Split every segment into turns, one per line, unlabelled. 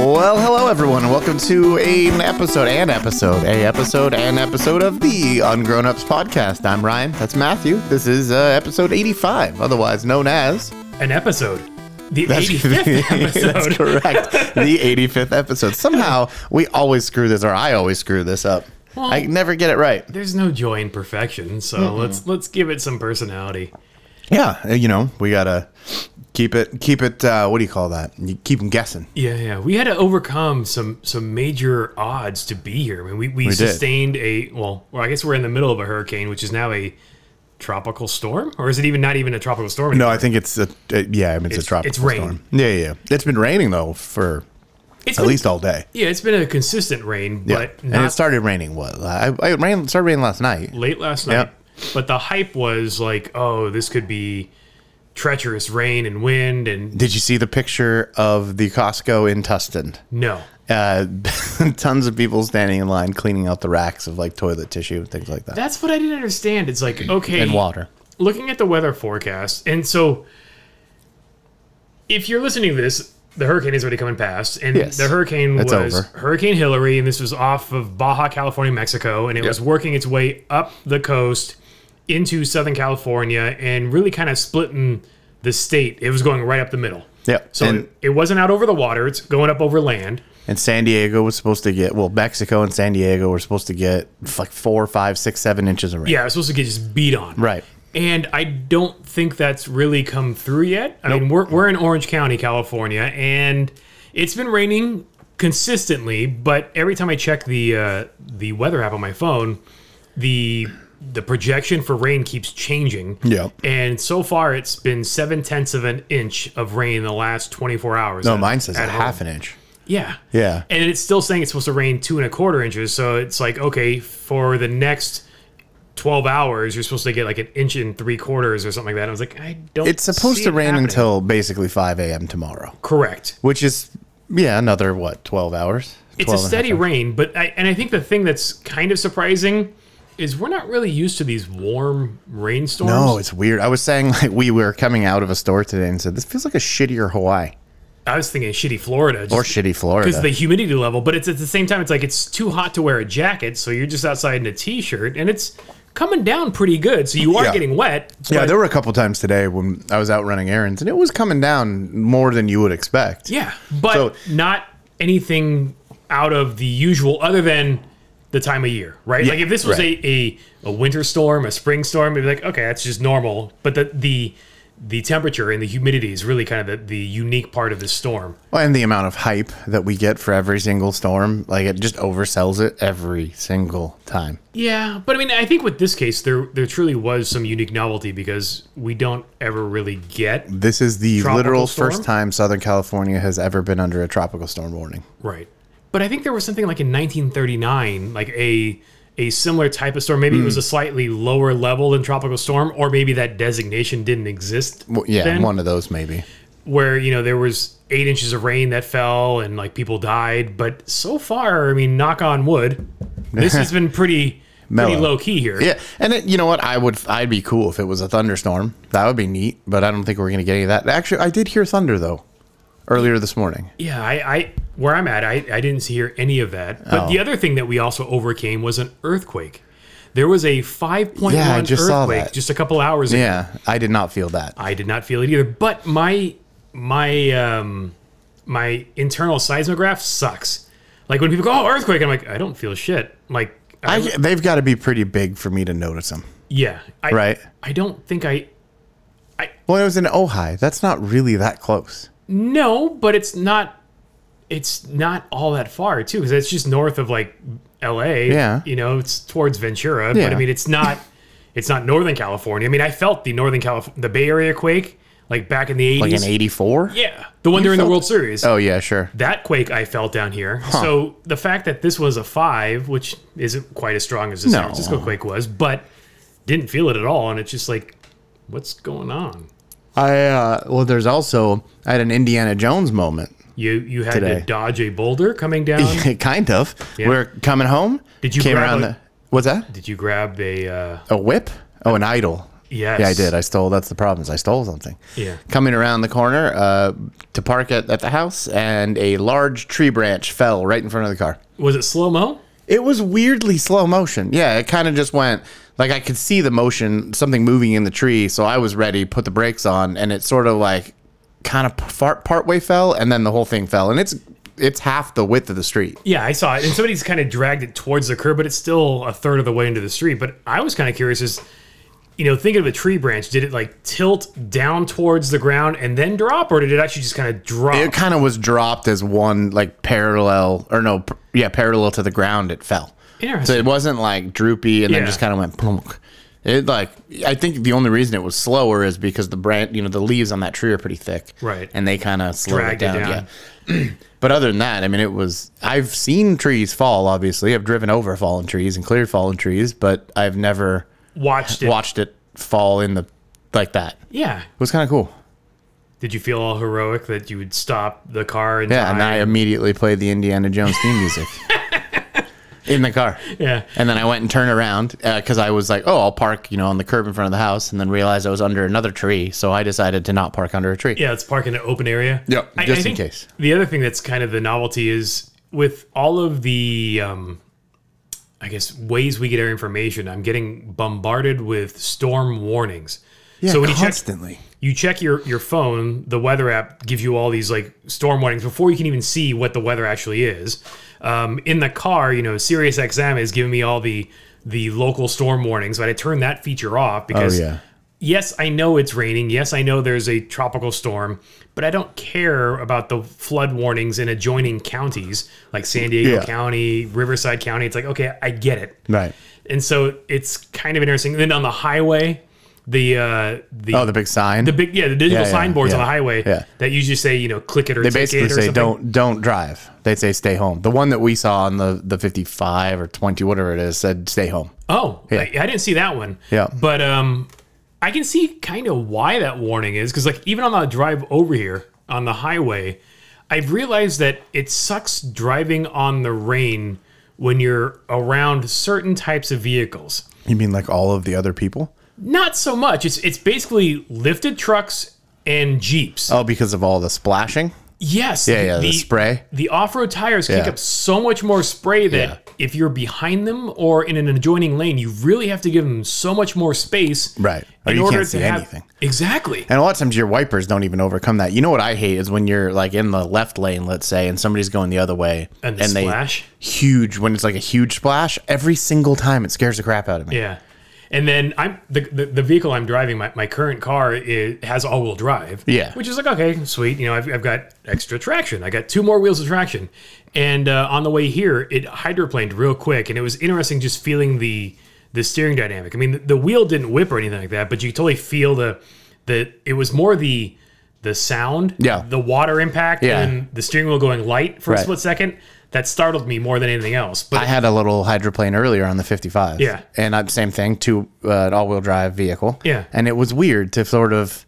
Hello, everyone, and welcome to an episode, an episode, a episode, an episode of the Ungrown Ups podcast. I'm Ryan. That's Matthew. This is uh, episode 85, otherwise known as.
an episode. The 85th
that's
episode.
correct. The 85th episode. Somehow we always screw this, or I always screw this up.
Well-
I never get it right.
There's no joy in perfection, so let's let's give it some personality.
Yeah, uh, you know, we gotta keep it, keep it. Uh, what do you call that? You keep them guessing.
Yeah, yeah. We had to overcome some some major odds to be here. I mean, we, we,
did.
sustained a well, well, I guess we're in the middle of a hurricane, which is now a tropical storm, or is it even not even a tropical storm?
No,
anymore?
I think it's a, uh, yeah, I mean, it's,
It's-
a tropical
it's rain.
storm. Yeah, yeah, yeah. It's been raining though for
it's
at
been-
least all day.
yeah, it's been a consistent rain,
Yeah.
but
and it
not
started raining. What? I, I it rain started raining last night.
late last night.
Yep.
But the hype was like, oh, this could be treacherous rain and wind, and
Did you see the picture of the Costco in Tustin?
no,
Uh, tons of people standing in line cleaning out the racks of like toilet tissue and things like that,
that's what I didn't understand. It's like, okay,
and water.
looking at the weather forecast, and so if you're listening to this, the hurricane is already coming past, and
Yes.
the hurricane
It's
was
over.
Hurricane Hillary, and this was off of Baja California, Mexico, and it was working its way up the coast into Southern California and really kind of splitting the state. It was going right up the middle.
Yep.
So
and,
it, it wasn't out over the water, it's going up over land.
and San Diego was supposed to get well, Mexico and San Diego were supposed to get like four, five, six, seven inches of rain.
Yeah, it was supposed to get just beat on.
Right.
And I don't think that's really come through yet. I mean, we're, we're in Orange County, California, and it's been raining consistently. But every time I check the uh, the weather app on my phone, the the projection for rain keeps changing.
Yeah.
And so far, it's been seven tenths of an inch of rain in the last twenty four hours.
No,
at-
mine says a
at
half
home.
an inch.
Yeah.
Yeah.
And it's still saying it's supposed to rain two and a quarter inches. So it's like, okay, for the next 12 hours, you're supposed to get like an inch and three quarters or something like that. I was like, I don't.
It's supposed
see
to
it
rain
happening.
until basically 5 a.m. tomorrow,
Correct.
which is, yeah, another, what, 12 hours?
It's
12
a
and half
steady
hours.
rain, but I, and I think the thing that's kind of surprising is we're not really used to these warm rainstorms.
No, it's weird. I was saying like we were coming out of a store today and said this feels like a shittier Hawaii
I was thinking shitty Florida.
or
Just,
shitty Florida.
because the humidity level, but it's at the same time, it's like it's too hot to wear a jacket, so you're just outside in a t-shirt, and it's coming down pretty good. So you are
Yeah.
getting wet.
yeah,
but-
there were a couple times today when I was out running errands and it was coming down more than you would expect.
Yeah, but
So-
not anything out of the usual other than the time of year, right? like if this was
right.
a, a a winter storm, a spring storm, it'd be like, okay, that's just normal. But the the the temperature and the humidity is really kind of the, the unique part of this storm.
Well, and the amount of hype that we get for every single storm, like it just oversells it every single time.
Yeah, but I mean, I think with this case, there there truly was some unique novelty because we don't ever really get
This is the
Tropical
literal
storm?
first time Southern California has ever been under a tropical storm warning.
Right. But I think there was something like in 1939, like a a similar type of storm. Maybe it
Mm.
was a slightly lower level than tropical storm, or maybe that designation didn't exist.
Well, yeah,
then,
one of those maybe.
where you know there was eight inches of rain that fell and like people died. But so far, I mean, knock on wood, this has been pretty pretty
Mellow.
low key here.
Yeah, and it, you know what? I would, I'd be cool if it was a thunderstorm. That would be neat, but I don't think we're gonna get any of that. Actually, I did hear thunder though, earlier this morning.
Yeah, I, I where I'm at, I, I didn't hear any of that. But
Oh.
the other thing that we also overcame was an earthquake. There was a 5.1
Yeah, I just saw
earthquake
that.
just a couple hours ago.
Yeah, I did not feel that.
I did not feel it either. But my my um my internal seismograph sucks. Like when people go, "Oh, earthquake," I'm like, I don't feel shit. Like, I,
I, they've got to be pretty big for me to notice them,
yeah, I,
right?
I don't think I
Well, it was in Ojai. That's not really that close.
no, but it's not. It's not all that far too, because it's just north of like L.A.
Yeah.
you know, it's towards Ventura. But
Yeah.
I mean, it's not. it's not Northern California. I mean, I felt the Northern California, the Bay Area quake, like back in the
Like
'80s.
an eighty-four.
yeah, the one during the
felt-
World Series.
Oh yeah, sure.
that quake I felt down here. So the fact that this was a five, which isn't quite as strong as the San
No.
Francisco quake was, but didn't feel it at all, and it's just like, what's going on?
I uh, well, there's also I had an Indiana Jones moment.
You you had
Today.
to dodge a boulder coming down.
kind of. We're coming home.
Did you
came
grab
around?
a-
the, what's that?
Did you grab a? Uh,
A whip? Oh, an idol.
Yes.
Yeah, I did. I stole. That's the problem. Is I stole something.
Yeah.
Coming around the corner uh, to park at, at the house, and a large tree branch fell right in front of the car.
Was it slow mo?
It was weirdly slow motion. Yeah, it kind of just went like I could see the motion, something moving in the tree. So I was ready, put the brakes on, and it sort of like kind of part part way fell, and then the whole thing fell, and it's it's half the width of the street.
Yeah, I saw it, and somebody's kind of dragged it towards the curb, but it's still a third of the way into the street. But I was kind of curious, is you know, thinking of a tree branch, did it like tilt down towards the ground and then drop, or did it actually just kind of drop?
It kind of was dropped as one like parallel or no, par- yeah, parallel to the ground. It fell. So
Interesting.
it wasn't like droopy and
Yeah.
then just kind of went plunk. It like I think the only reason it was slower is because the branch, you know, the leaves on that tree are pretty thick,
Right.
And they kind of slowed
Dragged it
it down.
down.
Yeah. but other than that, I mean, it was. I've seen trees fall. Obviously, I've driven over fallen trees and cleared fallen trees, but I've never
Watched it.
watched it fall in the like that. It
Yeah.
was kind of cool.
Did you feel all heroic that you would stop the car and
Yeah, and
die?
I immediately played the Indiana Jones theme music in the car.
yeah.
And then I went and turned around because I was like, oh, I'll park, you know, on the curb in front of the house, and then realized I was under another tree. So I decided to not park under a tree.
Yeah, let's park in an open area.
Yeah, just in
think
case.
The other thing that's kind of the novelty is with all of the, um, I guess, ways we get our information. I'm getting bombarded with storm warnings. so when you check, you check your your phone, the weather app gives you all these like storm warnings before you can even see what the weather actually is. Um, in the car, you know, Sirius XM is giving me all the the local storm warnings, but I turned that feature off
Oh,
because
yeah.
yes, I know it's raining. Yes, I know there's a tropical storm, but I don't care about the flood warnings in adjoining counties like San Diego
Yeah.
County, Riverside County. It's like, okay, I get it.
Right.
And so it's kind of interesting. Then on the highway, the uh, the,
Oh, the big sign.
the big yeah the digital
yeah,
signboards on
yeah,
the highway
yeah.
that usually say you know click it or
they
tick
basically
it or
say
something.
don't don't drive. They say stay home. The one that we saw on the the 55 or 20 whatever it is said stay home.
Oh, I, I didn't see that one.
Yeah.
But um, I can see kind of why that warning is because like even on the drive over here on the highway, I've realized that it sucks driving on the rain when you're around certain types of vehicles.
You mean like all of the other people?
Not so much. It's it's basically lifted trucks and jeeps.
Oh, because of all the splashing?
Yes.
Yeah, yeah, the, spray.
The off-road tires kick
Yeah.
up so much more spray that
Yeah.
if you're behind them or in an adjoining lane, you really have to give them so much more space.
Right. Or
in
you
order
can't
to
see
have-
anything.
Exactly.
And a lot of times your wipers don't even overcome that. You know what I hate is when you're like in the left lane, let's say, and somebody's going the other way,
And the splash.
huge when it's like a huge splash. Every single time, it scares the crap out of me.
Yeah. And then I'm the, the, the vehicle I'm driving, my, my current car is, has all wheel drive.
Yeah.
Which is like, okay, sweet. You know, I've, I've got extra traction. I got two more wheels of traction. And uh, on the way here, it hydroplaned real quick. And it was interesting just feeling the the steering dynamic. I mean, the, the wheel didn't whip or anything like that, but you totally feel the, the it was more the the sound,
Yeah.
the water impact,
Yeah.
and the steering wheel going light for a
Right.
split second. That startled me more than anything else. But
I had a little hydroplane earlier on the 55.
Yeah.
And I, same thing to uh, an all wheel drive vehicle.
Yeah.
And it was weird to sort of,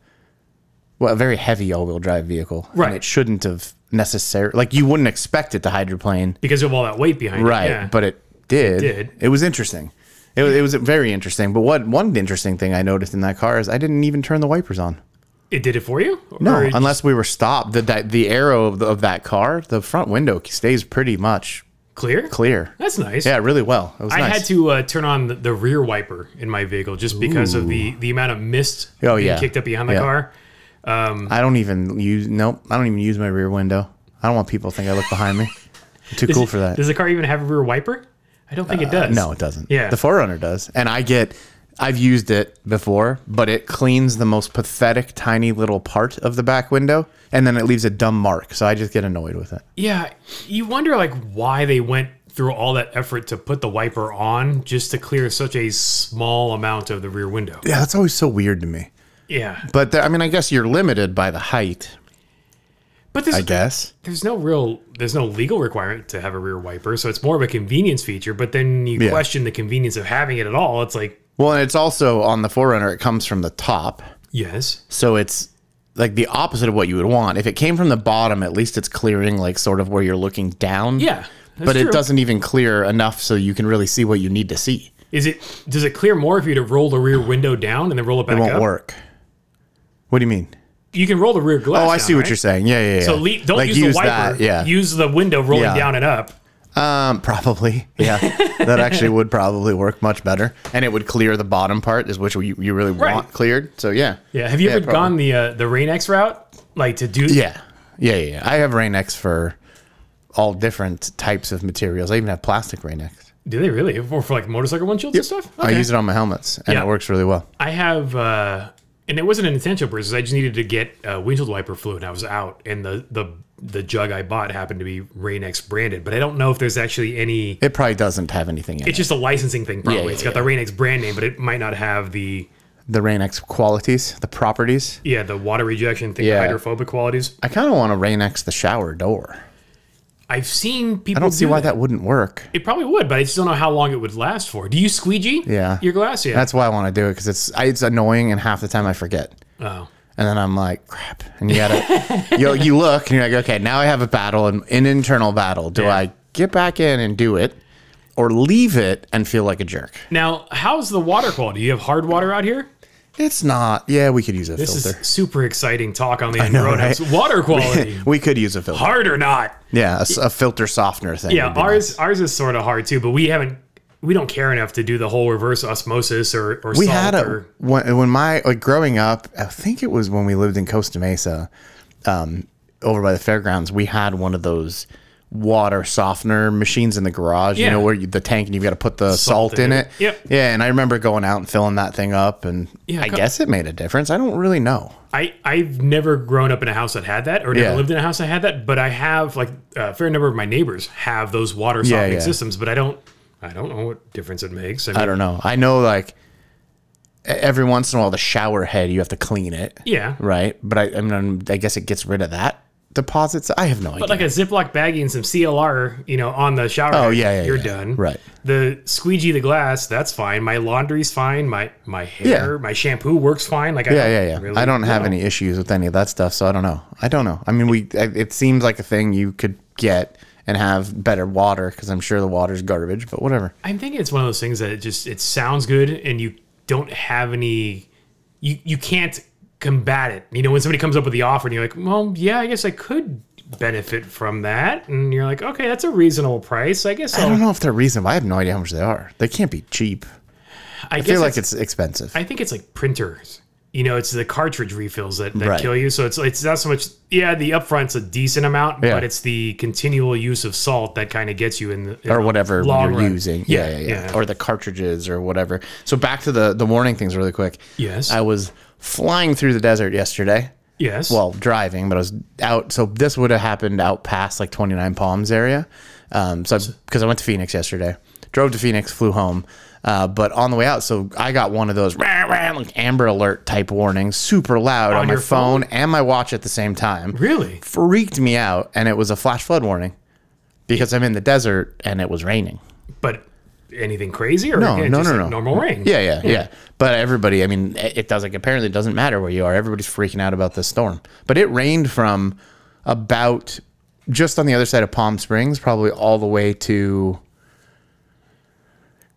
well, a very heavy all wheel drive vehicle. And
Right.
it shouldn't have necessarily, like, you wouldn't expect it to hydroplane.
because of all that weight behind it.
Right,
yeah.
but it did. It
did.
was interesting. It was, it was very interesting. But what one interesting thing I noticed in that car is I didn't even turn the wipers on.
It did it for you?
No,
Or it-
unless we were stopped. The di- the arrow of, the, of that car, the front window stays pretty much
clear?
clear.
That's nice.
Yeah, really well. It was
I
nice.
had to uh, turn on the, the rear wiper in my vehicle just because of the, the amount of mist
Oh,
being
yeah.
kicked up behind the
Yeah.
car.
I don't even use. Nope. I don't even use my rear window. I don't want people to think I look behind me. I'm too cool for that. Uh,
Does the car even have a rear wiper? I don't think it does.
No, it doesn't.
Yeah.
The Forerunner does. And I get I've used it before, but it cleans the most pathetic tiny little part of the back window and then it leaves a dumb mark. So I just get annoyed with it.
Yeah. You wonder like why they went through all that effort to put the wiper on just to clear such a small amount of the rear window.
Yeah, that's always so weird to me.
Yeah.
But there, I mean, I guess you're limited by the height,
But this
I guess.
there's no real there's no legal requirement to have a rear wiper, so it's more of a convenience feature, but then you
Yeah.
question the convenience of having it at all. It's like,
Well, and it's also on the Forerunner, it comes from the top.
yes.
So it's like the opposite of what you would want. If it came from the bottom, at least it's clearing like sort of where you're looking down.
Yeah. that's
But it
true.
doesn't even clear enough so you can really see what you need to see.
Is it does it clear more if you to roll the rear window down and then roll it back
It won't
up?
work. What do you mean?
You can roll the rear glass.
Oh, I
down,
see what
right?
you're saying. Yeah, yeah, yeah.
So le- don't
Like,
use, the wiper.
That. Yeah.
Use the window rolling
Yeah.
down and up.
Um, probably. Yeah. that actually would probably work much better, and it would clear the bottom part, is which you, you really
Right.
want cleared. So yeah.
Yeah. Have you ever
probably.
gone the uh, the Rain-X route? Like to do
Yeah. Yeah, yeah, yeah. I have Rain X for all different types of materials. I even have plastic Rain X.
Do they really? Or for like motorcycle windshields and stuff?
I use it on my helmets, and
Yeah.
it works really well.
I have, uh, and it wasn't an intentional purchase. I just needed to get uh, windshield wiper fluid. and I was out, and the the the jug I bought happened to be Rain-X branded, but I don't know if there's actually any.
It probably doesn't have anything in
It's
it.
just a licensing thing, probably.
yeah,
it's got the Rain-X brand name, but it might not have the
The Rain X qualities, the properties.
yeah the water rejection thing,
Yeah.
the hydrophobic qualities.
I kind of want to Rain X the shower door.
I've seen people.
I don't see
do
why that wouldn't work.
It probably would, but I just don't know how long it would last for. Do you squeegee?
Yeah.
Your glass, yeah.
That's why I want to do it because it's I- it's annoying, and half the time I forget.
oh.
And then I'm like, crap. And you gotta, you, you look and you're like, okay, now I have a battle, an, an internal battle. Do
Yeah.
I get back in and do it or leave it and feel like a jerk?
Now, how's the water quality? You have hard water out here?
It's not. Yeah, we could use a
This
filter.
is super exciting talk on the
know,
Roadhouse. Water quality.
we could use a filter.
hard or not.
Yeah, a, s- a filter softener thing.
Yeah,
would be
ours ours is sort of hard too, but we haven't we don't care enough to do the whole reverse osmosis or or
we
salt
had a
or
when, when my like growing up i think it was when we lived in costa mesa um, over by the fairgrounds we had one of those water softener machines in the garage you
Yeah.
know where you, the tank and you've got to put the salt, in it,
Yep.
yeah and i remember going out and filling that thing up and
Yeah,
i
co-
guess it made a difference i don't really know
I I've never grown up in a house that had that or never
Yeah.
lived in a house that had that, but I have like a fair number of my neighbors have those water softening
yeah.
systems, but I don't I don't know what difference it makes. I mean,
i don't know i know like e- every once in a while the shower head you have to clean it
yeah.
right but i i, mean, I guess it gets rid of that deposits i have no idea
But like a Ziploc baggie and some CLR, you know, on the shower.
oh
head,
yeah, yeah
you're
yeah.
done.
right
The squeegee the glass, that's fine. My laundry's fine. My my hair,
Yeah.
my shampoo works fine. Like I
Yeah, yeah, yeah.
really
I don't have
know.
any issues with any of that stuff, so I don't know. I don't know. I mean, we. I- It seems like a thing you could get and have better water because I'm sure the water's garbage, but whatever.
I'm thinking it's one of those things that it just it sounds good and you don't have any you you can't combat it. You know, when somebody comes up with the offer and you're like, "Well, yeah, I guess I could benefit from that." And you're like, "Okay, that's a reasonable price. I guess
I don't
I'll,
know if they're reasonable. I have no idea how much they are. They can't be cheap. I
I, guess
feel like
it's,
it's expensive.
I think it's like printers. You know, it's the cartridge refills that, that
Right.
kill you. So it's it's not so much yeah, the upfront's a decent amount,
Yeah.
but it's the continual use of salt that kind of gets you in the in
or
the
whatever
long
you're
run.
using. Yeah yeah, yeah, Or the cartridges or whatever. So back to the the warning things really quick.
yes.
I was flying through the desert yesterday.
yes.
well driving but i was out so this would have happened out past like 29 palms area um so because i went to phoenix yesterday drove to phoenix flew home uh, but on the way out, so I got one of those rah, rah, like amber alert type warnings, super loud on, my
your phone?
phone and my watch at the same time.
really?
Freaked me out, and it was a flash flood warning because I'm in the desert and it was raining.
But anything crazy or
No,
again,
no,
just
no,
like
no.
normal rain?
Yeah, yeah, yeah, But everybody, I mean, it it doesn't apparently it doesn't matter where you are. Everybody's freaking out about this storm. But it rained from about just on the other side of Palm Springs, probably all the way to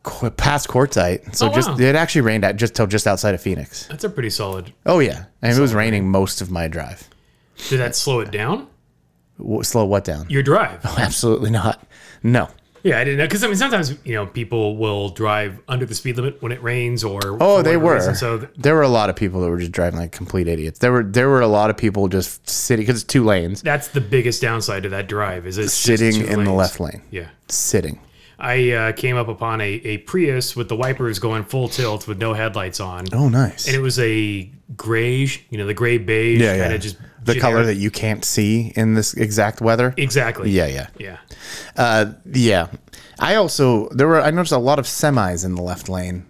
Qu- past Quartzite. So
Oh,
just
wow.
it actually rained out just till just outside of Phoenix.
That's a pretty solid.
Oh yeah, and it was raining most of my drive.
Did that slow it down?
W- slow what down?
Your drive.
Absolutely not. No.
Yeah, I didn't know because I mean sometimes you know people will drive under the speed limit when it rains or
Oh,
for
they
whatever
were.
reason. so th-
there were a lot of people that were just driving like complete idiots. There were there were a lot of people just sitting because it's two lanes,
that's the biggest downside to that drive is it's just
sitting
two
in
lanes.
the left lane,
Yeah,
sitting.
I uh, came up upon a, a Prius with the wipers going full tilt with no headlights on,
Oh, nice.
and it was a grayish, you know, the gray beige
yeah,
kind
yeah.
of just
the color
generic-
that you can't see in this exact weather.
exactly.
yeah, yeah,
yeah.
uh, yeah. I also there were I noticed a lot of semis in the left lane,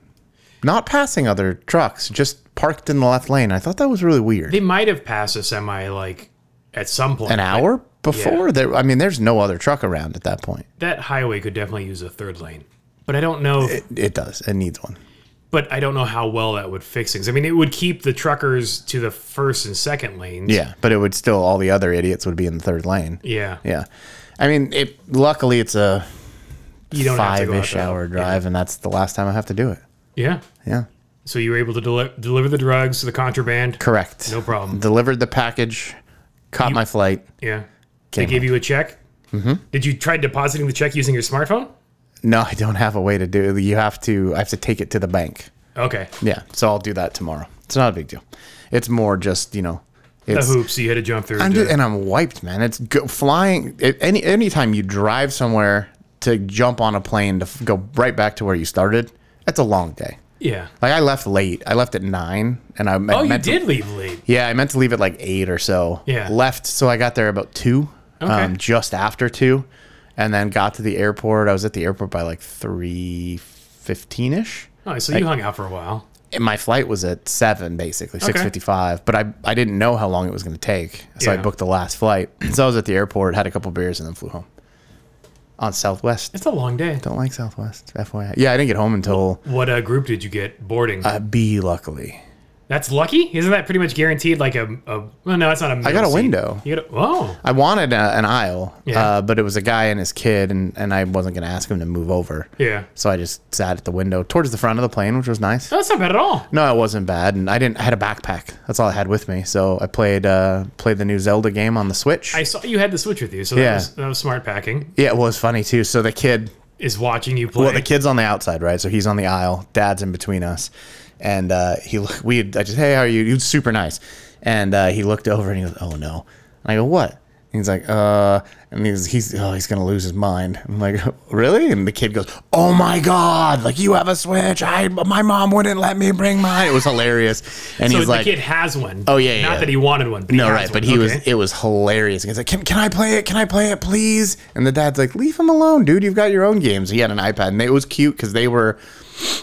not passing other trucks, just parked in the left lane. I thought that was really weird.
They might have passed a semi like at some point.
An hour before there, I mean, there's no other truck around at that point.
that highway could definitely use a third lane. But I don't know. if-
It does. It needs one.
but I don't know how well that would fix things. I mean, it would keep the truckers to the first and second lanes.
Yeah, but it would still all the other idiots would be in the third lane.
Yeah.
Yeah. I mean, it luckily it's a
you don't have to go out
five-ish
that-
hour drive, and that's the last time I have to do it.
Yeah.
Yeah,
So you were able to deli- deliver the drugs, the contraband.
correct.
No problem.
Delivered the package, caught my flight.
Yeah.
Came
they gave you a check. Mm-hmm. Did you try depositing the check using your smartphone?
No, I don't have a way to do. it. You have to. I have to take it to the bank.
Okay.
Yeah, so I'll do that tomorrow. It's not a big deal. It's more just you know,
The
it's
hoops you had to jump through.
I'm
to-
just, and I'm wiped, man. It's go, flying. It, any anytime you drive somewhere to jump on a plane to f- go right back to where you started, that's a long day.
yeah.
Like I left late. I left at nine, and I, I
Oh, you
meant to-
did leave late.
yeah, I meant to leave at like eight or so.
Yeah.
left. So I got there about two,
Okay.
um, just after two, and then got to the airport. I was at the airport by like three fifteen ish.
Oh, so you hung out for a while.
And my flight was at seven, basically six fifty five. But I I didn't know how long it was going to take, so I
Yeah.
booked the last flight. so I was at the airport, had a couple beers, and then flew home. On Southwest,
It's a long day.
don't like Southwest, FYI. Yeah, I didn't get home until
What uh, group did you get boarding?
a B. Luckily,
that's lucky. Isn't that pretty much guaranteed? Like a, a well, no, that's not a. middle
got a
seat.
window.
You got a, oh,
I wanted a, an aisle,
Yeah.
uh, but it was a guy and his kid, and and I wasn't going to ask him to move over.
yeah.
So I just sat at the window towards the front of the plane, which was nice.
No, Oh, that's not bad at all.
No, it wasn't bad, and I didn't. I had a backpack. That's all I had with me. So I played uh, played the new Zelda game on the Switch.
I saw you had the switch with you, so that,
Yeah.
was, that was smart packing.
yeah, it was funny too. So the kid,
Is watching you play.
well, the kid's on the outside, right? So he's on the aisle. Dad's in between us, and uh, he look- we had, I just hey, how are you? He was super nice, and uh, he looked over and he goes, oh no, and I go what? And he's like, uh, and he's he's oh he's gonna lose his mind. I'm like, really? And the kid goes, oh my god, like you have a Switch. I my mom wouldn't let me bring mine. It was hilarious, and
so
he's
the
like.
kid has one.
Oh, yeah, yeah,
Not
yeah.
that he wanted one. But he
No,
has
right,
one.
but he was
Okay.
it was hilarious. He's like, "Can can I play it? Can I play it, please?" And the dad's like, "Leave him alone, dude. You've got your own games." He had an iPad, and it was cute because they were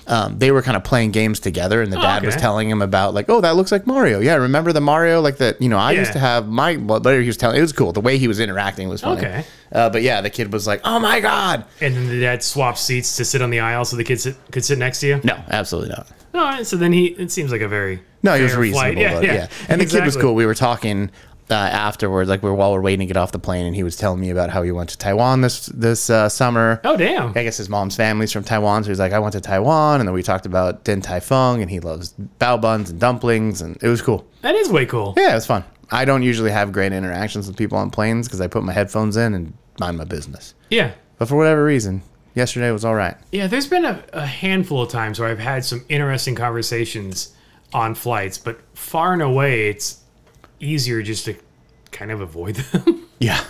um, they were kind of playing games together, and the dad was
Oh, okay.
telling him about like, "Oh, that looks like Mario. Yeah, remember the Mario like that? You know, I
Yeah.
used to have my." Well, later he was telling it was cool. The way he was interacting was funny.
Okay.
Uh, but yeah, the kid was like, "Oh my god."
And then the dad swapped seats to sit on the aisle so the kid sit, could sit next to you.
No, absolutely not.
No, and so then he. It seems like a very
No, he was
fair
reasonable.
flight.
but yeah, and the kid was
Exactly.
cool. We were talking uh, afterwards, like we were while we are waiting to get off the plane, and he was telling me about how he went to Taiwan this this uh, summer.
Oh damn!
I guess his mom's family's from Taiwan, so he's like, I went to Taiwan, and then we talked about Din Tai Fung, and he loves bao buns and dumplings, and it was cool.
That is way cool.
Yeah, it was fun. I don't usually have great interactions with people on planes because I put my headphones in and mind my business.
Yeah.
But for whatever reason, yesterday was all right.
Yeah, there's been a, a handful of times where I've had some interesting conversations on flights, but far and away, it's easier just to kind of avoid them.
Yeah,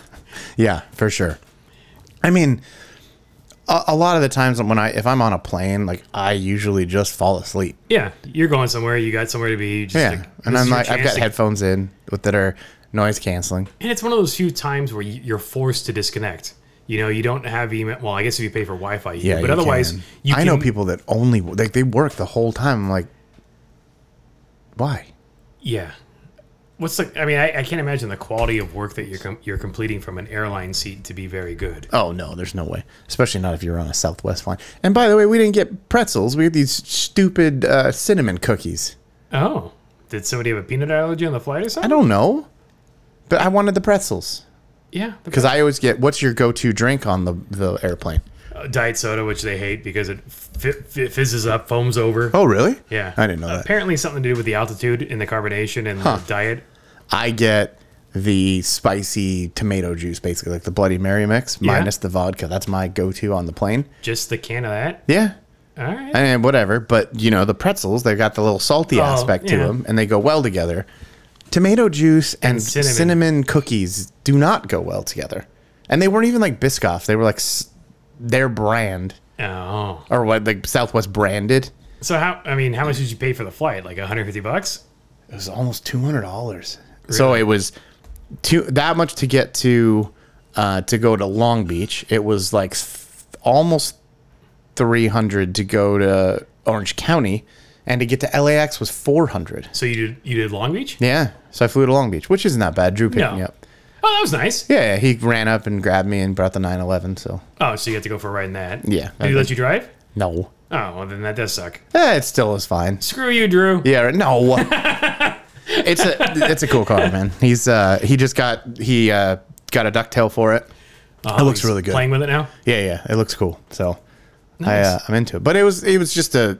yeah, for sure. I mean, a, a lot of the times when I if I'm on a plane, like I usually just fall asleep.
yeah, you're going somewhere, you got somewhere to be. you Just
Yeah,
like,
and
this
I'm
is your
like I've
chance
got
to-
headphones in with that are noise canceling.
and it's one of those few times where you- you're forced to disconnect. You know, you don't have email. Well, I guess if you pay for Wi-Fi, you do,
Yeah,
but otherwise,
can.
you
I
can,
know people that only like they work the whole time. I'm like, why?
Yeah. What's the? I mean, I, I can't imagine the quality of work that you're com- you're completing from an airline seat to be very good.
Oh no, there's no way. Especially not if you're on a Southwest flight. And by the way, we didn't get pretzels. We had these stupid uh, cinnamon cookies.
Oh, did somebody have a peanut allergy on the flight or
I
something?
don't know, but I wanted the pretzels.
Yeah, the
Because I always get, what's your go-to drink on the, the airplane?
uh, diet soda, which they hate because it f- f- fizzes up, foams over.
Oh, really?
yeah,
I didn't know that.
Apparently, something to do with the altitude and the carbonation and the diet.
I get the spicy tomato juice, basically like the Bloody Mary mix minus the vodka. That's my go-to on the plane.
Just the can of that.
Yeah,
All right.
I mean, whatever. But you know, the pretzels, they've got the little salty
Oh,
aspect to
yeah.
them, and they go well together. Tomato juice and,
cinnamon.
cinnamon. cookies do not go well together, and they weren't even like Biscoff. They were like s- their brand
oh,
or what, like Southwest branded.
so how? I mean, how much did you pay for the flight? Like 150 bucks.
it was almost two hundred dollars. So it was two that much to get to uh, to go to Long Beach. It was like th- almost three hundred to go to Orange County, and to get to LAX was four hundred.
So you did you did Long Beach?
Yeah, so I flew to Long Beach, which isn't that bad. Drew picked
No.
me up.
Oh, that was nice.
Yeah, he ran up and grabbed me and brought the nine eleven. So
Oh, so you had to go for a ride in that.
Yeah.
Did he let you drive?
no,
Oh, well, then that does suck.
eh, it still is fine.
Screw you, Drew.
Yeah, no. it's a it's a cool car, man. He's uh he just got he uh got a ducktail for it.
Oh,
looks
he's
really good.
Playing with it now.
Yeah, yeah, it looks cool. So I, uh, I'm into it. But it was it was just a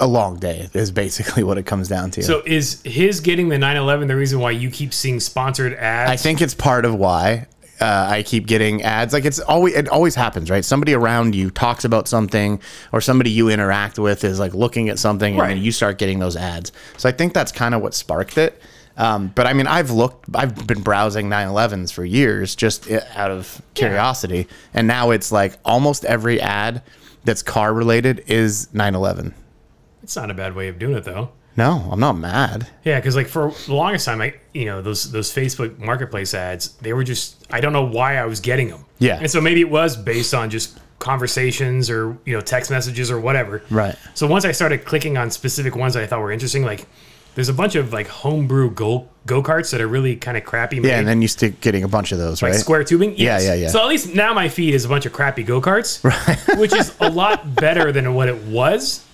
a long day is basically what it comes down to.
So is his getting the 911 the reason why you keep seeing sponsored ads?
I think it's part of why uh, I keep getting ads. Like it's always it always happens, right? Somebody around you talks about something, or somebody you interact with is like looking at something, and
Right.
then you start getting those ads. So I think that's kind of what sparked it. Um, but I mean, I've looked, I've been browsing 911s for years just i- out of curiosity, and now it's like almost every ad that's car related is 911.
It's not a bad way of doing it though.
No, I'm not mad.
Yeah, because like for the longest time, I you know those those Facebook Marketplace ads, they were just I don't know why I was getting them.
Yeah.
and so maybe it was based on just conversations or you know text messages or whatever.
Right.
So once I started clicking on specific ones that I thought were interesting, like there's a bunch of like homebrew go go karts that are really kind of crappy. Made.
Yeah, and then you stick getting a bunch of those,
like
right?
square tubing. Yes.
yeah, yeah.
So at least now my feed is a bunch of crappy go karts, right. which is a lot better than what it was.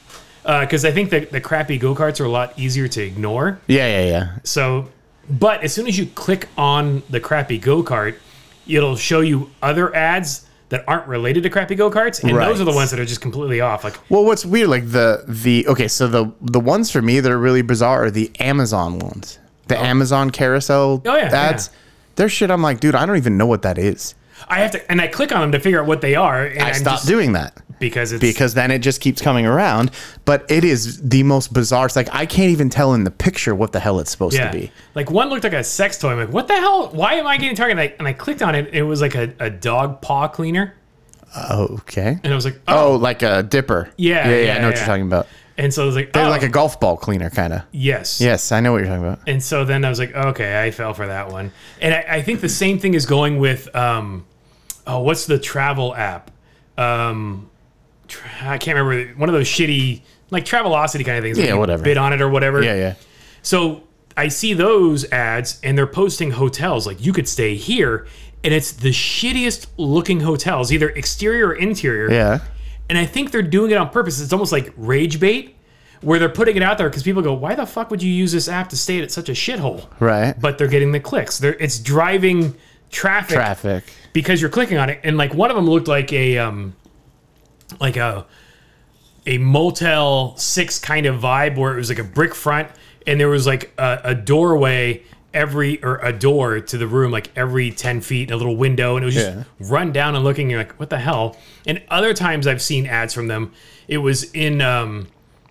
Because I think that the crappy go karts are a lot easier to ignore.
Yeah, yeah, yeah.
So, but as soon as you click on the crappy go kart, it'll show you other ads that aren't related to crappy go karts, and those
Right.
are the ones that are just completely off. Like,
Well, what's weird, like the the okay, so the the ones for me that are really bizarre are the Amazon ones, the Amazon carousel
Oh, yeah,
ads.
yeah.
Their shit, I'm like, dude, I don't even know what that is.
I have to, and I click on them to figure out what they are, and
I
I'm
stopped
just-
doing that
because it's
because then it just keeps coming around. But it is the most bizarre. It's like I can't even tell in the picture what the hell it's supposed
yeah,
to be.
like one looked like a sex toy. I'm like, what the hell? Why am I getting targeted? And I, and I clicked on it, and it was like a, a dog paw cleaner,
Okay.
and I was like, oh,
Oh, like a dipper.
Yeah,
yeah, yeah.
yeah,
I know what
yeah.
you're talking about.
and so I was like, oh,
They're like a golf ball cleaner, kind of.
yes,
Yes, I know what you're talking about.
And so then I was like, okay, I fell for that one. And I, I think the same thing is going with, um, oh, what's the travel app? Um, tra- I can't remember. One of those shitty, like Travelocity kind of things. where
Yeah,
you
whatever.
Bid on it or whatever.
Yeah, yeah.
So I see those ads and they're posting hotels like you could stay here. And it's the shittiest looking hotels, either exterior or interior.
Yeah.
And I think they're doing it on purpose. It's almost like rage bait where they're putting it out there because people go, why the fuck would you use this app to stay at such a shithole?
Right.
But they're getting the clicks. They're, it's driving traffic,
Traffic.
because you're clicking on it. And like one of them looked like a, um, like a, a Motel 6 kind of vibe where it was like a brick front and there was like a, a doorway every or a door to the room like every 10 feet and a little window and it was just
Yeah.
run down and looking you're like what the hell and other times i've seen ads from them it was in um,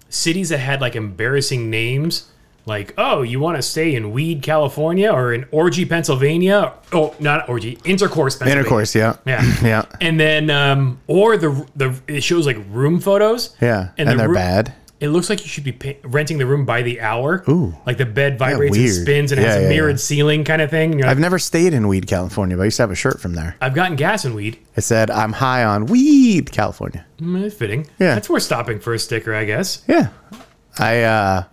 cities that had like embarrassing names like oh you want to stay in weed california or in orgy pennsylvania oh not orgy intercourse pennsylvania
Intercourse. Yeah.
yeah
Yeah.
and then um or the the it shows like room photos
Yeah.
and,
And,
the
they're
room,
bad.
it looks like you should be pay- renting the room by the hour
Ooh.
like the bed vibrates and
weird.
spins and it
Yeah,
has a
yeah,
mirrored
yeah.
ceiling kind of thing and you're like,
I've never stayed in Weed, California, but I used to have a shirt from there.
I've, gotten gas and weed
It said, I'm high on weed, California.
Mm, fitting
Yeah.
that's worth stopping for a sticker i guess
Yeah. I, uh,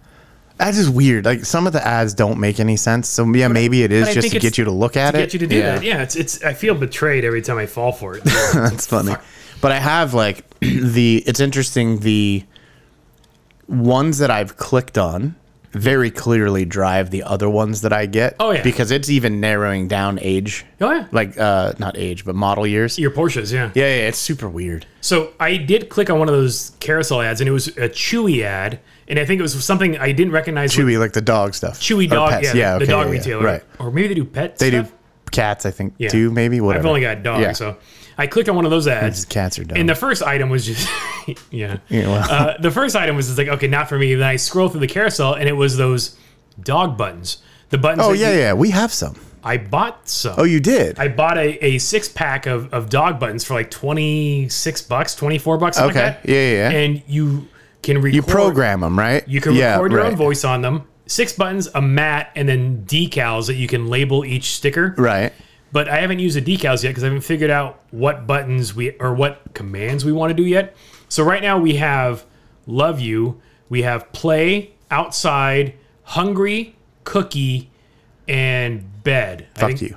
that's just weird. Like some of the ads don't make any sense. So yeah, maybe it
but I
is just
think
to
it's
get you to look at it.
get you to do
yeah.
that yeah it's it's i feel betrayed every time i fall for it Oh,
That's funny. But I have like the, it's interesting, the ones that I've clicked on very clearly drive the other ones that I get.
Oh, yeah.
Because it's even narrowing down age.
oh yeah
Like, uh, not age, but model years.
your porsches yeah
Yeah, yeah, it's super weird.
So I did click on one of those carousel ads, and it was a Chewy ad, and I think it was something I didn't recognize. what-
Chewy, like the dog stuff.
Chewy
Or
dog,
pets.
yeah, the
okay,
dog
yeah, yeah,
retailer,
Right.
Or maybe they do pet.
They do
stuff?
cats, I think, too, maybe. Whatever.
I've only got dogs,
Yeah. Mm-hmm.
so I clicked on one of those ads.
cats are dumb.
And the first item was just, yeah.
Yeah, well.
uh, the first item was just like, okay, not for me. Then I scroll through the carousel, and it was those dog buttons. The buttons.
oh
that
yeah,
you-
yeah, we have some.
I bought some.
Oh, you did.
I bought a, a six pack of, of dog buttons for like twenty six bucks, twenty four bucks. something
Okay.
Like that.
Yeah, yeah, yeah.
And you can record.
you program them, right?
You can
Yeah,
record your
right.
own voice on them. Six buttons, a mat, and then decals that you can label each sticker.
Right.
But I haven't used the decals yet because I haven't figured out what buttons we or what commands we want to do yet. So right now we have love you, we have play, outside, hungry, cookie, and bed. I
Fuck
think-
you.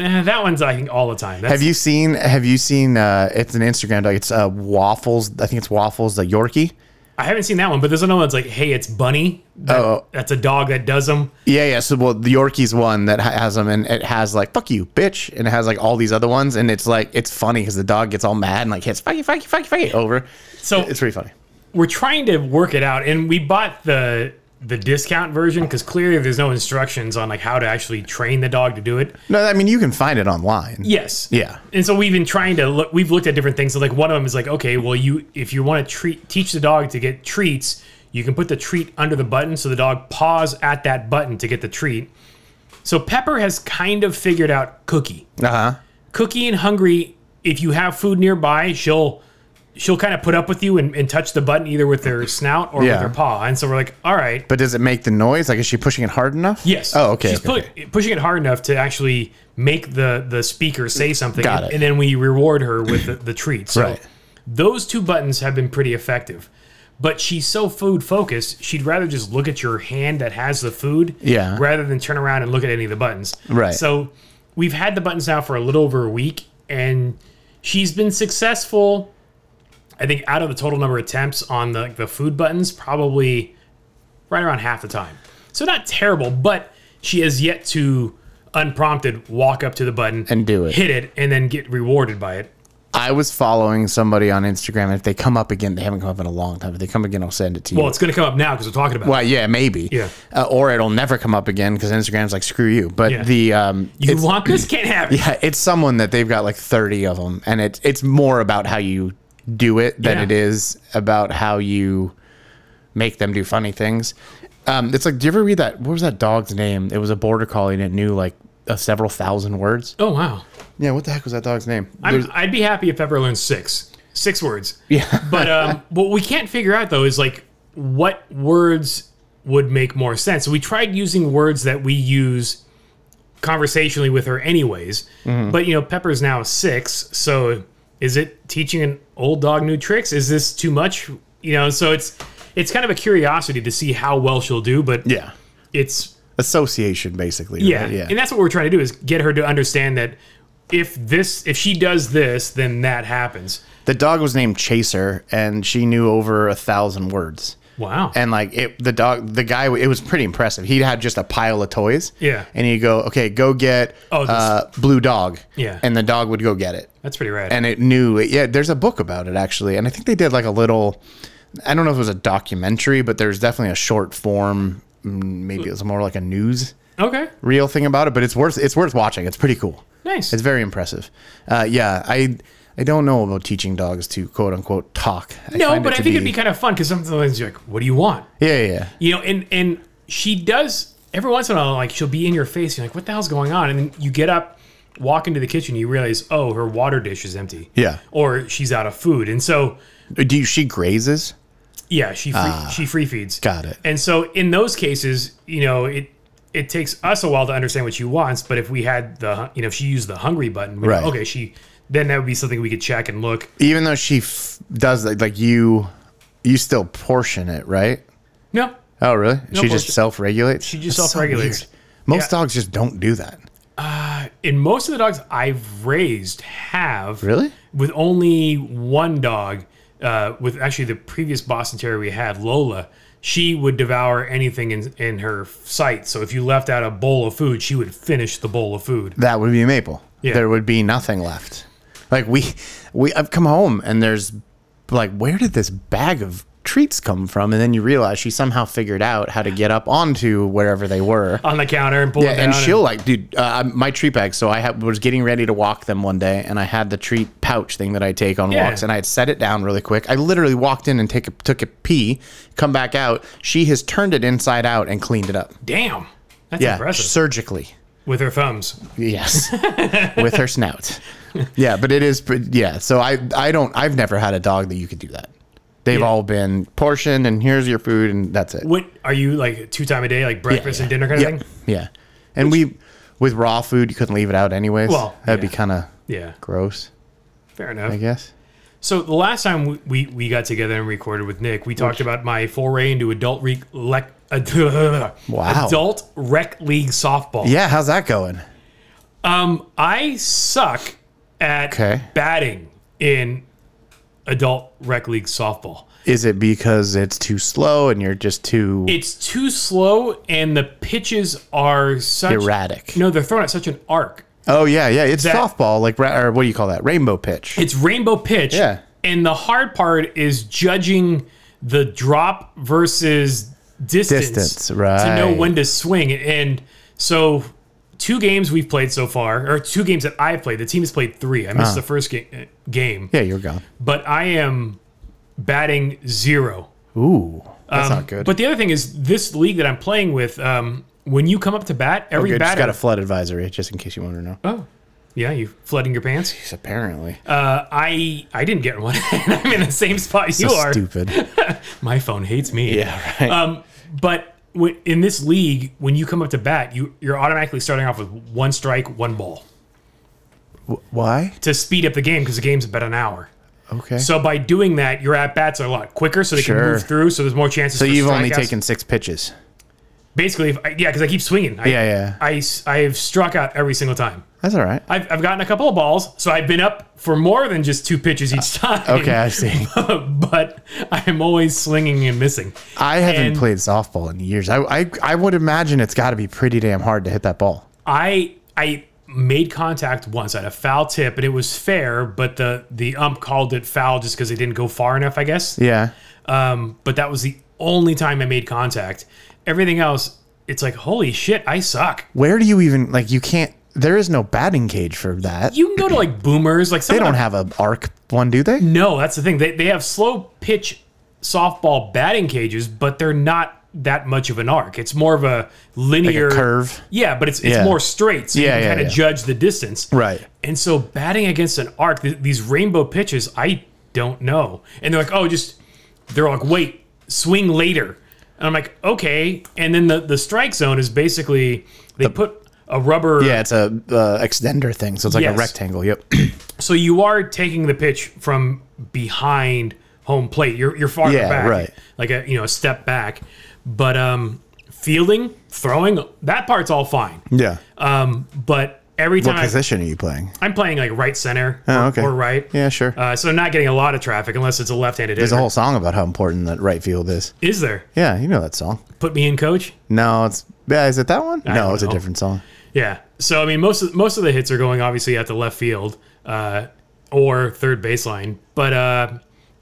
Eh, that one's I think all the time. That's,
Have you seen? Have you seen? Uh, it's an Instagram dog. It's uh, waffles. I think it's waffles. The Yorkie.
I haven't seen that one, but there's another one that's like, hey, it's Bunny. That-
Oh.
That's a dog that does them.
Yeah, yeah. So, well, the Yorkie's one that ha- has them, and it has like "fuck you, bitch," and it has like all these other ones, and it's like it's funny because the dog gets all mad and like hits "fuck you, fuck you, fuck you, fuck you" over.
So-
it's pretty funny.
We're trying to work it out, and we bought the the discount version because clearly there's no instructions on like how to actually train the dog to do it.
No, I mean you can find it online.
Yes.
Yeah.
And so we've been trying to look. We've looked at different things. So like one of them is like, okay, well, you if you want to treat teach the dog to get treats, you can put the treat under the button so the dog paws at that button to get the treat. So Pepper has kind of figured out Cookie.
Uh huh.
Cookie and Hungry. If you have food nearby, she'll she'll kind of put up with you and, and touch the button either with their snout or
Yeah.
with her paw. And so we're like, all right,
But does it make the noise? Like, is she pushing it hard enough?
Yes.
Oh, okay.
She's
okay,
pu-
okay.
pushing it hard enough to actually make the the speaker say something,
Mm, Got
and,
it.
and then we reward her with the, the treat. So
Right.
those two buttons have been pretty effective. But she's so food focused, she'd rather just look at your hand that has the food,
Yeah.
rather than turn around and look at any of the buttons.
Right.
So we've had the buttons now for a little over a week, and she's been successful. I think out of the total number of attempts on the the food buttons, probably right around half the time. So not terrible, but she has yet to unprompted walk up to the button
And do it.
hit it, and then get rewarded by it.
I was following somebody on Instagram. and If they come up again, they haven't come up in a long time. If they come again, I'll send it to you.
Well, it's going to come up now because we're talking about. it.
Well, yeah, maybe.
Yeah.
Uh, or it'll never come up again because Instagram's like, screw you. But
Yeah.
the um,
You
it's,
want this? Can't have it.
yeah, it's someone that they've got like thirty of them, and it's it's more about how you do it than
Yeah.
it is about how you make them do funny things. Um, it's like, do you ever read that? What was that dog's name? It was a border collie, and it knew like uh, several thousand words.
Oh wow!
Yeah, what the heck was that dog's name? There's-
I'm, I'd be happy if Pepper learned six, six words. Yeah. But um, what we can't figure out though is like what words would make more sense. We tried using words that we use conversationally with her anyways. But you know, Pepper's now six, so is it teaching an old dog new tricks? Is this too much? You know, so it's it's kind of a curiosity to see how well she'll do, but
yeah,
it's
association basically.
yeah.
right?
And that's what we're trying to do is get her to understand that if this if she does this, then that happens.
the dog was named Chaser, and she knew over a thousand words.
Wow.
and like it, the dog, the guy, it was pretty impressive. He had just a pile of toys.
Yeah.
And he'd go, okay, go get
Oh, this-
uh, blue dog.
Yeah.
And the dog would go get it.
that's pretty rad.
And it knew it. Yeah. There's a book about it actually. And I think they did like a little, I don't know if it was a documentary, but there's definitely a short form. mm, Maybe it was more like a news
okay.
real thing about it, but it's worth, it's worth watching. It's pretty cool.
Nice.
It's very impressive. Uh, yeah. I, I don't know about teaching dogs to quote unquote talk. I
no,
find
but I
to
think it'd be kind of fun because sometimes you're like, what do you want?
Yeah. Yeah. yeah.
You know, and and she does every once in a while, like she'll be in your face, you're like, what the hell's going on? And then you get up, walk into the kitchen, you realize, oh, her water dish is empty.
Yeah.
Or she's out of food. And so
Do you, she grazes?
yeah, she free, she free
Ah.
feeds.
Got it.
And so in those cases, you know, it it takes us a while to understand what she wants, but if we had the hun- you know, if she used the hungry button, we'd go,
Right.
okay, she then that would be something we could check and look.
Even though she f- does that, like you, you still portion it, right?
No.
Oh, really? she
portion.
just self regulates. She
just self-regulates.
Most
Yeah.
dogs just don't do that.
And most of the dogs I've raised have
Really?
with only one dog, uh, with actually the previous Boston Terrier we had, Lola, she would devour anything in, in her sight. So if you left out a bowl of food, she would finish the bowl of food.
That would be maple.
Yeah.
There would be nothing left. Like we, we, I've come home and there's like, where did this bag of treats come from? And then you realize she somehow figured out how to get up onto wherever they were.
On the counter and pull it
Yeah,
down.
and she'll like, dude, uh, I'm- my treat bag. So I ha- was getting ready to walk them one day, and I had the treat pouch thing that I take on
Yeah.
walks, and I had set it down really quick. I literally walked in and take a, took a pee, come back out. She has turned it inside out and cleaned it up.
Damn. That's
Yeah,
impressive.
surgically.
with her thumbs.
Yes, with her snout. Yeah, but it is. pre- Yeah, so I I don't. I've never had a dog that you could do that. They've all been portioned, and here's your food, and that's it.
What are you like two time a day, like breakfast and dinner kind of
Yeah,
thing?
yeah. And we with raw food, you couldn't leave it out anyways.
Well,
that'd be
yeah.
kind of
Yeah.
gross,
Fair enough.
I guess.
So the last time we, we, we got together and recorded with Nick, we talked about my foray into adult re- lec- ad-
Wow.
adult rec league softball.
Yeah, how's that going?
Um, I suck at
Okay.
batting in adult rec league softball.
Is it because it's too slow and you're just too
It's too slow, and the pitches are such
erratic?
No, they're thrown at such an arc.
Oh yeah, yeah. It's
That-
softball, like ra- or what do you call that? Rainbow pitch.
It's rainbow pitch.
Yeah.
And the hard part is judging the drop versus distance,
Distance,
to know
right.
when to swing. And so, two games we've played so far, or two games that I've played. The team has played three. I missed the first ga- uh, game,
Ah. yeah, you're gone.
but I am batting zero.
Ooh, that's
Um,
not good.
But the other thing is, this league that I'm playing with, um, when you come up to bat, every
you Oh, just
batter.
got a flood advisory, just in case you want to know.
oh, yeah, you flooding your pants.
Jeez, apparently,
Uh, I I didn't get one. I'm in the same spot you
so
are.
stupid.
My phone hates me.
yeah, right.
Um, but when, in this league, when you come up to bat, you you're automatically starting off with one strike, one ball
W- Why?
to speed up the game because the game's about an hour.
Okay. So,
So by doing that, your at bats are a lot quicker, so they can
Sure.
move through. So there's more chances. So
you've only taken six pitches.
basically, if I, yeah, because I keep swinging. I,
Yeah, yeah.
I s- I've struck out every single time.
That's all right.
I've, I've gotten a couple of balls, so I've been up for more than just two pitches each time.
Okay, I see.
but I'm always slinging and missing.
I haven't
And-
played softball in years. I I, I would imagine it's got to be pretty damn hard to hit that ball.
I I made contact once at a foul tip, and it was fair, but the the ump called it foul just because it didn't go far enough, I guess.
Yeah.
Um, but that was the only time I made contact. Everything else, it's like holy shit, I suck.
Where do you even like? You can't. There is no batting cage for that.
You can go to like boomers, like some
they
of
don't
the-
have an arc one, do they?
No, that's the thing. They they have slow pitch softball batting cages, but they're not that much of an arc. It's more of a linear
curve?
Yeah, but it's it's
Yeah.
more straight, so
Yeah,
you can
yeah,
kind of
yeah.
judge the distance.
Right.
And so batting against an arc, th- these rainbow pitches, I don't know. And they're like, oh, just they're like, wait, swing later. And I'm like, okay. And then the the strike zone is basically they put a rubber.
Yeah, it's a uh, extender thing, so it's like
Yes.
a rectangle. Yep.
So you are taking the pitch from behind home plate. You're you're farther
Yeah,
back,
right.
Like a you know a step back, but um, fielding, throwing, that part's all fine.
yeah.
Um, but every
what
time I,
position are you playing?
am playing like right center
Oh,
or,
okay.
or right,
Yeah, sure.
Uh, so I'm not getting a lot of traffic unless it's a left-handed
There's a
hitter.
whole song about how important that right field is.
Is there?
Yeah, you know that song.
Put me in, coach.
No, it's yeah. Is it that one? no,
don't
it's
know.
a different song.
Yeah. So I mean, most of most of the hits are going obviously at the left field uh, or third baseline, but uh,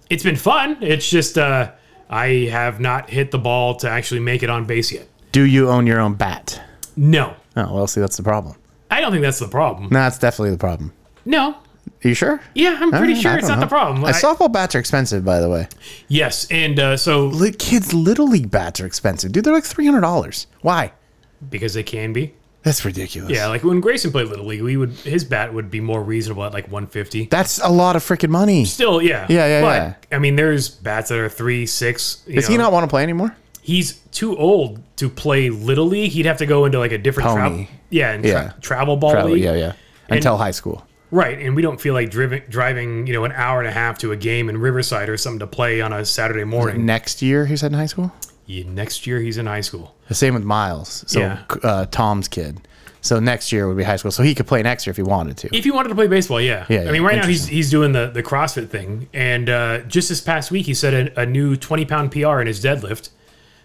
it's been fun. It's just uh, I have not hit the ball to actually make it on base yet.
Do you own your own bat?
No,
Oh well, see, that's the problem.
I don't think that's the problem.
No, that's definitely the problem.
No.
Are you sure?
Yeah, I'm pretty
Uh, I
sure it's
don't
not
know.
the problem.
Uh,
I-
softball bats are expensive, by the way.
yes, and uh, so
Li- kids' little league bats are expensive, dude. They're like three hundred dollars. Why?
because they can be.
That's ridiculous.
Yeah, like when Grayson played little league, we would his bat would be more reasonable at like 150.
that's a lot of freaking money.
Still, yeah.
Yeah, yeah,
but,
yeah.
I mean, there's bats that are three, six. You
Does he not want to play anymore?
he's too old to play little league. He'd have to go into like a different
Pony.
travel, yeah, and tra-
Yeah.
travel ball
Probably.
league,
Yeah, yeah. Until high school.
right? And we don't feel like driven, driving, you know, an hour and a half to a game in Riverside or something to play on a Saturday morning.
Next year, he said in high school.
Yeah, next year he's in high school.
The same with Miles. So
Yeah.
uh, Tom's kid. So next year would be high school. So he could play next year if he wanted to.
If he wanted to play baseball, yeah,
Yeah,
I mean,
yeah,
right now he's he's doing the the CrossFit thing, and uh, just this past week he set a, a new twenty pound PR in his deadlift.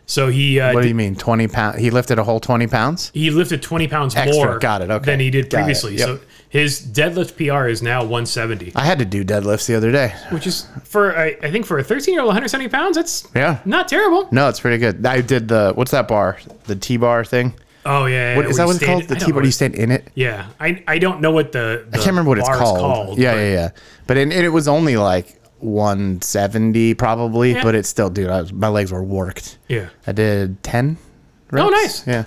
So he uh,
What do you mean? Twenty pound? He lifted a whole twenty pounds.
he lifted twenty pounds
Extra,
more
got it, okay,
than he did
got it,
previously.
yep.
So his deadlift PR is now one seventy.
I had to do deadlifts the other day.
which is for I, I think for a 13 year old 170 pounds that's
Yeah.
not terrible
No, it's pretty good. I did the what's that bar? The T bar thing.
oh yeah, yeah
What is that what it's called? The T bar? Do you stand in it?
yeah I, I don't know what the,
I can't remember what it's called. yeah,
but
yeah, yeah. But in, and it was only like 170 probably,
Yeah.
but it's still, dude. I was, my legs were worked.
yeah
I did 10. reps.
Oh, nice.
Yeah.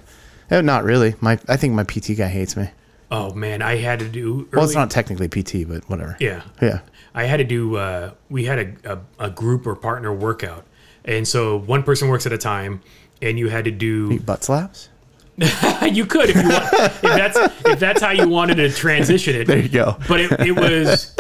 Eh, Not really. My I think my PT guy hates me.
oh man I had to do
Well,
early-
it's not technically PT, but whatever.
yeah
Yeah.
I had to do. Uh, we had a, a, a group or partner workout, and so one person works at a time, and you had to do.
Butt slaps.
you could if you want, if that's if that's how you wanted to transition it.
There you go.
but it, it was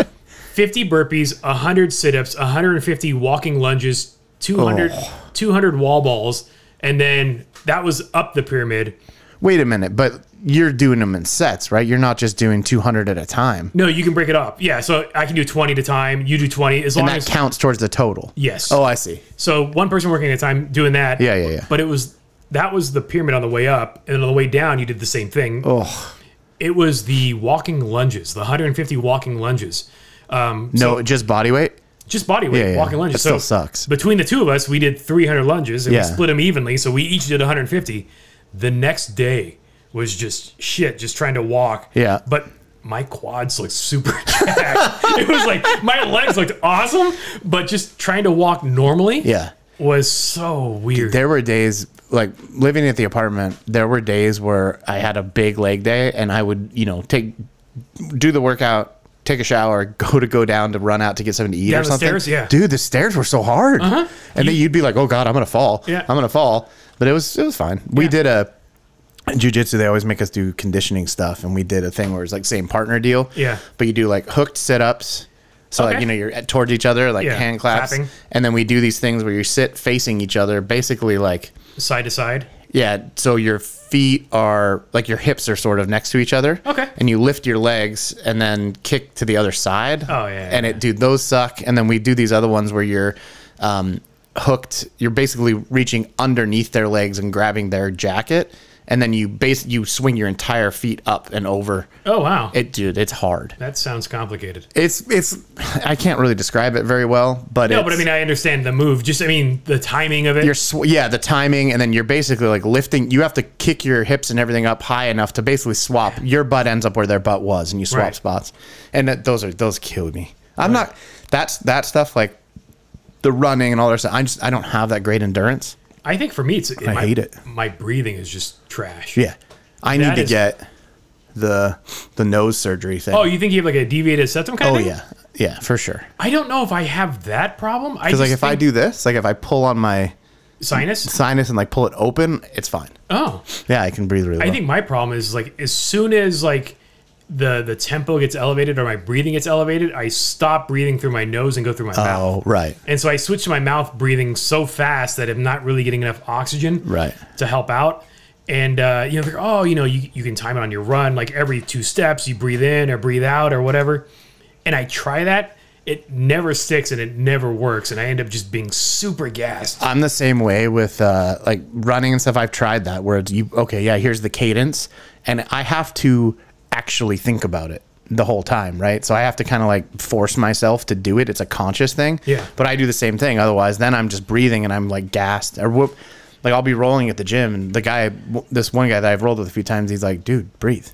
50 burpees 100 sit-ups 150 walking lunges
Oh.
200 200 wall balls and then that was up the pyramid
wait a minute, but you're doing them in sets, right? You're not just doing 200 at a time.
No, you can break it up. Yeah, so I can do 20 at a time. You do 20 as
And
long
that
as
counts towards the total.
Yes.
Oh, I see.
so one person working at a time doing that.
Yeah, yeah, yeah.
But it was that was the pyramid on the way up, and then on the way down you did the same thing.
Oh,
It was the walking lunges, the 150 walking lunges. Um,
no, just body weight?
just body weight
Yeah, yeah.
walking lunges.
That still sucks.
Between the two of us, we did 300 lunges and
Yeah.
we split them evenly, so we each did 150. The next day was just shit, just trying to walk.
Yeah.
but my quads looked super jacked. it was like my legs looked awesome, but just trying to walk normally.
Yeah.
was so weird.
There were days like living at the apartment, there were days where I had a big leg day and I would, you know, take do the workout, take a shower, go to go down to run out to get something to eat
Down
or
the
something.
stairs, yeah.
Dude, the stairs were so hard. Uh-huh. And then you'd be like, "Oh god, I'm going to fall.
Yeah.
I'm going to fall." But it was it was fine. We
Yeah.
did a in jujitsu, they always make us do conditioning stuff, and we did a thing where it's like same partner deal.
Yeah.
But you do like hooked sit ups, so like
Okay.
you know you're at- towards each other, like
Yeah,
hand claps,
clapping.
and then we do these things where you sit facing each other, basically like
side to side.
yeah, so your feet are like your hips are sort of next to each other.
Okay.
And you lift your legs and then kick to the other side.
Oh, yeah,
And it dude, those suck. And then we do these other ones where you're um, hooked. You're basically reaching underneath their legs and grabbing their jacket, and then you base you swing your entire feet up and over.
Oh wow,
It dude, it's hard.
that sounds complicated.
It's it's I can't really describe it very well, but
No,
it's,
but I mean I understand the move. Just I mean the timing of it.
you're sw- yeah the timing and then you're basically like lifting you have to kick your hips and everything up high enough to basically swap your butt ends up where their butt was and you swap
Right.
spots and that, those are those kill me i'm not that's that stuff like the running and all that stuff i just i don't have that great endurance
I think for me, it's I
hate it.
My breathing is just trash.
yeah i need
That
to
is-
get the the nose surgery thing
Oh, you think you have like a deviated septum kind
oh
of thing?
yeah yeah for sure
I don't know if I have that problem. I
because
just
like if i
think
do this like if i pull on my
sinus.
sinus and like pull it open it's fine
Oh,
yeah i can breathe really well.
I think my problem is like as soon as like the the tempo gets elevated or my breathing gets elevated, I stop breathing through my nose and go through my
oh
mouth.
right
And so I switch to my mouth breathing so fast that I'm not really getting enough oxygen
Right.
to help out. And uh, you know, they're, oh, you know, you, you can time it on your run, like every two steps you breathe in or breathe out or whatever. And I try that, it never sticks and it never works, and I end up just being super gassed.
I'm the same way with uh, like running and stuff. I've tried that where it's you okay, yeah, here's the cadence, and I have to actually think about it the whole time, right? So I have to kind of like force myself to do it. It's a conscious thing.
Yeah.
But I do the same thing. Otherwise, then I'm just breathing and I'm like gassed or whoop. Like I'll be rolling at the gym, and the guy, this one guy that I've rolled with a few times, he's like, "Dude, breathe."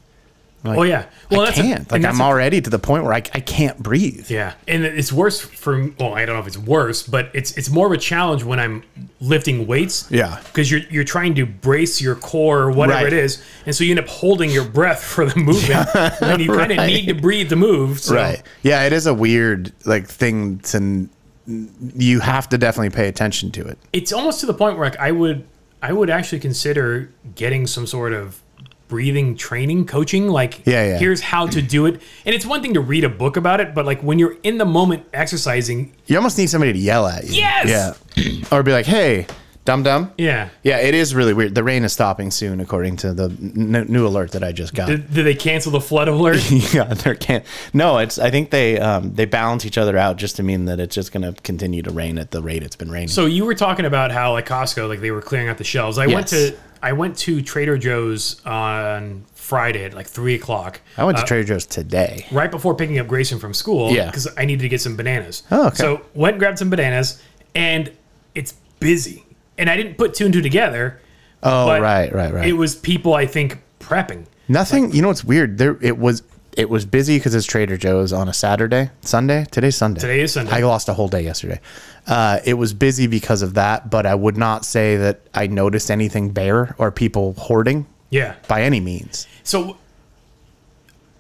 I'm like,
oh yeah, well
I
that's a-
can't.
and
like
that's
I'm
a-
already to the point where I, I can't breathe.
Yeah, and it's worse for. Well, I don't know if it's worse, but it's it's more of a challenge when I'm lifting weights.
Yeah.
because you're you're trying to brace your core or whatever
Right.
it is, and so you end up holding your breath for the movement, and you kind of
Right.
need to breathe to move. So.
Right. Yeah, it is a weird like thing to. n- You have to definitely pay attention to it.
It's almost to the point where like, I would I would actually consider getting some sort of breathing training coaching like
Yeah, yeah.
here's how to do it and it's one thing to read a book about it but like when you're in the moment exercising
You almost need somebody to yell at you.
Yes!
Yeah. or be like, "Hey, dum dum."
yeah
Yeah, it is really weird. The rain is stopping soon, according to the n- new alert that I just got.
did, did they cancel the flood alert
yeah, there can't. No, it's. I think they um, they balance each other out just to mean that it's just going to continue to rain at the rate it's been raining.
So you were talking about how like Costco, like they were clearing out the shelves. I went
Yes.
to I went to Trader Joe's on Friday at like three o'clock,
I went to Trader Joe's today.
right before picking up Grayson from school.
Yeah.
because I needed to get some bananas.
Oh, okay.
So went and grabbed some bananas, and it's busy. And I didn't put two and two together.
Oh,
but
right, right, right.
It was people I think prepping.
Nothing. You know what's weird? There it was. It was busy because it's Trader Joe's on a Saturday, Sunday. Today's Sunday.
Today is Sunday.
I lost a whole day yesterday. Uh, it was busy because of that, but I would not say that I noticed anything bare or people hoarding
Yeah.
by any means.
So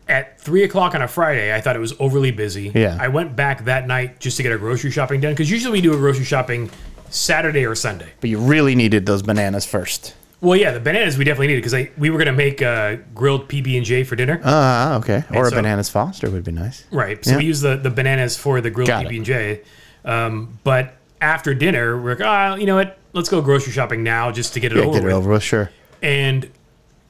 at three o'clock on a Friday, I thought it was overly busy.
Yeah.
I went back that night just to get our grocery shopping done because usually we do a grocery shopping Saturday or Sunday.
But you really needed those bananas first.
Well, yeah, the bananas we definitely needed because we were gonna make uh, grilled PB and J for dinner.
Uh, okay. Or a
so-
bananas Foster would be nice.
right. So we use the, the bananas for the grilled
Got it.
PB and J. Um, but after "Ah, dinner, we're like, oh, you know what? Let's go grocery shopping now just to get it
Yeah,
over
get
with.
it over with. Sure.
And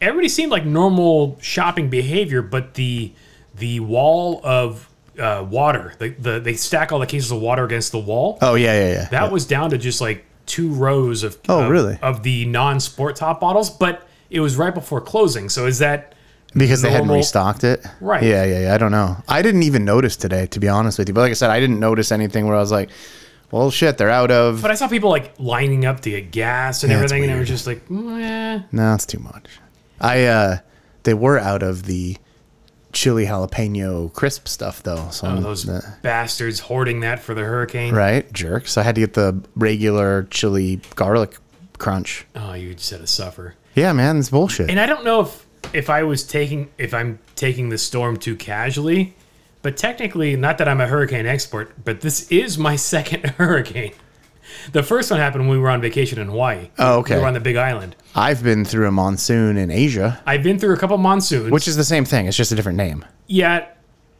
everybody seemed like normal shopping behavior, but the the wall of uh, water, the, the they stack all the cases of water against the wall.
Oh yeah, yeah, yeah.
That was down to just like two rows of
Oh,
of-
really?
of the non-sport top bottles, but it was right before closing. So is that
because they hadn't
normal-
restocked it.
Right.
Yeah, yeah, yeah. I don't know. I didn't even notice today, to be honest with you. But like I said, I didn't notice anything where I was like, "Well, shit, they're out of."
But I saw people like lining up to get gas and
Yeah, it's
everything, and they were
weird.
just like, meh.
No, it's too much. I uh they were out of the chili jalapeno crisp stuff though. So I'm-
Oh, those
uh,
bastards hoarding that for the hurricane.
right, jerk. So I had to get the regular chili garlic crunch.
Oh, you said a suffer.
Yeah, man, it's bullshit.
And I don't know if if I was taking if I'm taking the storm too casually, but technically, not that I'm a hurricane expert, but this is my second hurricane. The first one happened when we were on vacation in Hawaii.
Oh, okay.
We were on the Big Island.
I've been through a monsoon in Asia,
I've been through a couple monsoons.
which is the same thing. It's just a different name.
yeah,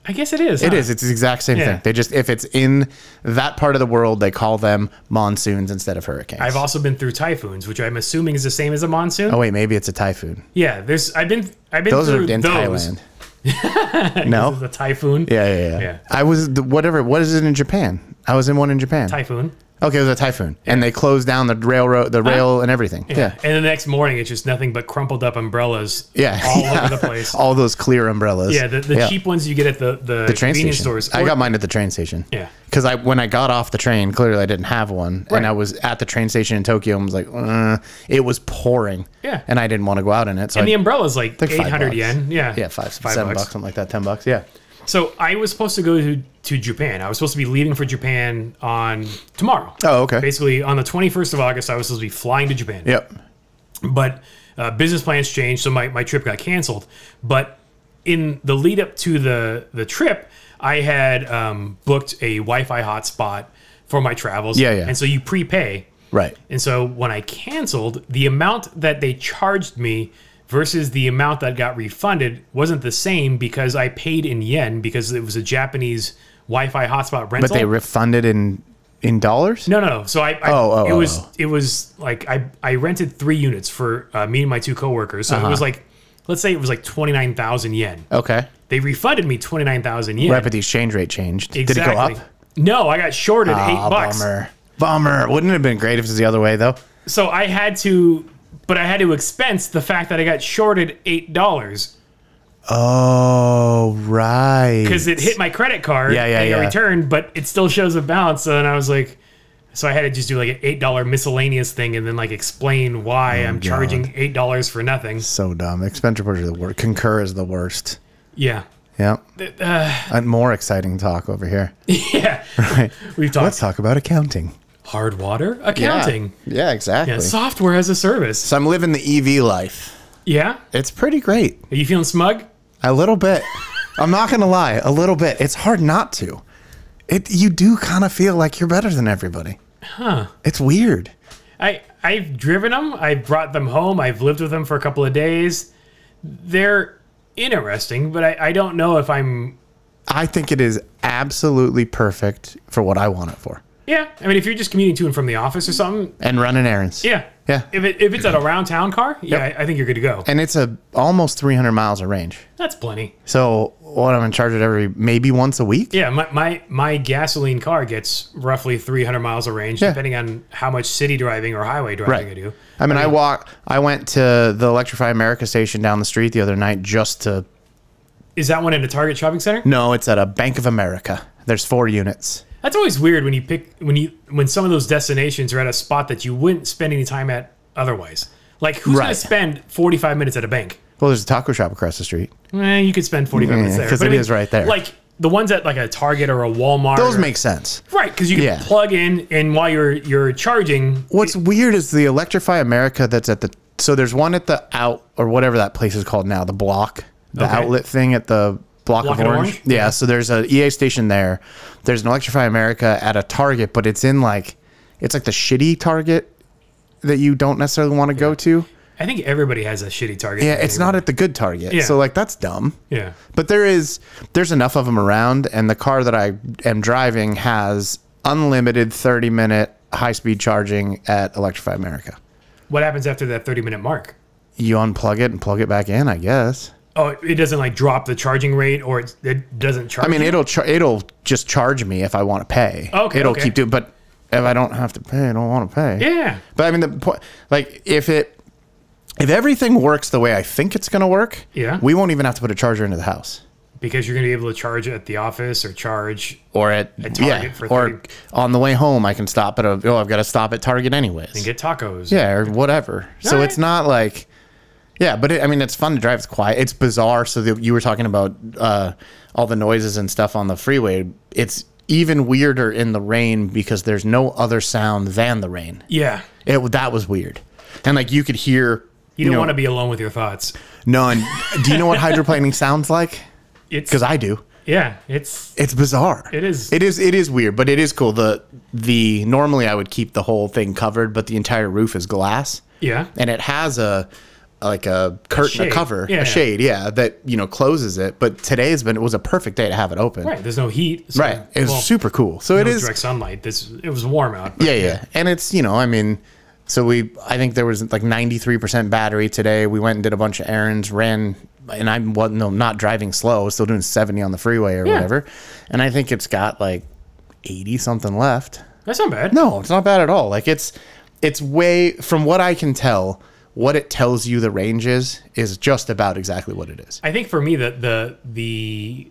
I guess it is.
It is. It's the exact same
Ah. Yeah.
thing. They just if it's in that part of the world, they call them monsoons instead of hurricanes.
I've also been through typhoons, which I'm assuming is the same as a monsoon.
oh wait, maybe it's a typhoon.
Yeah, there's. I've been. I've been
Those are
through
in
those.
Thailand. no.
The typhoon.
Yeah, yeah, yeah,
Yeah.
I was the, whatever. What is it in Japan? I was in one in Japan.
Typhoon.
Okay, it was a typhoon, and they closed down the railroad, the rail, and everything. Yeah,
And the next morning, it's just nothing but crumpled up umbrellas.
yeah,
All
Yeah.
over the place.
all those clear umbrellas.
yeah, the, the cheap ones you get at the the,
The train
convenience
station.
stores.
I
Or-
got mine at the train station.
Yeah.
because I when I got off the train, clearly I didn't have one, and I was at the train station in Tokyo. and was like, "Uh," it was pouring.
Yeah.
and I didn't want to go out in it. So
And
I,
the umbrella's like,
Like five
800
bucks.
yen. Yeah.
yeah, five, seven bucks. something like that, ten bucks. Yeah,
So I was supposed to go to, to Japan. I was supposed to be leaving for Japan on tomorrow.
Oh, okay.
Basically, on the 21st of August, I was supposed to be flying to Japan.
yep.
but uh, business plans changed, so my, my trip got canceled. But in the lead up to the the trip, I had um, booked a Wi-Fi hotspot for my travels.
Yeah, yeah.
And so you prepay,
Right.
and so when I canceled, the amount that they charged me versus the amount that got refunded wasn't the same because I paid in yen because it was a Japanese Wi-Fi hotspot rental.
But they refunded in in dollars.
No, no, no. So I, I
Oh, oh,
it
oh,
was
oh.
it was like I I rented three units for uh, me and my two coworkers. So it
Uh-huh.
was like let's say it was like twenty nine thousand yen.
Okay.
They refunded me twenty nine thousand yen.
Right, but the exchange rate changed. Did it go up?
No, I got shorted
Ah,
eight bucks.
Bummer. Bummer. Wouldn't it have been great if it was the other way though?
So I had to, but I had to expense the fact that I got shorted eight dollars
Oh right.
because it hit my credit card.
Yeah, yeah,
and
yeah.
It returned, but it still shows a balance. So then I was like. So I had to just do like an eight dollar miscellaneous thing, and then like explain
Oh
why I'm charging eight dollars for nothing.
so dumb. Expense reports are the worst. Concur is the worst.
Yeah,
Yeah. A more exciting talk over here.
yeah. We've talked
Let's talk about accounting.
hard water accounting,
Yeah, exactly.
yeah, software as a service.
so I'm living the EV life.
Yeah,
It's pretty great.
are you feeling smug?
A little bit. I'm not gonna lie. A little bit. It's hard not to. It you do kind of feel like you're better than everybody. Huh. It's weird.
I I've driven them. I brought them home. I've lived with them for a couple of days. They're interesting, but I, I don't know if I'm.
I think it is absolutely perfect for what I want it for.
Yeah, I mean, if you're just commuting to and from the office or something,
And running errands.
yeah,
Yeah. Eh.
If it, if it's an around town car, yeah, I, I think you're good to go.
And it's a almost 300 miles of range.
That's plenty.
So what I'm in charge of it every maybe once a week.
Yeah, my, my my gasoline car gets roughly 300 miles of range,
Yeah.
depending on how much city driving or highway driving I do.
I mean, I walk. I went to the Electrify America station down the street the other night just to.
Is that one in a Target shopping center?
No, it's at a Bank of America. There's four units.
That's always weird when you pick when you when some of those destinations are at a spot that you wouldn't spend any time at otherwise. Like who's gonna
Right.
spend forty five minutes at a bank?
Well, there's a taco shop across the street.
Eh, you could spend forty five minutes there
Mm, 'cause
But
it is right there.
Like the ones at like a Target or a Walmart.
Those
or-
make sense.
right because you can
Yeah.
plug in and while you're you're charging.
What's weird is the Electrify America that's at the. So there's one at the out or whatever that place is called now, the block, the
Okay.
outlet thing at the block,
Block
of
and
Orange.
Orange?
Yeah, So there's a EA station there. There's an Electrify America at a Target, but it's in like, it's like the shitty Target that you don't necessarily want to go to.
I think everybody has a shitty Target.
Yeah, it's not at the good Target.
Yeah.
So like that's dumb.
Yeah.
But there is there's enough of them around and the car that I am driving has unlimited 30 minute high speed charging at Electrify America.
What happens after that thirty minute mark?
You unplug it and plug it back in, I guess.
Oh, it doesn't like drop the charging rate, or it, it doesn't charge.
I mean,
you?
it'll char- it'll just charge me if I want to pay.
Okay,
it'll
okay.
keep doing. But if I don't have to pay, I don't want to pay.
yeah,
But I mean, the point, like, if it, if everything works the way I think it's going to work,
Yeah.
we won't even have to put a charger into the house
because you're gonna be able to charge at the office or charge.
or at,
Target
yeah,
for
or
30.
on the way home I can stop at a oh I've got to stop at Target anyways.
and Get tacos.
yeah, or whatever. So
Alright.
it's not like, yeah, but it, I mean, it's fun to drive. It's quiet. It's bizarre. So that you were talking about uh, all the noises and stuff on the freeway. It's even weirder in the rain because there's no other sound than the rain.
yeah.
It that was weird, and like you could hear.
You don't
know-
want to be alone with your thoughts.
No, and do you know what hydroplaning sounds like?
It's
Because I do.
yeah, it's
It's bizarre.
It is.
It is. It is weird, but it is cool. The the normally I would keep the whole thing covered, but the entire roof is glass,
yeah.
and it has a like a curtain, a,
shade.
cover,
Yeah, yeah.
a shade, yeah, that you know closes it. But today's been it was a perfect day to have it open.
Right. There's no heat. so-
Right. It was
well,
super cool. So it
no
is.
direct sunlight. This it was warm out.
Yeah, yeah. And it's, you know, I mean, so we, I think there was like 93% battery today. We went and did a bunch of errands, ran, and I'm, well, no, not driving slow, I was still doing 70 on the freeway or
Yeah.
whatever. And I think it's got like 80 something left.
That's not bad.
No, it's not bad at all. Like it's, it's way, from what I can tell, what it tells you the range is, is just about exactly what it is.
I think for me that the the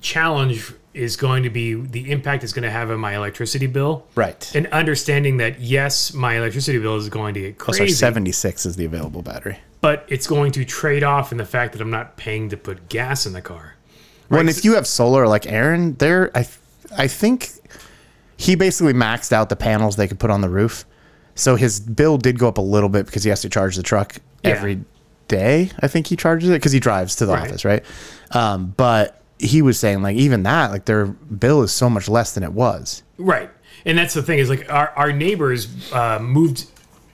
challenge is going to be the impact it's going to have on my electricity bill.
Right.
And understanding that yes, my electricity bill is going to get
So
crazy,
76 is the available battery.
but it's going to trade off in the fact that I'm not paying to put gas in the car.
When if you have solar like Aaron, there I th- I think he basically maxed out the panels they could put on the roof. So his bill did go up a little bit because he has to charge the truck
Yeah.
every day. I think he charges it because he drives to the
Right.
office, right? Um, but he was saying like even that like their bill is so much less than it was.
Right. And that's the thing is like our, our neighbors uh, moved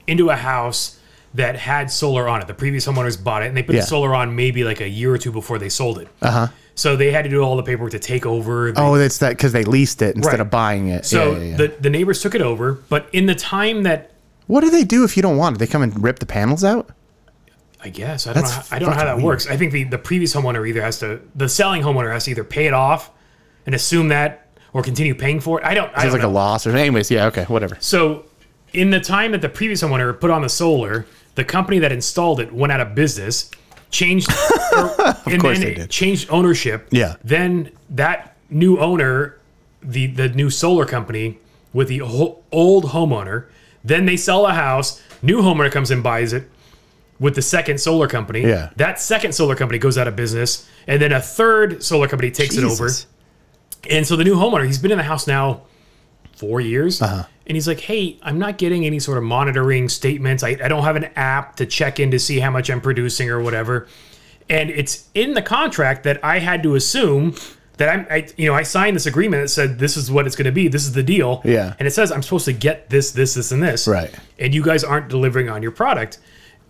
into a house that had solar on it. The previous homeowners bought it and they put
Yeah. Uh-huh.
the solar on maybe like a year or two before they sold it. Uh huh. So they had to do all the paperwork to take over. the-
Oh, that's that because they leased it instead
Right.
of buying it.
so
Yeah, yeah, yeah.
The, the neighbors took it over. But in the time that
what do they do if you don't want it? They come and rip the panels out.
I guess I don't know
That's
how, I don't know how
fucking
that
weird.
works. I think the, the previous homeowner either has to the selling homeowner has to either pay it off and assume that or continue paying for it. I don't. I
It's
don't
like
know.
a loss or anyways. Yeah, okay, whatever.
So, in the time that the previous homeowner put on the solar, the company that installed it went out of business, changed, or, and
course
then
they
it
did.
changed ownership.
Yeah.
Then that new owner, the the new solar company with the ho- old homeowner, then they sell a house. New homeowner comes and buys it with the second solar company.
Yeah.
That second solar company goes out of business, and then a third solar company takes it over.
Jesus.
And so the new homeowner, he's been in the house now four years. And he's like, hey, I'm not getting any sort of monitoring statements. I, I don't have an app to check in to see how much I'm producing or whatever. And it's in the contract that I had to assume that I'm, I, you know, I signed this agreement that said this is what it's going to be. This is the deal.
Yeah.
And it says I'm supposed to get this, this, this, and this.
Right.
And you guys aren't delivering on your product.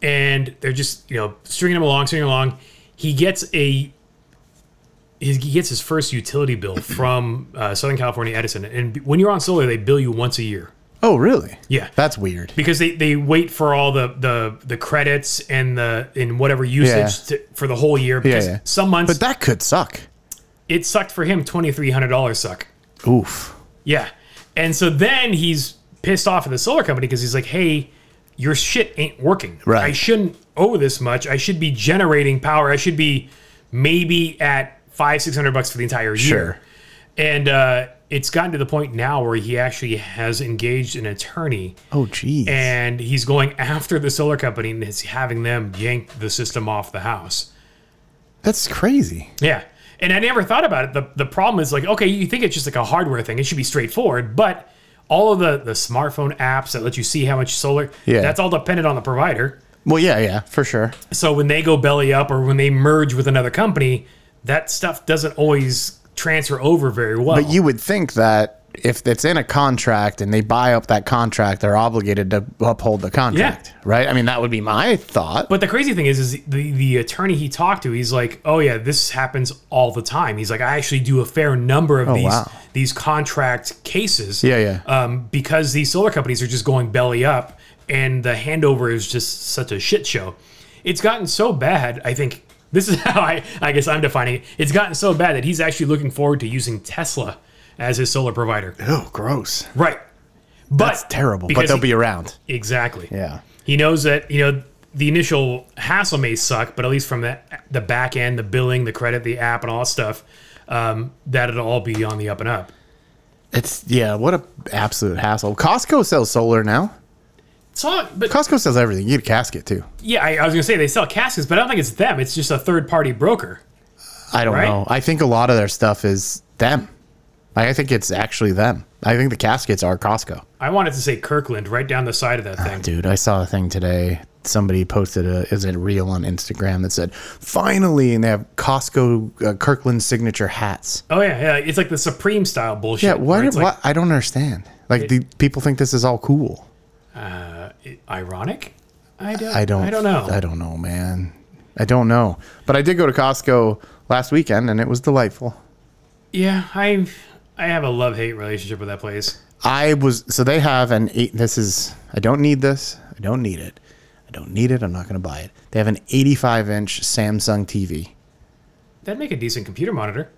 And they're just, you know, stringing him along, stringing him along. He gets a his, he gets his first utility bill from uh, Southern California Edison. And when you're on solar, they bill you once a year.
Oh, really?
Yeah.
That's weird.
because they, they wait for all the, the, the credits and the in whatever usage to, for the whole year. Because
yeah.
some months
But that could suck.
it sucked for him twenty three hundred dollars suck.
Oof.
Yeah, and so then he's pissed off at the solar company because he's like, hey, your shit ain't working.
Right.
I shouldn't owe this much. I should be generating power. I should be maybe at five six hundred bucks for the entire year.
Sure.
And uh, it's gotten to the point now where he actually has engaged an attorney
Oh, geez.
and he's going after the solar company and is having them yank the system off the house.
That's crazy.
Yeah. And I never thought about it. The, the problem is like, okay, you think it's just like a hardware thing. It should be straightforward, but all of the, the smartphone apps that let you see how much solar,
Yeah.
that's all dependent on the provider.
Well, yeah, yeah, for sure.
So when they go belly up or when they merge with another company, that stuff doesn't always transfer over very well.
But you would think that if it's in a contract and they buy up that contract, they're obligated to uphold the contract, right? I mean, that would be my thought.
But the crazy thing is, is the the attorney he talked to, he's like, oh yeah, this happens all the time. He's like, I actually do a fair number of these
Oh, wow.
these contract cases.
Yeah, yeah.
Um, because these solar companies are just going belly up, and the handover is just such a shit show. it's gotten so bad. I think this is how I, I guess I'm defining it. It's gotten so bad that he's actually looking forward to using Tesla as his solar provider.
Oh, gross.
Right. But
That's terrible. But
because
they'll
he-
be around.
Exactly.
Yeah.
He knows that you know the initial hassle may suck, but at least from the the back end, the billing, the credit, the app, and all that stuff, um, that it'll all be on the up and up.
It's yeah. What a absolute hassle. Costco sells solar now.
So, but
Costco sells everything. You get a casket too.
yeah, I, I was gonna say they sell caskets, but I don't think it's them. It's just a third party broker.
I don't
Right?
know. I think a lot of their stuff is them. Like, I think it's actually them. I think the caskets are Costco.
I wanted to say Kirkland right down the side of that thing.
Dude, I saw a thing today. Somebody posted a is it real on Instagram that said finally, and they have Costco uh, Kirkland signature hats.
Oh yeah, yeah, it's like the Supreme style bullshit.
Yeah,
where
what?
it's
what? I don't understand. Like, the, people think this is all cool.
Like, ironic? I don't.
I don't.
I don't know.
I don't know, man. I don't know. But I did go to Costco last weekend, and it was delightful.
yeah, I I have a love hate relationship with that place.
I was so they have an eight. This is I don't need this. I don't need it. I don't need it. I'm not going to buy it. They have an 85 inch Samsung TV.
That'd make a decent computer monitor.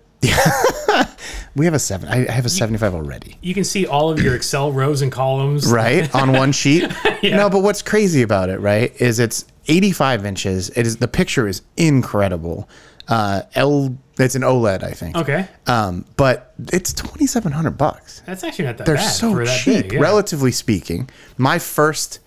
We have a seven. I I have a 75 already.
You can see all of your Excel rows and columns.
Right on one sheet. No, but what's crazy about it, right, is it's 85 inches. It is the picture is incredible. Uh, L. It's an OLED, I think.
Okay,
Um, but it's 2,700 bucks.
that's actually not that
They're
bad.
so
for that
cheap,
big, yeah.
relatively speaking. My first,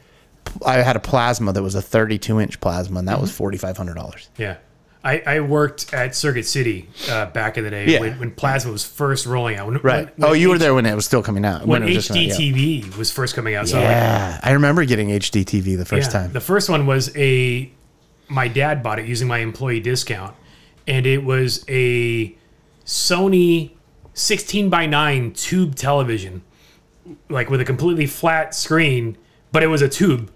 I had a plasma that was a 32 inch plasma, and that
Mm-hmm.
was forty five hundred dollars.
Yeah. I, I worked at Circuit City uh, back in the day
Yeah.
when, when plasma was first rolling out. When, When,
oh,
when
you were
H-
there when it was still coming out.
when
it was just coming out, yeah.
HDTV was first coming out. So like,
Yeah, I remember getting HDTV the first
yeah,
time.
the first one was a my dad bought it using my employee discount, and it was a Sony 16 by 9 tube television, like with a completely flat screen, but it was a tube,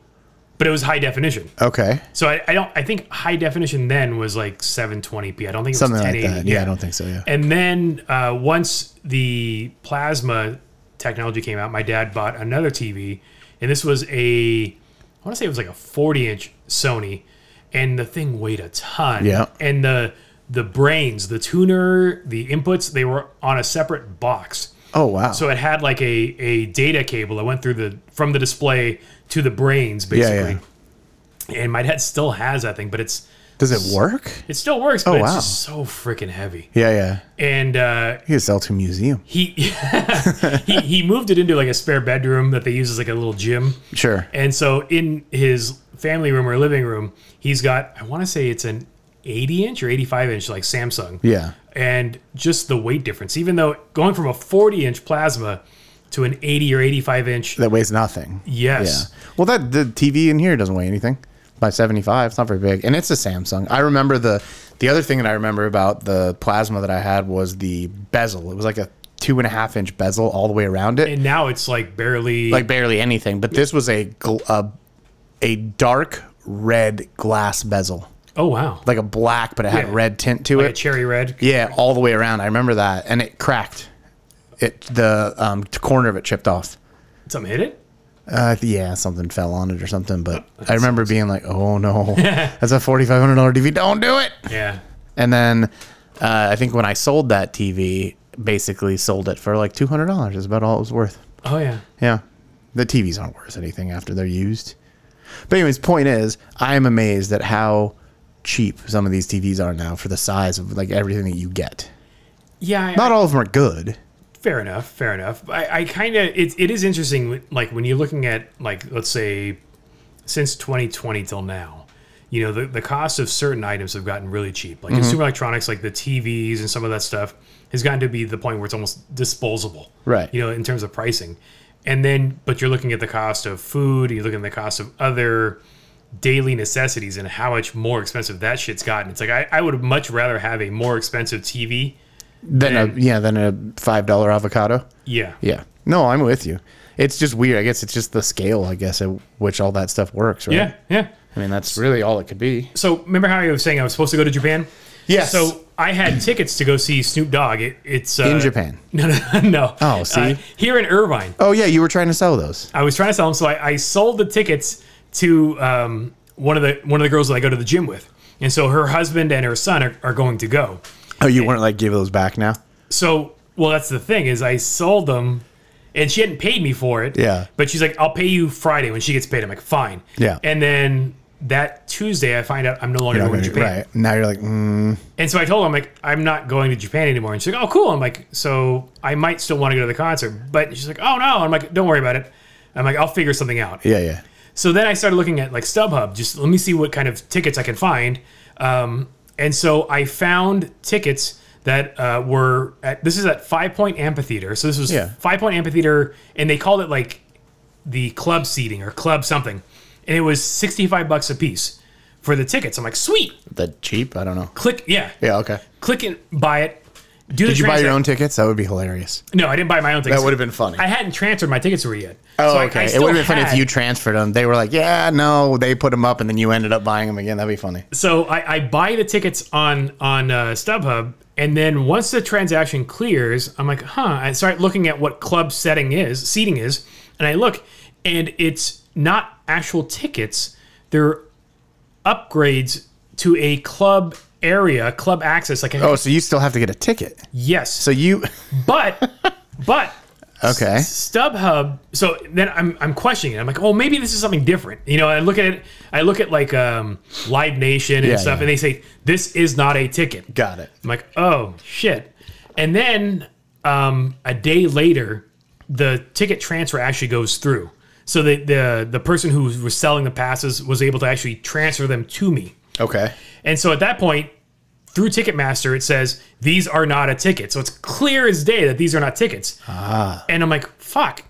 but it was high definition.
okay,
So I, I don't. I think high definition then was like 720p. I don't think it
something
was
like
1080.
that. Yeah, I don't think so. Yeah,
And then uh, once the plasma technology came out, my dad bought another TV, and this was a I want to say it was like a 40 inch Sony, and the thing weighed a ton.
Yeah.
And the the brains, the tuner, the inputs, they were on a separate box.
oh wow.
So it had like a, a data cable that went through the from the display to the brains basically. And my dad still has that thing, but it's
Does it work?
it still works, but it's
Oh, wow.
just so freaking heavy.
Yeah, yeah.
And uh,
You could sell to a museum.
he he he moved it into like a spare bedroom that they use as like a little gym.
Sure.
And so in his family room or living room, he's got I want to say it's an 80 inch or 85 inch like Samsung.
Yeah.
And just the weight difference, even though going from a 40 inch plasma to an 80 or 85 inch,
That weighs nothing. Yeah.
yes,
Well, that the TV in here doesn't weigh anything by 75. It's not very big, and it's a Samsung. I remember the the other thing that I remember about the plasma that I had was the bezel. It was like a two and a half inch bezel all the way around it,
and now it's like barely
like barely anything. But this was a gl- a, a dark red glass bezel,
oh wow,
like a black, but it had
Yeah.
red tint to
like a
it.
cherry red.
yeah, all the way around. I remember that, and it cracked. It the um, corner of it chipped off.
Something hit it.
Uh, yeah, something fell on it or something. But I remember being like, "Oh no, that's a forty five hundred dollar TV. Don't do it."
Yeah.
And then uh, I think when I sold that TV, basically sold it for like two hundred dollars. Is about all it was worth.
Oh yeah.
Yeah, the TVs aren't worth anything after they're used. But anyways, point is, I am amazed at how cheap some of these TVs are now for the size of like everything that you get.
Yeah. I-
Not all of them are good.
Fair enough. Fair enough. I, I kind of it, it is interesting. Like when you're looking at like let's say since 2020 till now, you know the the cost of certain items have gotten really cheap. Like consumer electronics, like the TVs and some of that stuff, has gotten to be the point where it's almost disposable.
Right.
You know, in terms of pricing, and then but you're looking at the cost of food. You're looking at the cost of other daily necessities and how much more expensive that shit's gotten. It's like I, I would much rather have a more expensive TV.
Than a yeah, than a five dollar avocado.
Yeah.
Yeah. No, I'm with you. It's just weird. I guess it's just the scale, I guess, at which all that stuff works, right?
Yeah. Yeah.
I mean, that's really all it could be.
so remember how I was saying I was supposed to go to Japan?
Yes.
So I had tickets to go see Snoop Dogg. It, it's uh,
In Japan.
No, no, no.
Oh, see?
Uh, here in Irvine,
Oh, yeah, you were trying to sell those.
I was trying to sell them, so I, I sold the tickets to um, one of the one of the girls that I go to the gym with, and so her husband and her son are, are going to go.
Oh, you weren't like give those back now?
So well, that's the thing is I sold them, and she hadn't paid me for it.
Yeah.
But she's like, "I'll pay you Friday when she gets paid." I'm like, "Fine."
Yeah.
And then that Tuesday, I find out I'm no longer going to Japan.
Right. Now you're like, mm,
And so I told her, I'm like, I'm not going to Japan anymore. And she's like, oh, cool. I'm like, so I might still want to go to the concert. But she's like, oh, no. I'm like, don't worry about it. I'm like, I'll figure something out.
yeah, yeah.
So then I started looking at like StubHub, just let me see what kind of tickets I can find. Um, and so I found tickets that uh, were at, this is at Five Point Amphitheater. So this was
Yeah.
Five Point Amphitheater, and they called it like the club seating or club something. And it was 65 bucks a piece for the tickets. I'm like, sweet.
That cheap? I don't know.
Click, yeah
Yeah, okay.
click and buy it. Do
Did you buy your own tickets? That would be hilarious.
No, I didn't buy my own tickets.
That would have been funny.
I hadn't transferred my tickets to her yet.
Oh,
So I- I
okay. it
still
would have been funny if
had-
you transferred them. They were like, yeah, no, they put them up and then you ended up buying them again. That'd be funny.
So I, I buy the tickets on on uh, StubHub, and then once the transaction clears, I'm like, huh. I start looking at what club setting is, seating is, and I look, and it's not actual tickets. They're upgrades to a club area, club access. Like,
Oh, so you still have to get a ticket.
yes.
So you,
but but
Okay.
StubHub. So then I'm I'm questioning it. I'm like, oh, maybe this is something different. You know, I look at it. I look at like um, Live Nation and
Yeah,
stuff,
yeah.
and they say this is not a ticket.
got it.
I'm like, oh shit. And then um, a day later, the ticket transfer actually goes through. So the the the person who was selling the passes was able to actually transfer them to me.
Okay.
And so at that point, through Ticketmaster, it says these are not a ticket. So it's clear as day that these are not tickets. Ah. And I'm like, fuck.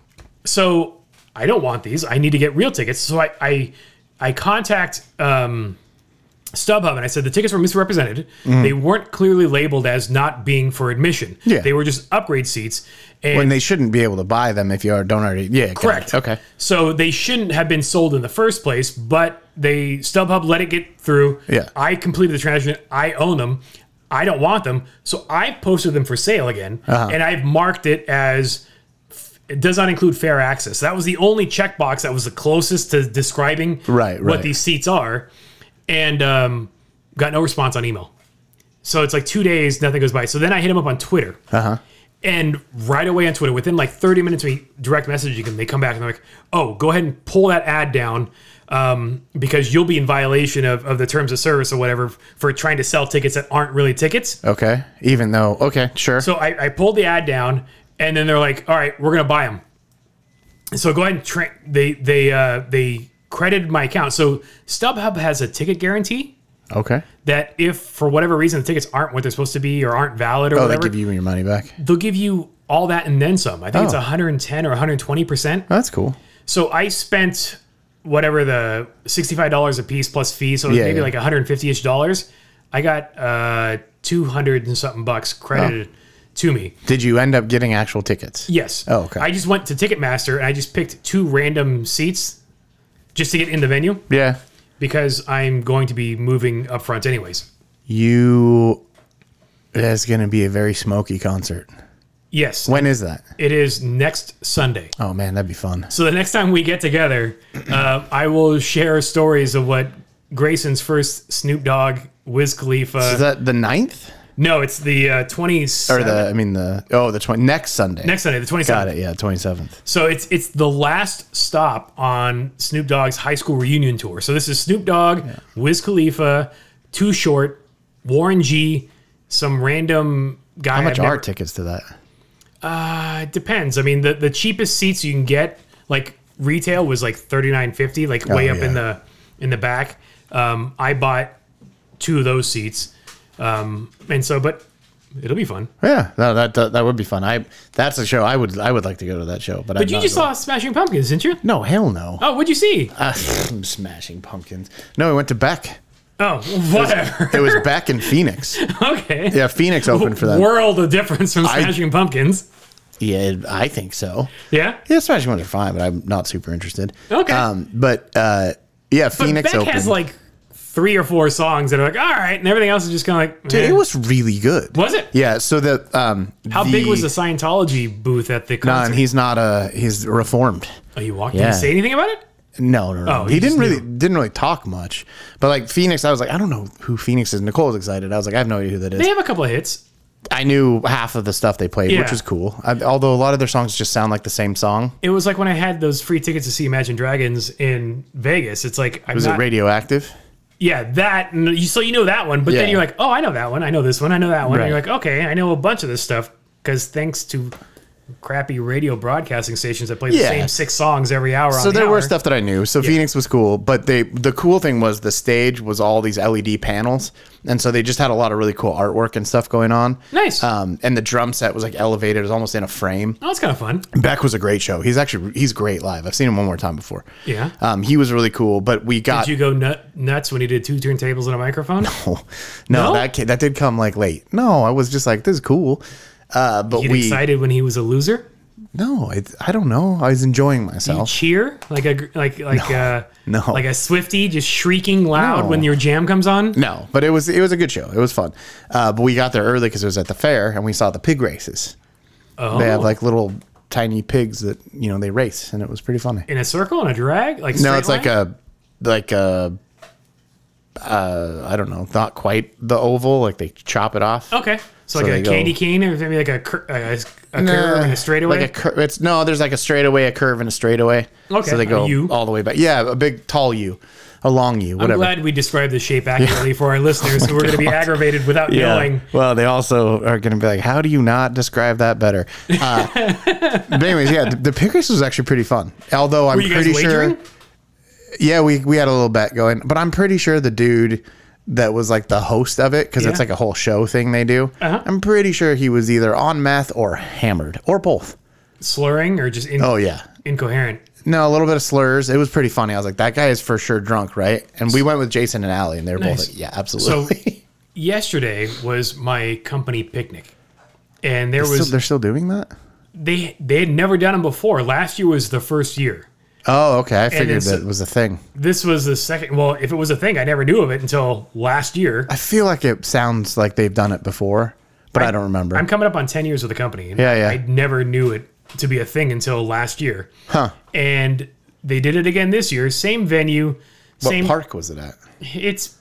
So I don't want these. I need to get real tickets. So I I, I contact um, StubHub and I said the tickets were misrepresented. They weren't clearly labeled as not being for admission.
Yeah.
They were just upgrade seats. And
When they shouldn't be able to buy them if you are- don't already. Yeah, got it.
Correct.
Okay.
So they shouldn't have been sold in the first place, but they StubHub let it get through.
Yeah.
I completed the transaction. I own them. I don't want them, so I posted them for sale again, and I've marked it as it does not include fair access. That was the only checkbox that was the closest to describing
Right,
what
right.
these seats are, and um, got no response on email. So it's like two days, nothing goes by. So then I hit him up on Twitter.
Uh-huh.
And right away on Twitter, within like 30 minutes of me direct messaging them, they come back and they're like, oh, go ahead and pull that ad down um, because you'll be in violation of, of the terms of service or whatever for trying to sell tickets that aren't really tickets.
Okay. Even though, okay, sure.
So I, I pulled the ad down, and then they're like, "All right, we're gonna buy them." So go ahead and tra- they they uh, they credited my account. So StubHub has a ticket guarantee
okay.
that if for whatever reason the tickets aren't what they're supposed to be or aren't valid or
Oh, they
whatever,
give you your money back.
they'll give you all that and then some. I think it's
Oh.
110 or 120 percent.
That's cool.
So I spent whatever the sixty-five dollars a piece plus fee, so it was
Yeah,
maybe
yeah.
like one hundred and fifty-ish dollars. I got uh, two hundred and something bucks credited to me.
Did you end up getting actual tickets?
Yes.
Oh, okay.
I just went to Ticketmaster and I just picked two random seats just to get in the venue
Yeah.
because I'm going to be moving up front anyways.
You. That's going to be a very smoky concert.
Yes.
When is that?
it is next Sunday.
Oh, man, that'd be fun.
So the next time we get together, uh, I will share stories of what Grayson's first Snoop Dogg, Wiz Khalifa.
Is that the 9th?
no, it's the uh, 20
Or the, I mean, the, oh, the 20, next Sunday.
next Sunday, the 27th.
Got it. Yeah, 27th.
So it's it's the last stop on Snoop Dogg's high school reunion tour. So this is Snoop Dogg, Wiz Khalifa, Too Short, Warren G, some random guy.
How much
I've
are
never-
tickets to that?
Uh, it depends. I mean, the the cheapest seats you can get, like retail, was like thirty nine fifty, like way
Oh,
up in
yeah.
the in the back. Um, I bought two of those seats, um, and so but it'll be fun.
Yeah, no, that, that that would be fun. I that's a show I would I would like to go to that show, but,
But you just saw Smashing Pumpkins, didn't you?
no hell no.
Oh, what'd you see?
Uh, smashing pumpkins. No, we went to Beck.
Oh, whatever.
It was Beck in Phoenix.
okay.
Yeah, Phoenix opened for that.
world of difference from Smashing Pumpkins.
Yeah, I think so.
Yeah.
Yeah, Smashing Pumpkins are fine, but I'm not super interested.
Okay.
Um, but uh, yeah, Phoenix
Beck
opened.
has like three or four songs that are like, all right, and everything else is just kind of like,
Dude,
eh.
it was really good.
Was it?
Yeah. So the um,
How
the,
big was the Scientology booth at the
Uh, and
concert?
he's not a he's reformed.
oh, you walked in
Yeah.
and say anything about it?
No, no, no.
Oh,
he,
you
didn't
just
really didn't really talk much. But like Phoenix, I was like, I don't know who Phoenix is. Nicole's excited. I was like, I have no idea who that is.
They have a couple of hits.
I knew half of the stuff they played,
Yeah.
which was cool. I, although a lot of their songs just sound like the same song.
It was like when I had those free tickets to see Imagine Dragons in Vegas. It's like I'm
Was
not,
it radioactive?
yeah, that and you so you know that one, but then
Yeah.
you're like, oh, I know that one, I know this one, I know that one. And you're
Right.
like, okay, I know a bunch of this stuff because thanks to crappy radio broadcasting stations that play the
Yeah.
same six songs every hour.
So
on the
there
hour.
were stuff that I knew. So Phoenix was cool, but they the cool thing was the stage was all these LED panels, and so they just had a lot of really cool artwork and stuff going on.
Nice.
Um, and the drum set was like elevated, it was almost in a frame.
Oh, that's kind of fun.
Beck was a great show. He's actually he's great live. I've seen him one more time before.
Yeah.
Um, he was really cool, but we got
Did you go nut, nuts when he did two turntables and a microphone?
no, no,
No?
that ca- that did come like late. No, I was just like this is cool. Uh, but
Get
we
excited when he was a loser?
no, I, I don't know. I was enjoying myself.
Cheer like a gr- like like uh
No.
like a Swifty just shrieking loud
No.
when your jam comes on?
No, but it was it was a good show. It was fun. Uh, but we got there early because it was at the fair, and we saw the pig races.
Oh.
They have like little tiny pigs that you know they race, and it was pretty funny.
in a circle and a drag like
no,
straight
it's like
line?
a like a uh, I don't know, not quite the oval. Like they chop it off.
okay. So,
So
like
they
a
go-
candy cane or maybe like a cur- a, a curve and a straightaway.
Like a cur- it's no, there's like a straightaway, a curve, and a straightaway.
Okay,
so they
a
go
U.
all the way back. Yeah, a big tall U, a long U,
I'm
whatever. Oh
glad we described the shape accurately for our listeners who are going to be aggravated without knowing.
Well, they also are going to be like, how do you not describe that better? Uh, but anyways, yeah, the, the pig race was actually pretty fun. Although I'm
Were you guys
pretty sure,
wagering?
yeah, we we had a little bet going, but I'm pretty sure the dude that was like the host of it because it's
Yeah.
like a whole show thing they do.
Uh-huh.
I'm pretty sure he was either on meth or hammered or both.
Slurring or just in,
Oh yeah.
incoherent.
No, a little bit of slurs. It was pretty funny. I was like, that guy is for sure drunk, right? And we went with Jason and Allie, and they were
Nice.
both like, yeah, absolutely.
Yesterday was my company picnic. And there
Still-
was
they're still doing that?
they they had never done them before. Last year was the first year.
Oh, okay. I figured
it's-
that was a thing.
This was the second. Well, if it was a thing, I never knew of it until last year.
I feel like it sounds like they've done it before, but I, don't remember.
I'm coming up on ten years with the company. and
Yeah, yeah.
I never knew it to be a thing until last year. Huh. And they did it again this year. Same venue.
what
Same.
park was it at?
It's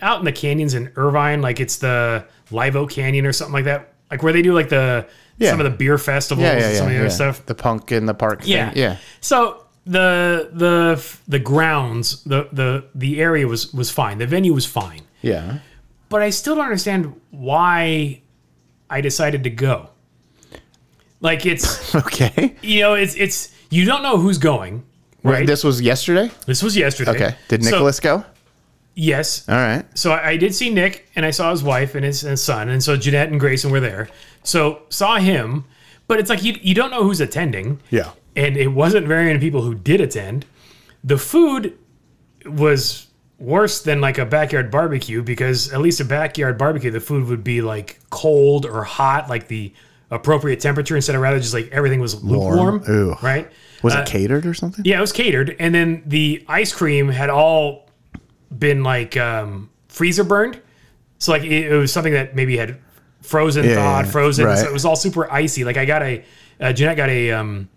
out in the canyons in Irvine. Like it's the Live Oak Canyon or something like that. Like where they do like the
Yeah.
some of the beer festivals
Yeah, yeah,
and
yeah.
some of the
yeah.
other stuff.
The punk in the park.
Yeah.
Thing. Yeah.
So the the the grounds, the the the area was was fine. The venue was fine.
Yeah.
But I still don't understand why I decided to go. Like it's
Okay.
you know, it's it's you don't know who's going, right? This,
This was yesterday.
was yesterday.
Okay. Did
So-
Nicholas go?
yes.
All right.
So I, I did see Nick, and I saw his wife and his, his son, and so Jeanette and Grayson were there. So saw him, but it's like you you don't know who's attending.
Yeah.
and it wasn't very many people who did attend. The food was worse than like a backyard barbecue because at least a backyard barbecue, the food would be like cold or hot, like the appropriate temperature instead of rather just like everything was lukewarm,
Ooh.
right?
Was it catered or something?
Uh, Yeah, it was catered, and then the ice cream had all been like um, freezer burned, so like it, it was something that maybe had frozen,
Yeah,
thawed,
yeah,
frozen.
right.
So it was all super icy. Like I got a uh, Jeanette got a um,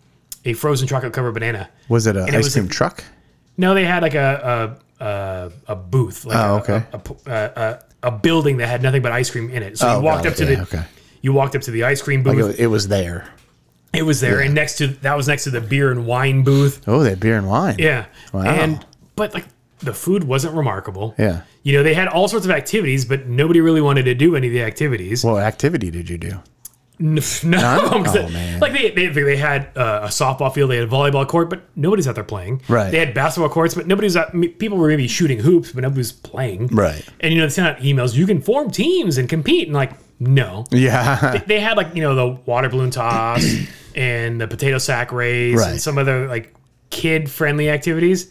a frozen chocolate covered banana.
Was it an
it
ice
was
cream
a-
truck?
No, they had like a a a, a booth, like
Oh,
a-
okay.
a, p- a, a, a building that had nothing but ice cream in it. So
Oh,
you walked
got
up
it.
to
Yeah,
the
okay.
you walked up to the ice cream booth.
It was, it was there.
it was there, and next to that was next to the beer and wine booth.
Oh, they had beer and wine.
Yeah.
Wow.
And but like the food wasn't remarkable.
Yeah.
You know, they had all sorts of activities, but nobody really wanted to do any of the activities.
What activity did you do?
N- no, 'cause
Oh,
it-
man.
like they they, they had uh, a softball field, they had a volleyball court, but nobody's out there playing.
Right.
They had basketball courts, but nobody's out. m- People were maybe shooting hoops, but nobody was playing.
Right.
And you know, they sent out emails. You can form teams and compete, and like no,
Yeah.
they had like you know the water balloon toss and the potato sack race
Right.
and some other like kid friendly activities,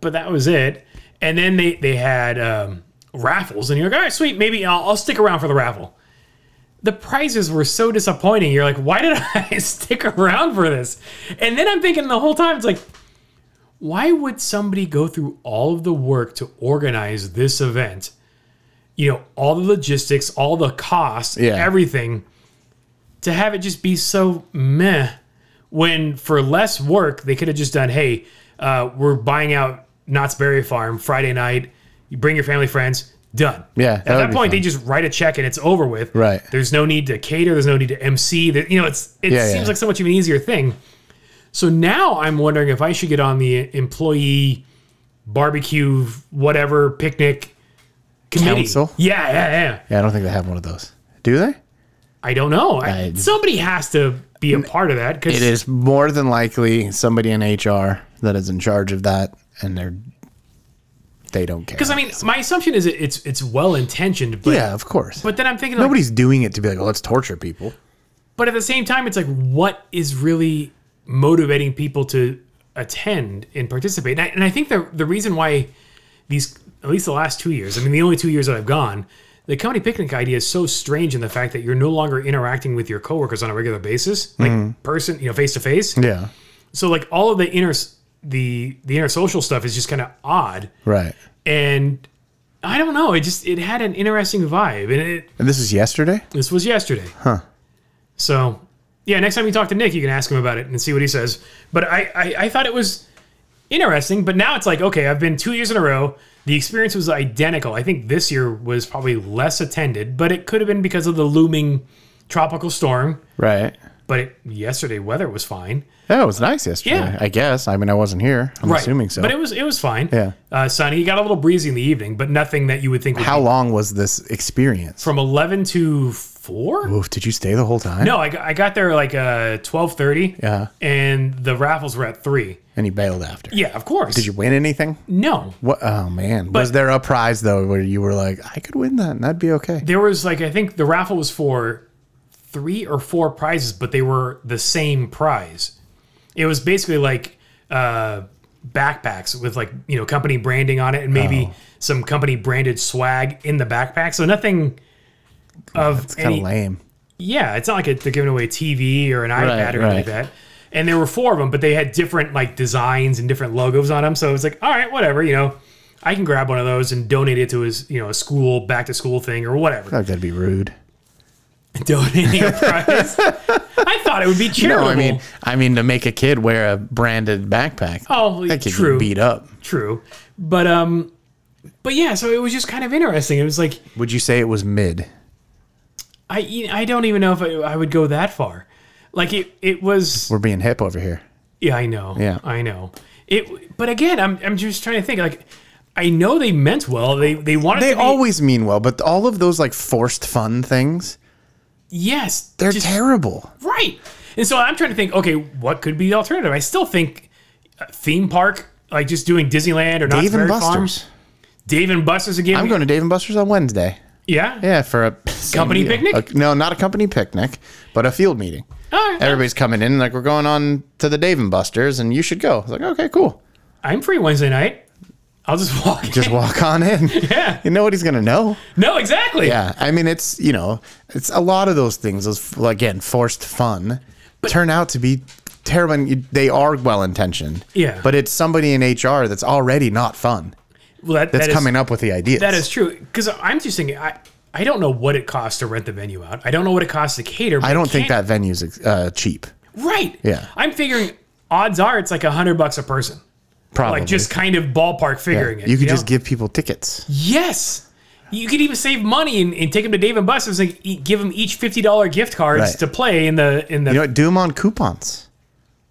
but that was it. And then they they had um, raffles, and you're like, all right, sweet, maybe I'll, I'll stick around for the raffle. The prizes were so disappointing. You're like, why did I stick around for this? And then I'm thinking the whole time, it's like, why would somebody go through all of the work to organize this event? You know, all the logistics, all the costs,
Yeah.
everything, to have it just be so meh when for less work, they could have just done, hey, uh, we're buying out Knott's Berry Farm Friday night. You bring your family, friends. Done.
Yeah,
At
that would
that
be
point,
fun.
they just write a check and it's over with.
Right.
There's no need to cater. There's no need to MC. There- You know, it's it
Yeah,
seems
yeah.
like so much of an easier thing. So now I'm wondering if I should get on the employee barbecue, whatever picnic committee.
Council?
Yeah, yeah, yeah.
Yeah, I don't think they have one of those. Do they?
I don't know. I-
I-
somebody has to be a part of that
It
because
is more than likely somebody in HR that is in charge of that, and they're they don't care.
I mean, my assumption is it, it's it's well intentioned, but
yeah, of course.
but then I'm thinking like,
Nobody's doing it to be like, well, let's torture people.
but at the same time, it's like what is really motivating people to attend and participate? And I, and I think the the reason why these at least the last two years, I mean, the only two years that I've gone. The company picnic idea is so strange in the fact that you're no longer interacting with your coworkers on a regular basis, like person, you know, face to face.
Yeah,
So like all of the inner the the inner social stuff is just kind of odd.
right.
and I don't know. It just it had an interesting vibe, and it
And this is yesterday.
this was yesterday. Huh. So yeah, next time you talk to Nick, you can ask him about it and see what he says. But I I, I thought it was interesting, but now it's like okay, I've been two years in a row. The experience was identical. I think this year was probably less attended, but it could have been because of the looming tropical storm.
Right.
But it, yesterday weather was fine.
Yeah, it was nice yesterday.
Yeah.
I guess. I mean, I wasn't here. I'm assuming so.
But it was it was fine.
Yeah.
Uh, sunny. It got a little breezy in the evening, but nothing that you would think would
How long was this experience?
from 11 to 4
Oof, did you stay the whole time?
no I, got- I got there like uh 12.30
Yeah.
and the raffles were at 3
And you bailed after.
yeah of course
Did you win anything?
no
What? Oh man, was there a prize though where you were like, I could win that and that'd be okay?
there was like i think the raffle was for three or four prizes but they were the same prize it was basically like uh backpacks with like you know company branding on it and maybe
Oh.
some company branded swag in the backpack so nothing of
It's kind
any
of lame.
Yeah, it's not like it- they're giving away a TV or an iPad or anything
right.
like that. And there were four of them, but they had different like designs and different logos on them. So it's like, all right, whatever, you know, I can grab one of those and donate it to his, you know, a school back to school thing or whatever.
Like that'd be rude.
Donating a prize. I thought it would be charitable.
No, I mean, I mean to make a kid wear a branded backpack.
oh,
that kid
true,
get beat up.
true. But um, but yeah, so it was just kind of interesting. It was like
Would you say it was mid?
I I don't even know if I, I would go that far. Like it it was.
We're being hip over here.
Yeah, I know.
Yeah.
I know. It, but again, I'm, I'm just trying to think. Like, I know they meant well. They they wanted.
They
to be,
always mean well, but all of those like forced fun things,
yes.
they're
just
terrible.
right. And so I'm trying to think. Okay, what could be the alternative? I still think uh, theme park, like just doing Disneyland or not
Dave and
Farm.
Buster's.
Dave and Buster's again.
I'm going to Dave and Buster's on Wednesday.
Yeah.
Yeah, for a
Company picnic?
A- no, not a company picnic, but a field meeting.
All right.
Everybody's coming in, like we're going on to the Dave and Buster's, and you should go. I was like, okay, cool.
I'm free Wednesday night. I'll just walk. in.
Just walk on in.
Yeah.
You know what he's gonna know?
No, exactly.
Yeah. I mean, it's you know, it's a lot of those things. Those again, forced fun, turn out to be terrible. And you- they are well intentioned.
Yeah.
But it's somebody in HR that's already not fun.
Well, that,
That's
that is-
coming up with the ideas.
That is true. Because I'm just thinking. I I don't know what it costs to rent the venue out. I don't know what it costs to cater. but
I
it
don't think
can't-
that venue's uh, cheap.
Right.
Yeah.
I'm figuring odds are it's like a hundred bucks a person.
Probably.
Like just kind of ballpark figuring it.
you could
know?
just give people tickets.
yes. You could even save money and, and take them to Dave and Buster's and e- give them each fifty dollar gift cards
Right.
to play in the in the
You know, what? do them on coupons.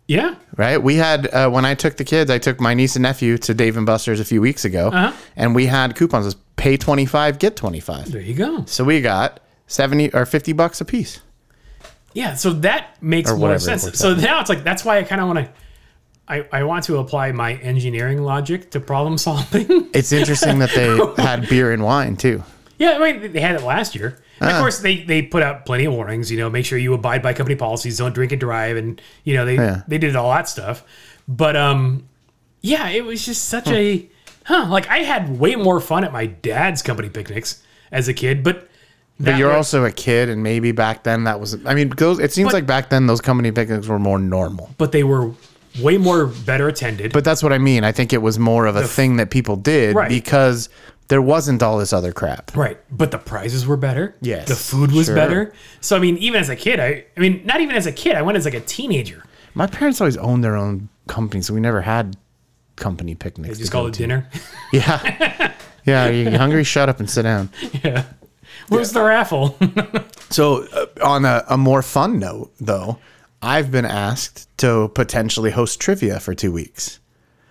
yeah.
right? We had uh, when I took the kids, I took my niece and nephew to Dave and Buster's a few weeks ago,
Uh-huh.
and we had coupons: as pay twenty five, get twenty five.
There you go.
So we got seventy or fifty bucks a piece.
Yeah. So that makes more
whatever it
sense.
works
So now it's like that's why I kind of want to. I, I want to apply my engineering logic to problem solving.
It's interesting that they had beer and wine too.
yeah, I mean, they had it last year. And
Ah.
Of course, they, they put out plenty of warnings. You know, make sure you abide by company policies, don't drink and drive, and you know they
Yeah.
they did all that stuff. But um, yeah, it was just such
Hmm.
a huh. Like I had way more fun at my dad's company picnics as a kid, but that
But you're
was-
also a kid, and maybe back then that was. I mean, those. It seems
But-
like back then those company picnics were more normal.
but they were way more better attended.
But that's what I mean. I think it was more of a thing that people did
Right.
because there wasn't all this other crap.
Right, but the prizes were better.
Yes,
the food was
sure.
better. So I mean, even as a kid, I I mean, not even as a kid, I went as like a teenager.
My parents always owned their own company, so we never had company picnics.
They
to
just
go
call it
to.
dinner.
Yeah. Yeah, are you hungry? Shut up and sit down.
yeah. Where's the raffle?
So, uh, on a, a more fun note, though, I've been asked to potentially host trivia for two weeks.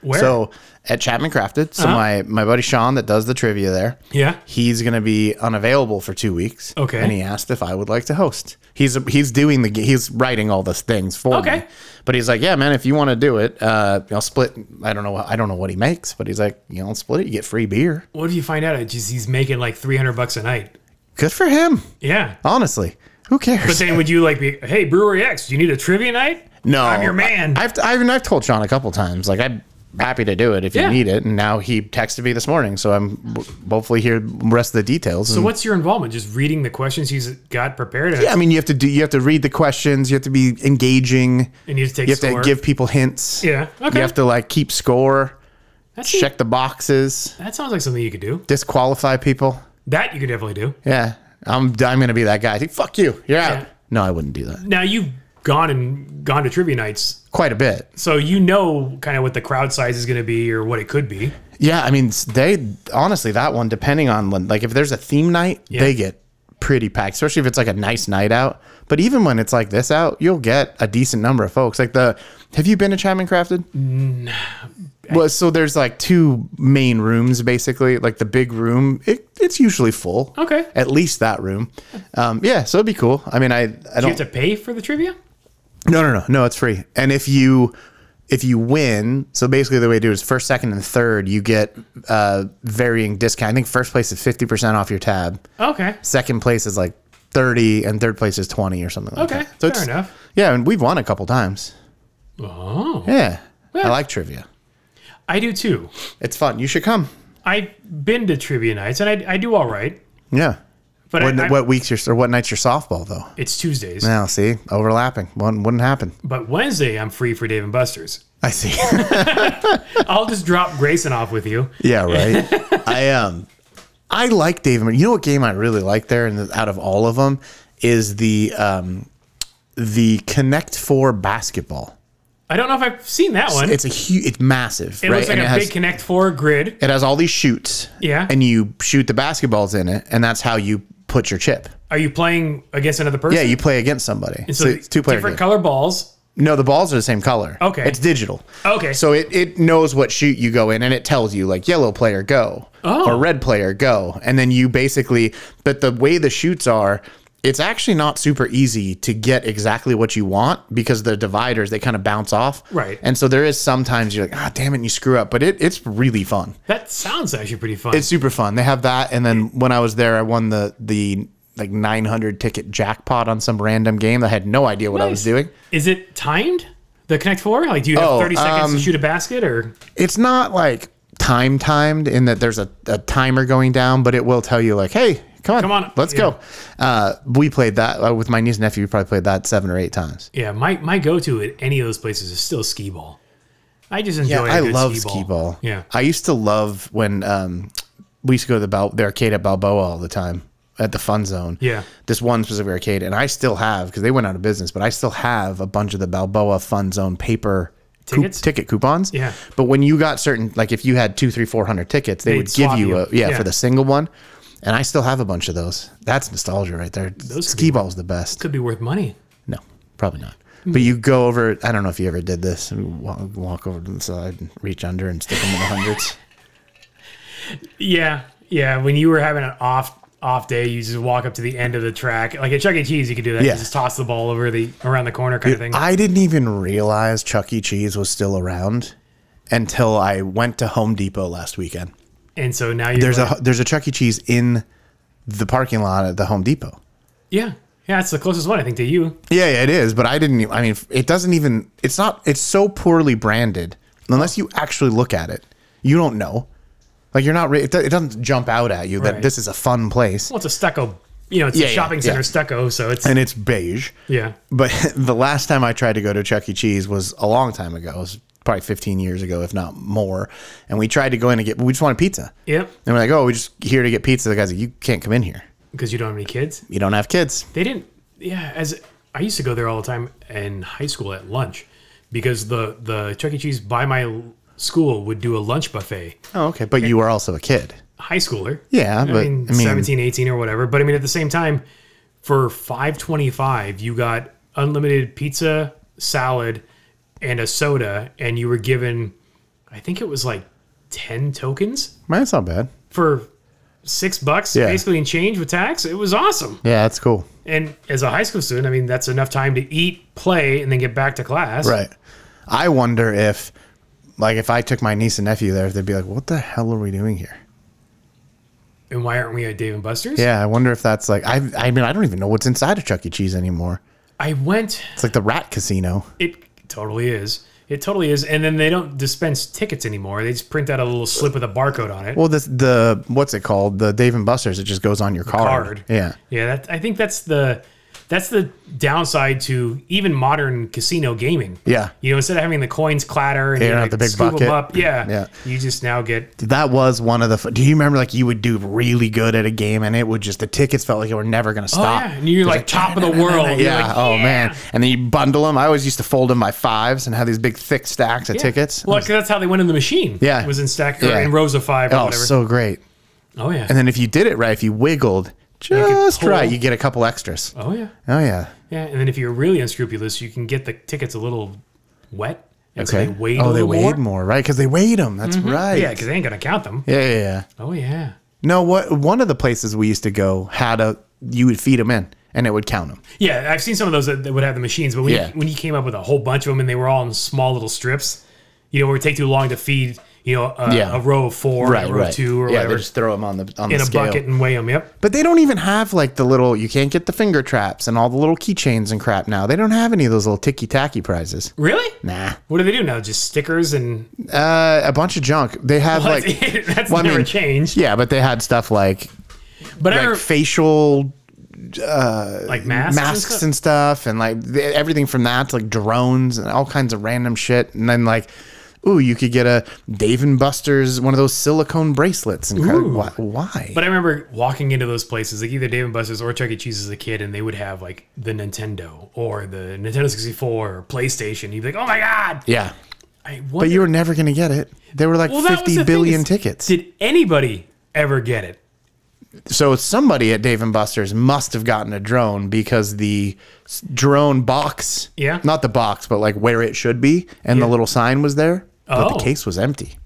Where? Uh-huh.
So, at Chapman Crafted, so my, my buddy Sean that does the trivia there,
yeah.
he's going to be unavailable for two weeks.
Okay.
And he asked if I would like to host. He's he's doing the he's writing all these things for me.
Okay.
But he's like, yeah, man, if you want to do it, uh, I'll split. I don't know. I don't know what he makes, but he's like, you know, I'll split it. You get free beer.
What if you find out that he's he's making like 300 bucks a night?
Good for him.
Yeah.
Honestly, who cares?
But then would you like be, hey, Brewery X, do you need a trivia night?
No,
I'm your man.
I, have I've, I've told Sean a couple times, like I'm happy to do it if you
Yeah.
need it. And now he texted me this morning, so I'm w- hopefully here the rest of the details.
so what's your involvement? Just reading the questions he's got prepared and,
yeah, I mean, you have to do, you have to read the questions, you have to be engaging,
and you just take
you have to
score?
give people hints.
Yeah. Okay.
You have to like keep score,
That's-
check the boxes,
That sounds like something you could do.
disqualify people.
That you could definitely do.
Yeah, I'm I'm gonna be that guy. Fuck you, you're out.
Yeah.
No, I wouldn't do that.
Now you've gone and gone to trivia nights,
Quite a bit.
so you know kind of what the crowd size is going to be or what it could be.
Yeah, I mean, s- they honestly that one, depending on when- like if there's a theme night, they get pretty packed, especially if it's like a nice night out. But even when it's like this out, you'll get a decent number of folks. Like the have you been to Chapman Crafted? Well, so there's like two main rooms basically. Like the big room, it, it's usually full.
Okay.
At least that room. Um, yeah, so it'd be cool. I mean, I I
You
don't
have to pay for the trivia.
no, no, no, no. It's free. And if you if you win, so basically the way to do it is first, second, and third, you get uh, varying discount. I think first place is fifty percent off your tab.
Okay.
Second place is like thirty, and third place is twenty or something like
Okay.
that.
fair enough.
Yeah, and we've won a couple times.
Oh,
Yeah, I
Yeah.
like trivia.
I do too.
It's fun. You should come.
I've been to trivia nights and I, I do all right,
Yeah.
but
When,
I, I-
what weeks your or what nights your softball though?
it's Tuesdays.
Now see overlapping. One wouldn't happen.
But Wednesday, I'm free for Dave and Buster's.
I see.
I'll just drop Grayson off with you.
Yeah, right. I um, I like Dave. and- You know what game I really like there, and out of all of them, is the um, the Connect Four basketball.
I don't know if I've seen that one.
It's a huge, it's massive,
it
right?
looks like
and
a
it has
big Connect Four grid.
it has all these shoots.
Yeah.
and you shoot the basketballs in it, and that's how you put your chip.
Are you playing against another person?
Yeah, you play against somebody.
And
So, it's two player game.
Different color balls.
no, the balls are the same color.
Okay.
it's digital.
Okay.
So it, it knows what shoot you go in and it tells you like yellow player go
Oh.
or red player go. And then you basically, but the way the shoots are, it's actually not super easy to get exactly what you want because the dividers, they kind of bounce off.
Right.
And so there is sometimes you're like, ah, damn it, and you screw up. But it, it's really fun.
that sounds actually pretty fun.
It's super fun. They have that. And then when I was there, I won the, the like 900 ticket jackpot on some random game that I had no idea what I was
Nice.
doing.
Is it timed? The Connect Four? Like, do you have
Oh,
30 seconds
um,
to shoot a basket, or
it's not like time timed in that there's a, a timer going down, but it will tell you like, hey, come on,
Come on.
let's go. Uh, we played that uh, with my niece and nephew. We probably played that seven or eight times.
yeah? My my go to at any of those places is still skee ball. I just enjoy. a
I
good
love
skee ball.
skee ball.
Yeah.
I used to love when um, we used to go to the, Bal- the arcade at Balboa all the time at the Fun Zone.
Yeah.
this one specific arcade, and I still have because they went out of business, but I still have a bunch of the Balboa Fun Zone paper. coup-
Tickets?
ticket coupons.
Yeah.
But when you got certain, like if you had two, three, four hundred tickets, they
They'd
would give
swap
you
you.
a yeah,
Yeah.
for the single one. And I still have a bunch of those. That's nostalgia right there.
could
Ski ball's the best.
Could be worth money.
No, probably not. But you go over. I don't know if you ever did this. and Walk, walk over to the side and reach under and stick them in the hundreds.
Yeah, yeah. When you were having an off off day, you just walk up to the end of the track, like at Chuck E. Cheese. You could do that.
Yeah.
You just toss the ball over the around the corner kind of thing.
I didn't even realize Chuck E. Cheese was still around until I went to Home Depot last weekend.
and so now you're
There's
like,
a there's a Chuck E. Cheese in the parking lot at the Home Depot.
yeah, yeah. It's the closest one I think to you.
Yeah, yeah, it is, but I didn't. e- I mean, it doesn't even. It's not. It's so poorly branded. Unless you actually look at it, you don't know. Like you're not. re- It, do- it doesn't jump out at you that
Right.
this is a fun place,
Well, it's a stucco. You know, it's
Yeah,
a
yeah,
shopping center
yeah.
stucco, so it's
and it's beige.
yeah.
But the last time I tried to go to Chuck E. Cheese was a long time ago. It was probably 15 years ago, if not more. And we tried to go in and get. We just wanted pizza.
Yep,
And we're like, oh, we're just here to get pizza. The guy's like, you can't come in here.
because you don't have any kids.
You don't have kids.
They didn't. Yeah, as I used to go there all the time in high school at lunch, because the the Chuck E. Cheese by my school would do a lunch buffet.
Oh, okay. But you were also a kid.
High schooler.
Yeah, but
I mean,
I mean-
17, 18 or whatever. But I mean, at the same time, for 525, you got unlimited pizza, salad, and a soda, and you were given, I think it was like 10 tokens
Man, that's not bad.
for six bucks,
Yeah.
basically in change with tax. It was awesome.
Yeah, that's cool.
And as a high school student, I mean, that's enough time to eat, play, and then get back to class.
Right. I wonder if, like, if I took my niece and nephew there, if they'd be like, "What the hell are we doing here?"
And why aren't we at Dave and Buster's?
Yeah, I wonder if that's like I. I mean, I don't even know what's inside of Chuck E. Cheese anymore.
I went
It's like the Rat Casino.
It totally is. It totally is. And then they don't dispense tickets anymore. They just print out a little slip with a barcode on it.
Well, this the what's it called? The Dave and Buster's. It just goes on your card.
card.
Yeah.
yeah, that, I think that's the that's the downside to even modern casino gaming.
Yeah.
You know, instead of having the coins clatter and
Yeah,
you
not
like,
the big
scoop 'em
bucket.
up, yeah,
Yeah.
you just now get
That was one of the. f- Do you remember like you would do really good at a game and it would just the tickets felt like you were never gonna
oh,
stop.
yeah, and you're like top of the world. You're
Yeah.
like,
oh man. And then you bundle them. I always used to fold them by fives and have these big thick stacks of
yeah.
tickets.
Well, 'cause that's how they went in the machine.
Yeah.
it was in stack or
Yeah.
in rows of five or
oh,
whatever.
so great.
oh yeah,
And then if you did it right, if you wiggled just
pull.
right, you get a couple extras.
oh yeah,
Oh yeah.
yeah. And then if you're really unscrupulous, you can get the tickets a little wet, and so they weighed
oh,
a
they
little
weighed
more. Mm-hmm.
more, right? Because they weighed them. That's right.
Yeah, because they ain't gonna count them.
yeah, yeah, yeah.
Oh yeah.
No, what one of the places we used to go had a you would feed them in and it would count them.
Yeah, I've seen some of those that, that would have the machines, but when,
Yeah.
you, when you came up with a whole bunch of them and they were all in small little strips, you know, where it would take too long to feed, you know, a,
Yeah.
a row of four, or a row of two, or
yeah,
whatever,
they just throw them on the on
in
the
a
scale.
bucket and weigh them. Yep.
But they don't even have like the little you can't get the finger traps and all the little keychains and crap now. They don't have any of those little ticky tacky prizes.
Really?
Nah.
What do they do now? Just stickers and
Uh, a bunch of junk. They have
that's,
like
it. that's
well, I
never
mean,
changed.
Yeah, but they had stuff like
But I
like
remember,
facial
like masks, and
masks
stuff.
and stuff and like th- everything from that to like drones and all kinds of random shit and then like ooh you could get a Dave and Buster's one of those silicone bracelets and cra- why, why?
But I remember walking into those places, like either Dave and Buster's or Chuck E. Cheese as a kid, and they would have like the Nintendo or the Nintendo 64 or PlayStation. You'd be like, oh my God.
yeah
I
but
wonder-
you were never going to get it there were like
Well, that was
50
the thing
billion
is,
tickets
Did anybody ever get it?
so somebody at Dave and Buster's must have gotten a drone because the s- drone box
Yeah.
not the box but like where it should be and the little sign was there but
Oh.
the case was empty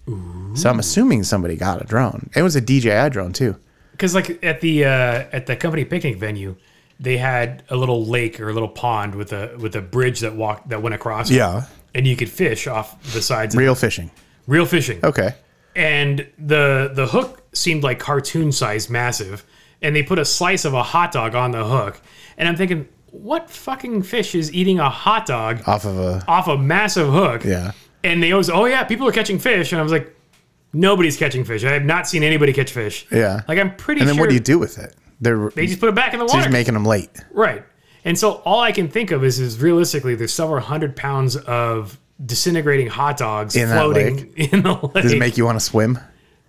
so I'm assuming somebody got a drone it was a DJI drone too
Because like at the uh, at the company picnic venue, they had a little lake or a little pond with a with a bridge that walked that went across. it.
Yeah.
and you could fish off the sides. Real,
real fishing
real fishing.
Okay.
And the the hook seemed like cartoon size, massive. And they put a slice of a hot dog on the hook. And I'm thinking, what fucking fish is eating a hot dog
Off of a
off a massive hook?
yeah.
and they always, oh yeah, people are catching fish, and I was like, nobody's catching fish. I have not seen anybody catch fish.
Yeah.
like I'm pretty
And then
sure
what do you do with it? They're
they just put it back in the water,
just making them late.
right? And so all I can think of is, is realistically, there's several hundred pounds of disintegrating hot dogs
In that
floating in the lake.
Does it make you want to swim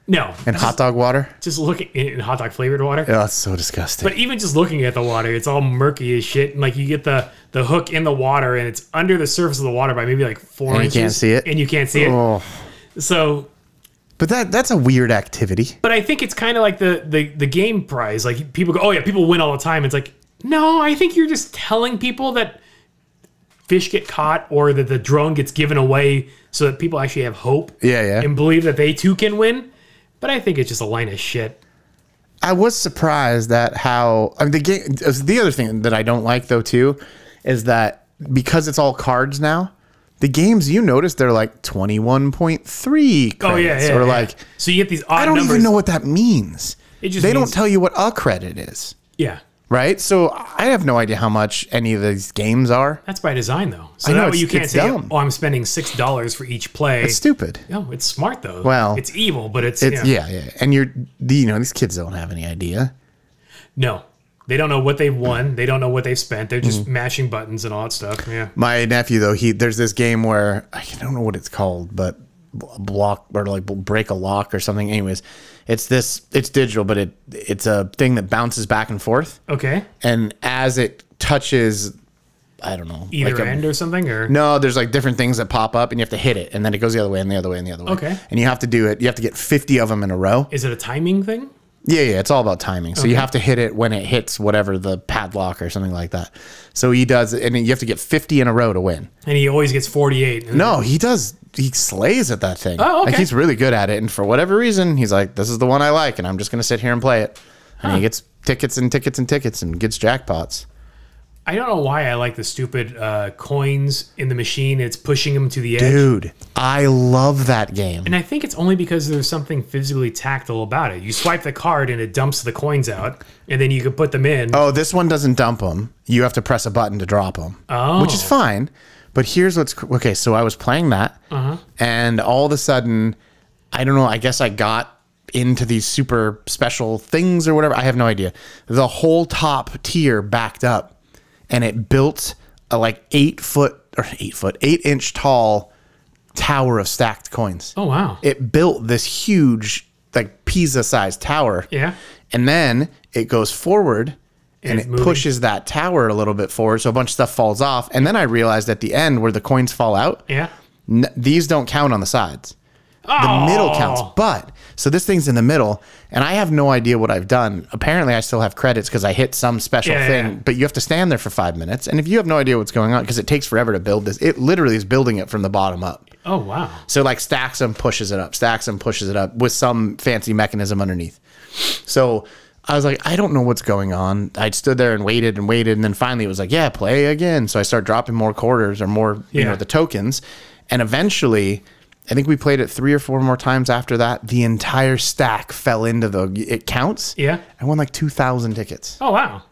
no,
in hot dog water?
just looking in hot dog flavored water.
Oh, that's so disgusting.
But even just looking at the water, it's all murky as shit. And like you get the the hook in the water, and it's under the surface of the water by maybe like four
And you
inches,
can't see it?
and you can't see it.
oh.
So
But that that's a weird activity.
But I think it's kind of like the, the the game prize. Like people go, oh yeah, people win all the time. It's like, no, I think you're just telling people that fish get caught or that the drone gets given away so that people actually have hope
Yeah, yeah.
and believe that they too can win. But I think it's just a line of shit.
I was surprised at how I mean the game the other thing that I don't like though too is that because it's all cards now, the games you notice they're like 21.3 credits
Oh yeah, yeah.
or
yeah.
like
so you get these odd
I don't
numbers.
even know what that means.
It just
they
means-
don't tell you what a credit is.
Yeah,
right? So I have no idea how much any of these games are.
that's by design though. So
I know,
that way
it's-
you can't
it's
say,
dumb.
oh, I'm spending six dollars for each play.
It's stupid.
no, it's smart though.
Well,
it's evil, but it's,
It's, yeah. yeah, And you're, the- you know, these kids don't have any idea.
No. They don't know what they've won. They don't know what they've spent. They're just
Mm-hmm.
mashing buttons and all that stuff. Yeah.
My nephew though, he there's this game where I don't know what it's called, but b- block or like b- break a lock or something. Anyways, it's this, it's digital, but it it's a thing that bounces back and forth,
Okay.
and as it touches I don't know.
either
like a-
end or something or
no, there's like different things that pop up and you have to hit it and then it goes the other way and the other way and the other way.
Okay.
And you have to do it. You have to get 50 of them in a row.
is it a timing thing?
Yeah, yeah, it's all about timing. So you have to hit it when it hits whatever the padlock or something like that. So he does, and you have to get 50 in a row to win.
And he always gets 48. And
No, he does. He slays at that thing.
Oh,
Like
okay.
he's really good at it. And for whatever reason, he's like, this is the one I like, and I'm just going to sit here and play it. And he gets tickets and tickets and tickets and gets jackpots.
I don't know why I like the stupid uh, coins in the machine. It's pushing him to the edge.
Dude, I love that game.
And I think it's only because there's something physically tactile about it. You swipe the card and it dumps the coins out, and then you can put them in.
Oh, this one doesn't dump them. You have to press a button to drop them,
Oh.
which is fine. But here's what's cr- okay. So I was playing that,
Uh-huh.
and all of a sudden, I don't know. I guess I got into these super special things or whatever. I have no idea. The whole top tier backed up, and it built a like eight foot or eight foot, eight inch tall tower of stacked coins.
Oh, wow.
It built this huge, like Pisa sized tower.
yeah.
And then it goes forward and,
it's
it
moving.
pushes that tower a little bit forward. So a bunch of stuff falls off. And then I realized at the end where the coins fall out,
Yeah.
n- these don't count on the sides. The
Oh.
middle counts. But so this thing's in the middle, and I have no idea what I've done. Apparently, I still have credits because I hit some special
Yeah, yeah,
thing,
yeah.
but you have to stand there for five minutes. And if you have no idea what's going on, because it takes forever to build this, it literally is building it from the bottom up.
Oh, wow.
So like stacks them, pushes it up, stacks them, pushes it up with some fancy mechanism underneath. So I was like, I don't know what's going on. I stood there and waited and waited, and then finally it was like, yeah, play again. So I start dropping more quarters or more, you
Yeah.
know, the tokens, and eventually. I think we played it three or four more times after that. The entire stack fell into the. It counts.
Yeah.
I won like two thousand tickets.
Oh, wow.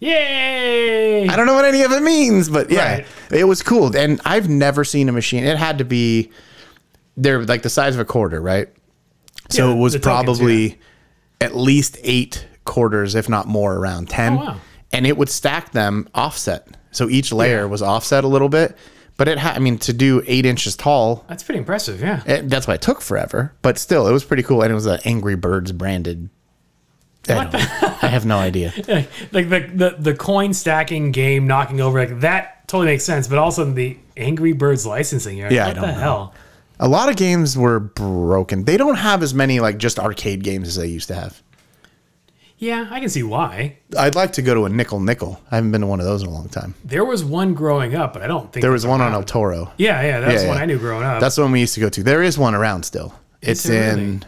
Yay.
I don't know what any of it means, but yeah,
Right.
it was cool. And I've never seen a machine. It had to be they're like the size of a quarter, right? So
Yeah,
it was
the tokens,
probably at least eight quarters, if not more, around ten.
Oh, wow.
And it would stack them offset. So each layer was offset a little bit. But it had, I mean, to do eight inches tall,
That's pretty impressive. Yeah.
it, that's why it took forever. But still, it was pretty cool. And it was an Angry Birds branded. I, don't know. I have no idea.
like like the, the the coin stacking game knocking over like that totally makes sense but also the angry birds licensing you're like,
Yeah, I
what
don't
the
know.
hell
A lot of games were broken. They don't have as many like just arcade games as they used to have.
yeah i can see why
I'd like to go to a nickel nickel. I haven't been to one of those in a long time.
there was one growing up but i don't think
There was one on El Toro.
yeah yeah that's
Yeah,
one
yeah.
i knew growing up
That's the one we used to go to. There is one around still. It's
Is there really?
in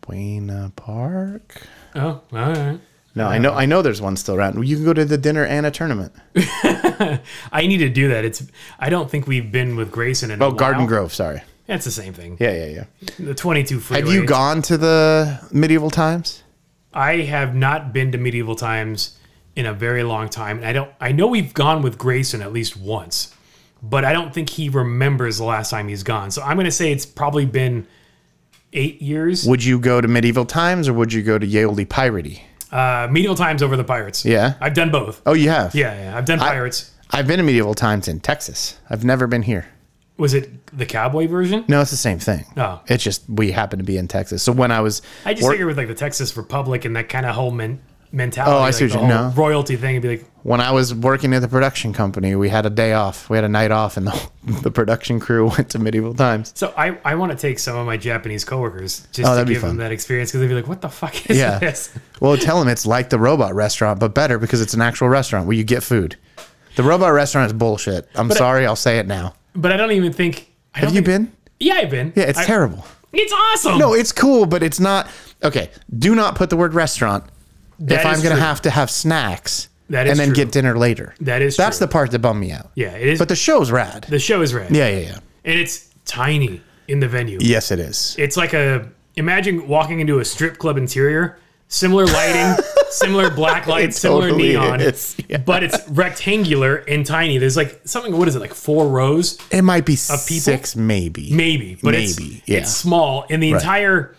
Buena Park.
oh all right
No, I know I know there's one still around. You can go to the dinner and a tournament.
i need to do that it's i don't think we've been with grayson in
Oh, Garden Grove, sorry.
that's the same thing
Yeah, yeah, yeah.
the 22 freeway
Have you gone to the medieval times?
i have not been to medieval times in a very long time and i don't i know we've gone with grayson at least once but i don't think he remembers the last time he's gone so i'm going to say it's probably been eight years
Would you go to medieval times or would you go to Yaley Piratey?
uh medieval times over the pirates
Yeah.
i've done both
Oh, you have.
yeah, yeah i've done pirates
I've been to medieval times in Texas. I've never been here.
was it the cowboy version
No, it's the same thing.
Oh.
It's just we happen to be in Texas. So when I was
i just
wor-
figure with like the texas republic and that kind of whole men- mentality
Oh, I
like,
see what
the
you-
whole
no.
royalty thing and be like
when I was working at the production company, we had a day off. We had a night off and the the production crew went to medieval times.
So I, I want to take some of my Japanese coworkers just
Oh,
to
that'd be
give
fun.
them that experience because they'd be like, "What the fuck is
Yeah.
this?"
Well, tell them it's like the robot restaurant but better because it's an actual restaurant where you get food. The robot restaurant is bullshit. I'm sorry, I'll say it now.
But I don't even think. I
Have
don't
you
think-
been?
Yeah, I've been.
Yeah, it's
I- Oh.
terrible.
It's awesome.
No, it's cool, but it's not Okay, do not put the word restaurant
That
if I'm
is
going to
true.
have to have snacks
That is
and then
true.
get dinner later.
That is
That's
true.
the part that bummed me out.
yeah, it is.
But the show's rad.
the show is rad.
yeah, yeah, yeah.
and it's tiny in the venue.
Yes, it is.
It's like a imagine walking into a strip club interior, similar lighting, similar black light, similar
totally
neon,
is, yeah.
but it's rectangular and tiny. There's like something. What is it? Like four rows.
It might be
people?
six, maybe.
maybe, but
Maybe,
it's
yeah.
it's small, and the entire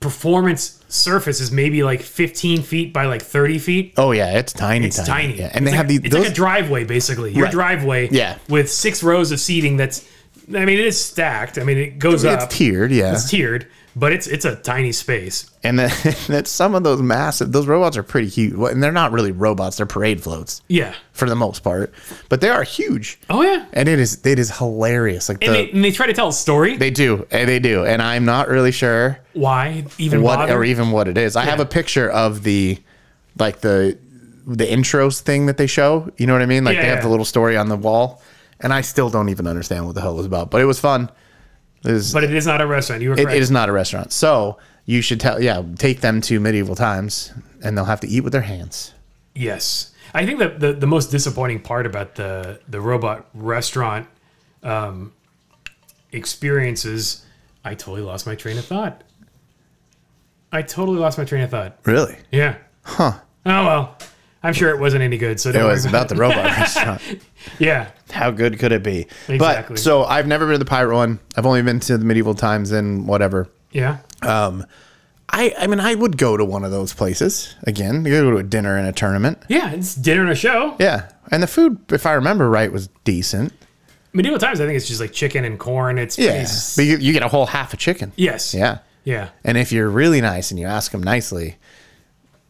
performance surface is maybe like 15 feet by like 30 feet.
Oh yeah, it's tiny,
It's
tiny.
tiny,
Yeah,
It's
and they
like-
have the
It's
those.
like a driveway, basically. Your
Right.
driveway,
Yeah.
with six rows of seating. That's, I mean, it is stacked. I mean, it goes
it's
up,
tiered. Yeah,
it's tiered, but it's it's a tiny space.
And then that some of those massive, those robots are pretty huge. Well, And they're not really robots; they're parade floats
Yeah.
for the most part, but they are huge.
Oh yeah.
And it is it is hilarious. Like
And,
the,
they, and they try to tell a story.
Uh, They do. eh, They do. And I'm not really sure
Why even
what
bother?
or even what it is. I have a picture of the like the the intros thing that they show. You know what I mean? Like
Yeah,
they have
yeah.
the little story on the wall. And I still don't even understand what the hell it was about. But it was fun. It, was,
but it is not a restaurant. You were
it,
correct.
it is not a restaurant. So you should tell yeah, take them to medieval times and they'll have to eat with their hands.
Yes. I think that the, the most disappointing part about the, the robot restaurant um, experiences, I totally lost my train of thought. I totally lost my train of thought.
Really?
Yeah. Huh. Oh, well. I'm sure it wasn't any good. So
It
don't
was
worry
about the robot restaurant.
Yeah.
How good could it be?
Exactly.
But so I've never been to the pirate one. I've only been to the medieval times and whatever.
Yeah.
Um, I I mean I would go to one of those places again. You go to a dinner and a tournament.
Yeah. It's dinner and a show.
Yeah, and the food, if I remember right, was decent.
Medieval times, I think it's just like chicken and corn. It's pretty
Yeah,
s-
but you, you get a whole half a chicken.
Yes.
Yeah,
Yeah.
and if you're really nice and you ask them nicely,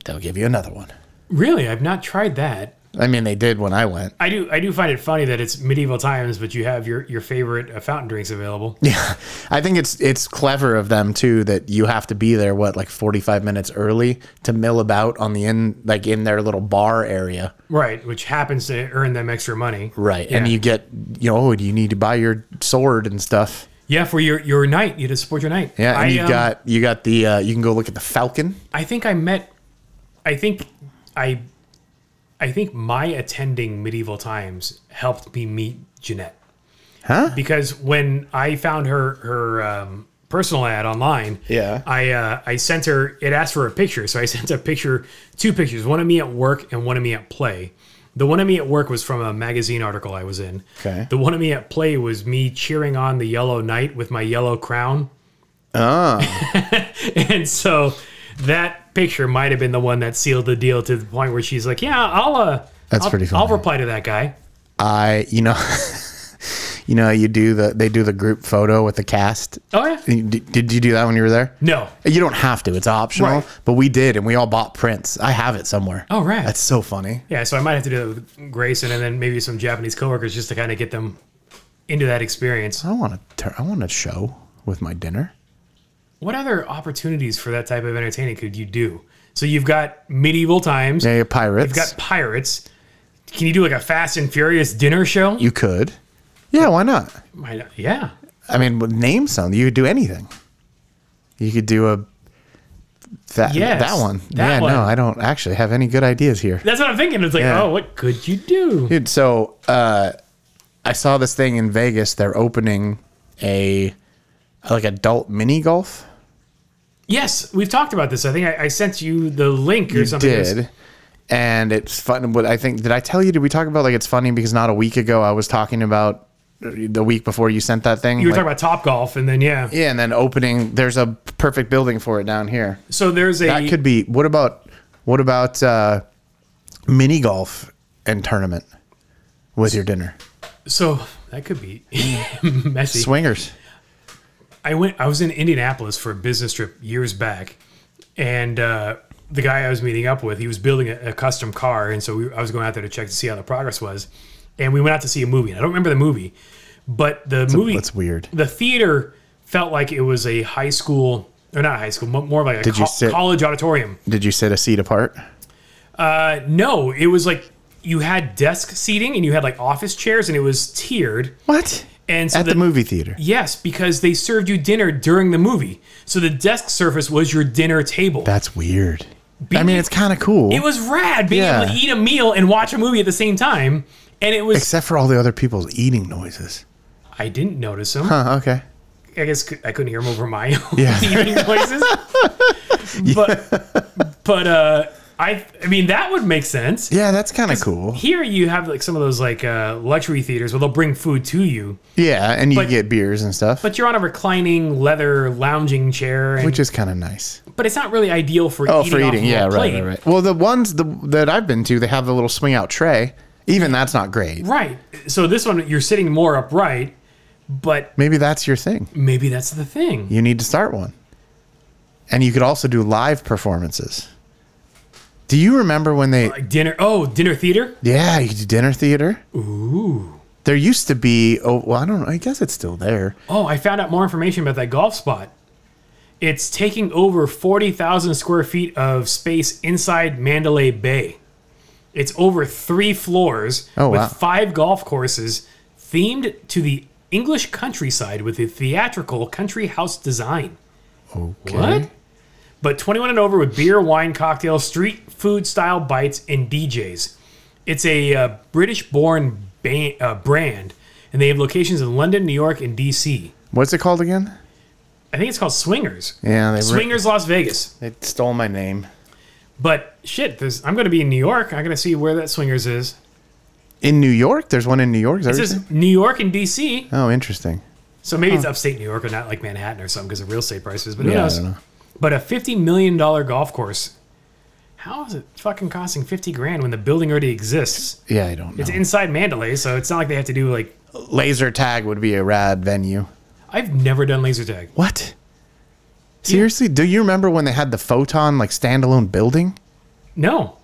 they'll give you another one.
Really? I've not tried that.
I mean, they did when I went.
I do. I do find it funny that it's medieval times, but you have your your favorite uh, fountain drinks available.
Yeah, I think it's it's clever of them too that you have to be there what like 45 minutes early to mill about on the in like in their little bar area.
Right, which happens to earn them extra money.
Right. And
Yeah.
you get you know, oh, you need to buy your sword and stuff.
Yeah, for your your night, you just support your night.
Yeah, and
I,
you
um,
got you got the uh, you can go look at the falcon.
I think I met. I think I, I think my attending medieval times helped me meet Jeanette.
Huh?
Because when I found her her um, personal ad online,
Yeah.
I uh, I sent her. It asked for a picture, so I sent a picture, two pictures, one of me at work and one of me at play. The one of me at work was from a magazine article I was in.
Okay.
The one of me at play was me cheering on the yellow knight with my yellow crown. Oh. and so that picture might have been the one that sealed the deal to the point where she's like, "Yeah, I'll uh,
That's
I'll-
pretty
I'll
funny.
reply to that guy."
I you know you know you do the they do the group photo with the cast.
Oh yeah.
Did, did you do that when you were there?
No.
You don't have to. It's optional,
Right.
but we did, and we all bought prints. I have it somewhere.
Oh, right.
That's so funny.
Yeah, so I might have to do that with Grayson and then maybe some Japanese coworkers just to kind of get them into that experience.
I want to. Tur- I want a show with my dinner.
What other opportunities for that type of entertaining could you do? So you've got medieval times,
Yeah, pirates.
you've got pirates. Can you do like a Fast and Furious dinner show?
you could. Yeah, why not?
Why not? yeah.
I mean, with name something. You could do anything. You could do a that
Yes,
that one.
that
yeah,
one.
no, I don't actually have any good ideas here.
That's what I'm thinking. It's like,
Yeah.
oh, what could you do?
Dude, so uh, I saw this thing in Vegas. They're opening a like adult mini golf.
Yes, we've talked about this. I think I, I sent you the link or
You
something.
did. And it's fun. But I think, did I tell you, did we talk about like it's funny because not a week ago I was talking about the week before you sent that thing?
You were
like-
talking about Top Golf, and then yeah.
yeah, and then opening, there's a perfect building for it down here.
So there's a
That could be, what about, what about uh, mini golf and tournament with your dinner?
so that could be messy.
Swingers.
I went. I was in Indianapolis for a business trip years back, and uh, the guy I was meeting up with, he was building a, a custom car, and so we, I was going out there to check to see how the progress was, and we went out to see a movie. And I don't remember the movie, but the movie
That's weird.
the theater felt like it was a high school or not high school, mo- more of like a
Did you
co-
sit-
college auditorium.
Did you sit a seat apart?
Uh, no, it was like you had desk seating and you had like office chairs, and it was tiered.
What?
And so
At the movie theater.
Yes, because they served you dinner during the movie. So the desk surface was your dinner table.
That's weird. I mean, it's kind of cool.
it was rad being able to
Yeah.
eat a meal and watch a movie at the same time. And it was
except for all the other people's eating noises.
I didn't notice them.
Huh, okay.
I guess c- I couldn't hear them over my own
Yeah.
eating noises. but but uh I I mean that would make sense.
Yeah, that's kind of cool.
Here you have like some of those like uh, luxury theaters where they'll bring food to you,
Yeah, and you get beers and stuff,
but you're on a reclining leather lounging chair, and,
which is kind of nice.
but it's not really ideal for
Oh,
eating
for
off
eating,
of a
yeah, right,
plate.
right, right. Well, the ones the, that I've been to, they have the little swing out tray. Even that's not great.
Right. So this one, you're sitting more upright, but
Maybe that's your thing.
maybe that's the thing.
You need to start one. and you could also do live performances. Do you remember when they?
Like dinner. Oh, dinner theater.
Yeah, you could do dinner theater.
Ooh.
There used to be. Oh, well, I don't know. I guess it's still there.
Oh, I found out more information about that golf spot. It's taking over 40,000 square feet of space inside Mandalay Bay. It's over three floors
Oh,
with
wow.
five golf courses themed to the English countryside with a theatrical country house design.
Okay.
What? But 21 and over with beer, wine, cocktails, street food style bites, and DJs. It's a uh, British born ba- uh, brand, and they have locations in London, New York, and DC.
What's it called again?
I think it's called Swingers.
Yeah, they were-
Swingers Las Vegas.
They stole my name.
But shit, there's, I'm going to be in New York. I'm going to see where that Swingers is.
In New York, there's one in New York. Is that
This
what you said?
is New York and DC.
oh, interesting.
So maybe it's upstate New York or not like Manhattan or something because of real estate prices, but who
Yeah, I
knows?
don't know.
But a $50 million golf course. How is it fucking costing 50 grand when the building already exists?
Yeah, I don't know.
It's inside Mandalay, so it's not like they have to do like.
Laser tag would be a rad venue.
I've never done laser tag.
What? Seriously? Do you remember when they had the photon like standalone building?
No,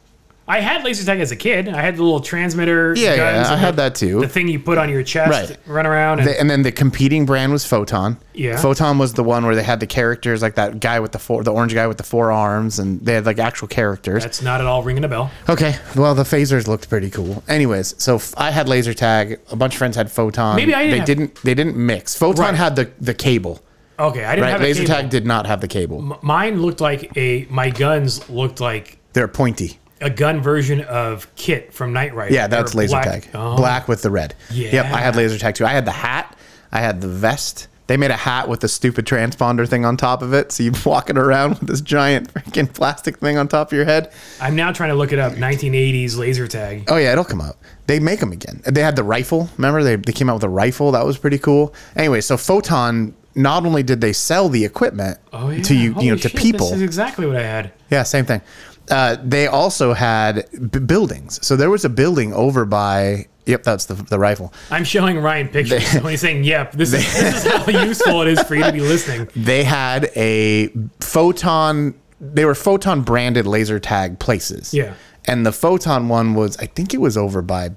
I had laser tag as a kid. I had the little transmitter.
Yeah, yeah, I
and
had
the-
that too.
The thing you put on your chest,
Right.
run around, and
The- and then the competing brand was Photon.
Yeah.
Photon was the one where they had the characters, like that guy with the four, the orange guy with the four arms, and they had like actual characters.
that's not at all ringing a bell.
okay. Well, the phasers looked pretty cool. Anyways, so f- I had laser tag. A bunch of friends had Photon.
Maybe I didn't
They
have-
didn't. They didn't mix. Photon
Right.
had the the cable.
Okay, I didn't
Right.
have
Laser
a cable.
tag did not have the cable.
M- Mine looked like a. My guns looked like
They're pointy.
a gun version of Kit from Knight Rider.
Yeah, that's
or
laser
Black-
tag.
Oh.
Black with the red. Yep, I had
Yeah.
laser tag too. I had the hat. I had the vest. They made a hat with the stupid transponder thing on top of it. So you're walking around with this giant freaking plastic thing on top of your head.
I'm now trying to look it up. 1980s laser tag.
Oh, yeah, it'll come up. They make them again. They had the rifle. Remember, they, they came out with a rifle. That was pretty cool. Anyway, so Photon, not only did they sell the equipment
Oh yeah.
to you,
Holy
you know, to
shit,
people.
This is exactly what I had.
Yeah, same thing. Uh, they also had b- buildings. So there was a building over by. Yep, that's the, the rifle.
I'm showing Ryan pictures. He's only saying, "Yep, this, is, this is how useful it is for you to be listening."
they had a photon they were photon branded laser tag places
Yeah.
and the photon one was i think it was over by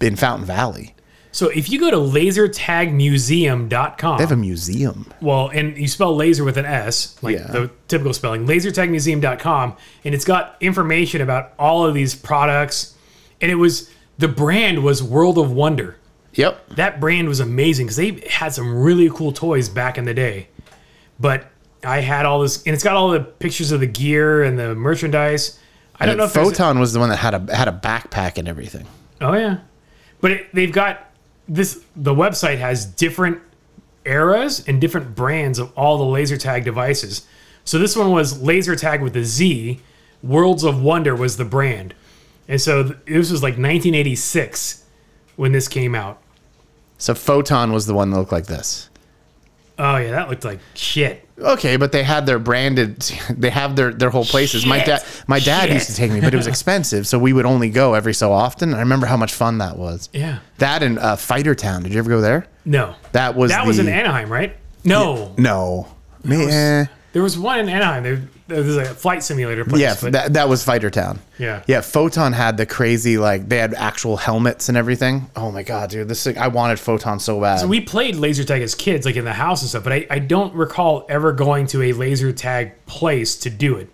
in fountain valley
So if you go to lasertagmuseum.com,
they have a museum
well, and you spell laser with an S, like
Yeah.
the typical spelling, lasertagmuseum.com, and it's got information about all of these products. And it was the brand was World of Wonder.
yep
That brand was amazing because they had some really cool toys back in the day. But I had all this, and it's got all the pictures of the gear and the merchandise. I don't know if there's-
photon was the one that had a had a backpack and everything
Oh yeah, but it, they've got this. The website has different eras and different brands of all the laser tag devices. So this one was laser tag with a Z. Worlds of Wonder was the brand, and so th- this was like 1986 when this came out.
so photon was the one that looked like this
Oh yeah, that looked like shit.
okay but they had their branded they have their their whole places my
Shit.
dad my dad
Shit.
used to take me but it was expensive so we would only go every so often i remember how much fun that was
Yeah.
that and uh, fighter town did you ever go there
No,
that was
that was
the-
in Anaheim, right? No,
No. Me, eh.
there was one in Anaheim. There, there was a flight simulator place.
Yeah,
but-
that, that was Fighter Town.
Yeah.
Yeah, Photon had the crazy, like, they had actual helmets and everything. Oh my God, dude. This thing, I wanted Photon so bad.
we played laser tag as kids, like in the house and stuff, but I, I don't recall ever going to a laser tag place to do it.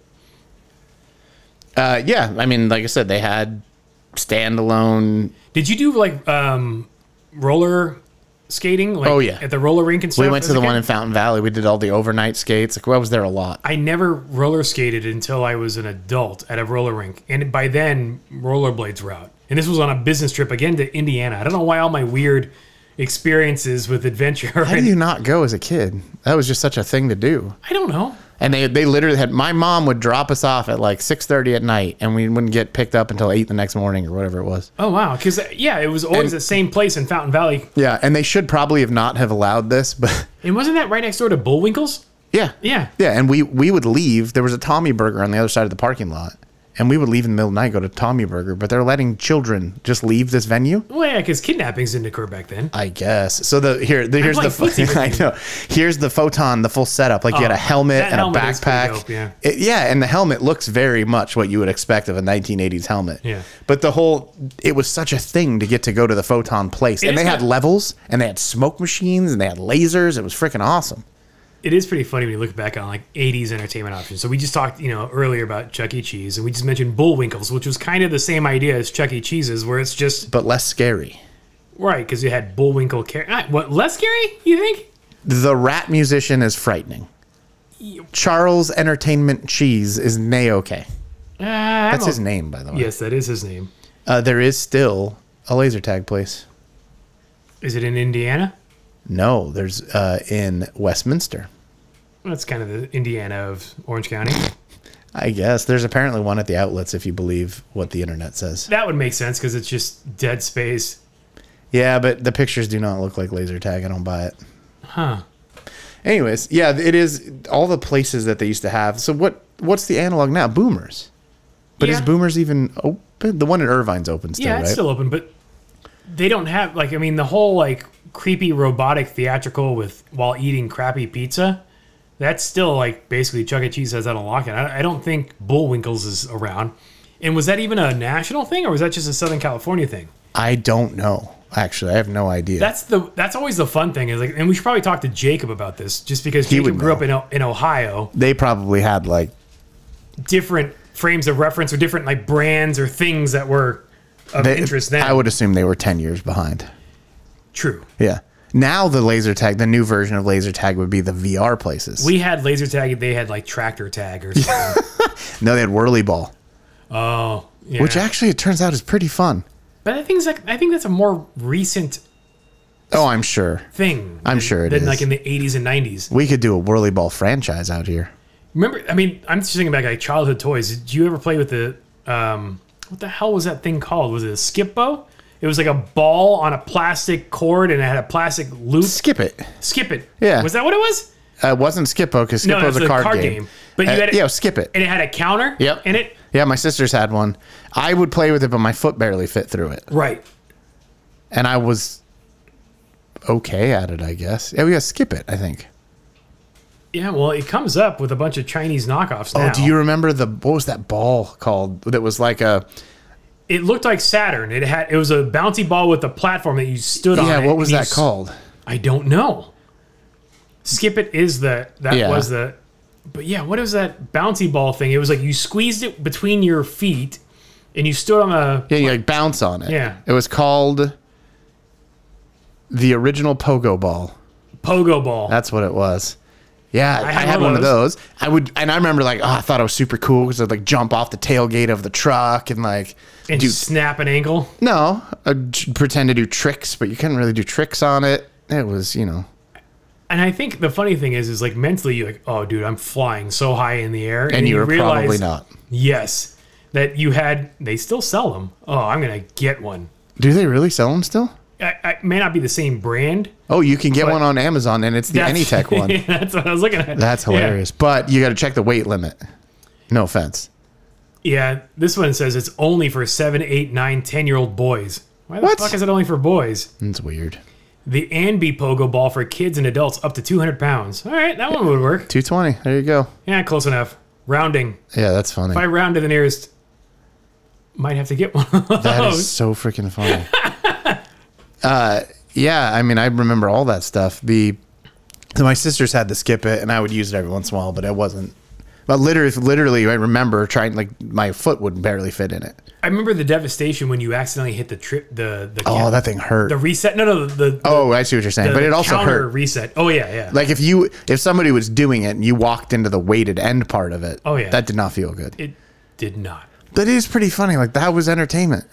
uh, yeah, I mean, like I said, they had standalone.
Did you do like um, roller skating? Like,
Oh, yeah.
at the roller rink and stuff.
We went
as
to the
a
one
kid?
in Fountain Valley. We did all the overnight skates. Like, I was there a lot.
I never roller skated until I was an adult at a roller rink, and by then rollerblades were out. And this was on a business trip again to Indiana. I don't know why all my weird experiences with adventure.
How did you not go as a kid? That was just such a thing to do.
I don't know.
And they, they literally had my mom would drop us off at like six thirty at night, and we wouldn't get picked up until eight the next morning or whatever it was.
Oh wow, because yeah, it was always the same place in Fountain Valley.
Yeah, and they should probably have not have allowed this, but
And wasn't that right next door to Bullwinkles?
yeah,
Yeah.
Yeah, and we we would leave. There was a Tommy Burger on the other side of the parking lot, and we would leave in the middle of the night, go to Tommy Burger, but they're letting children just leave this venue.
Well, yeah, because kidnappings didn't occur back then.
I guess. So the here the, here's
playing
the
footsie with
I know here's the photon, the full setup. Like you had a helmet
that
and
helmet
a
is pretty
backpack.
dope, yeah.
It- yeah, and the helmet looks very much what you would expect of a 1980s helmet.
Yeah.
But the whole it was such a thing to get to go to the photon place, and
is
they had
kinda-
levels, and they had smoke machines, and they had lasers. It was freaking awesome.
It is pretty funny when you look back on like 80s entertainment options. So we just talked, you know, earlier about Chuck E. Cheese, and we just mentioned Bullwinkles, which was kind of the same idea as Chuck E. Cheese's, where it's just
But less scary.
right because you had Bullwinkle. Car- ah, what less scary? You think?
The rat musician is frightening. Charles Entertainment Cheese is nay okay.
Uh, That's
That's his name, by the way.
Yes, that is his name.
Uh, there is still a laser tag place.
Is it in Indiana?
No, there's uh, in Westminster.
That's kind of the Indiana of Orange County.
I guess there's apparently one at the outlets if you believe what the internet says.
that would make sense because it's just dead space.
Yeah, but the pictures do not look like laser tag. I don't buy it. Huh. Anyways, yeah, it is all the places that they used to have. So what what's the analog now? Boomers. But is
Yeah.
Boomers even open? The one in Irvine's open still,
Yeah,
right?
it's still open, but they don't have like I mean the whole like creepy robotic theatrical with while eating crappy pizza. That's still like basically Chuck E. Cheese has that on lock, and I, I don't think Bullwinkles is around. And was that even a national thing, or was that just a Southern California thing?
I don't know. Actually, I have no idea.
That's the that's always the fun thing is like, and we should probably talk to Jacob about this, just because Jacob
would
grew
know.
up in O- in Ohio,
they probably had like
different frames of reference or different like brands or things that were of
they,
interest then.
I would assume they were 10 years behind.
true.
Yeah. Now the laser tag, the new version of laser tag would be the VR places.
We had laser tag, they had like tractor tag or something.
no, they had whirly ball,
oh, yeah.
which actually it turns out is pretty fun.
but I think it's like I think that's a more recent
Oh, I'm sure.
thing.
I'm
than-
sure it
than
is.
like in the 80s and 90s.
We could do a whirly ball franchise out here.
Remember, I mean, I'm just thinking back like childhood toys. Did you ever play with the um, what the hell was that thing called? Was it a skip bow? It was like a ball on a plastic cord and it had a plastic loop.
Skip it.
Skip it.
Yeah.
Was that what it was?
Uh, it wasn't Skippo because Skippo's
it's
a card, game.
But you
Uh,
had it,
yeah, skip it.
and it had a counter.
Yep.
In it.
Yeah, my sisters had one. I would play with it, but my foot barely fit through it,
Right.
and I was okay at it, I guess. Oh, Yeah, we got skip it. I think.
Yeah. Well, it comes up with a bunch of Chinese knockoffs
Oh,
now.
do you remember the what was that ball called? That was like a
It looked like Saturn. It had it was a bouncy ball with a platform that you stood on.
yeah.
it
What was
and you
that
s-
called?
I don't know. Skip it is the that
Yeah.
was the but yeah, what was that bouncy ball thing? It was like you squeezed it between your feet and you stood on a
Yeah, you like bounce on it.
Yeah.
It was called the original pogo ball.
pogo ball.
That's what it was. Yeah, I
had
had, one of those. I would, and I remember like, oh, I thought it was super cool because I'd like jump off the tailgate of the truck and like,
and
do
you snap an ankle.
no, I'd j- pretend to do tricks, but you couldn't really do tricks on it. It was, you know,
And I think the funny thing is is like mentally you're like, oh dude, I'm flying so high in the air.
and, you were probably not.
Yes. That you had they still sell them. Oh, I'm gonna get one.
Do they really sell them still?
I, I it may not be the same brand.
Oh, you can get one on Amazon, and it's the
That's-
AnyTech one.
that's what I was looking at.
That's
Yeah.
hilarious. But you got to check the weight limit. No offense.
Yeah. this one says it's only for seven, eight, nine, ten year old boys. Why the
What?
fuck is it only for boys?
It's weird.
The Anby pogo ball for kids and adults up to 200 pounds. All right, that one would work.
Two twenty. There you go.
Yeah, close enough. Rounding.
Yeah, that's funny.
If I round to the nearest, might have to get one of those.
That is so freaking funny. uh, yeah, I mean, I remember all that stuff. The so my sisters had to skip it, and I would use it every once in a while, but it wasn't. But literally, literally, I remember trying like my foot would barely fit in it.
I remember the devastation when you accidentally hit the trip, the the,
Oh, that thing hurt.
the reset. No, no, the, the
oh, I see what you're saying, but
the
it also
counter
hurt.
reset. Oh yeah, yeah.
Like if you if somebody was doing it and you walked into the weighted end part of it,
Oh, yeah.
that did not feel good.
it did not.
But it is pretty funny. Like that was entertainment.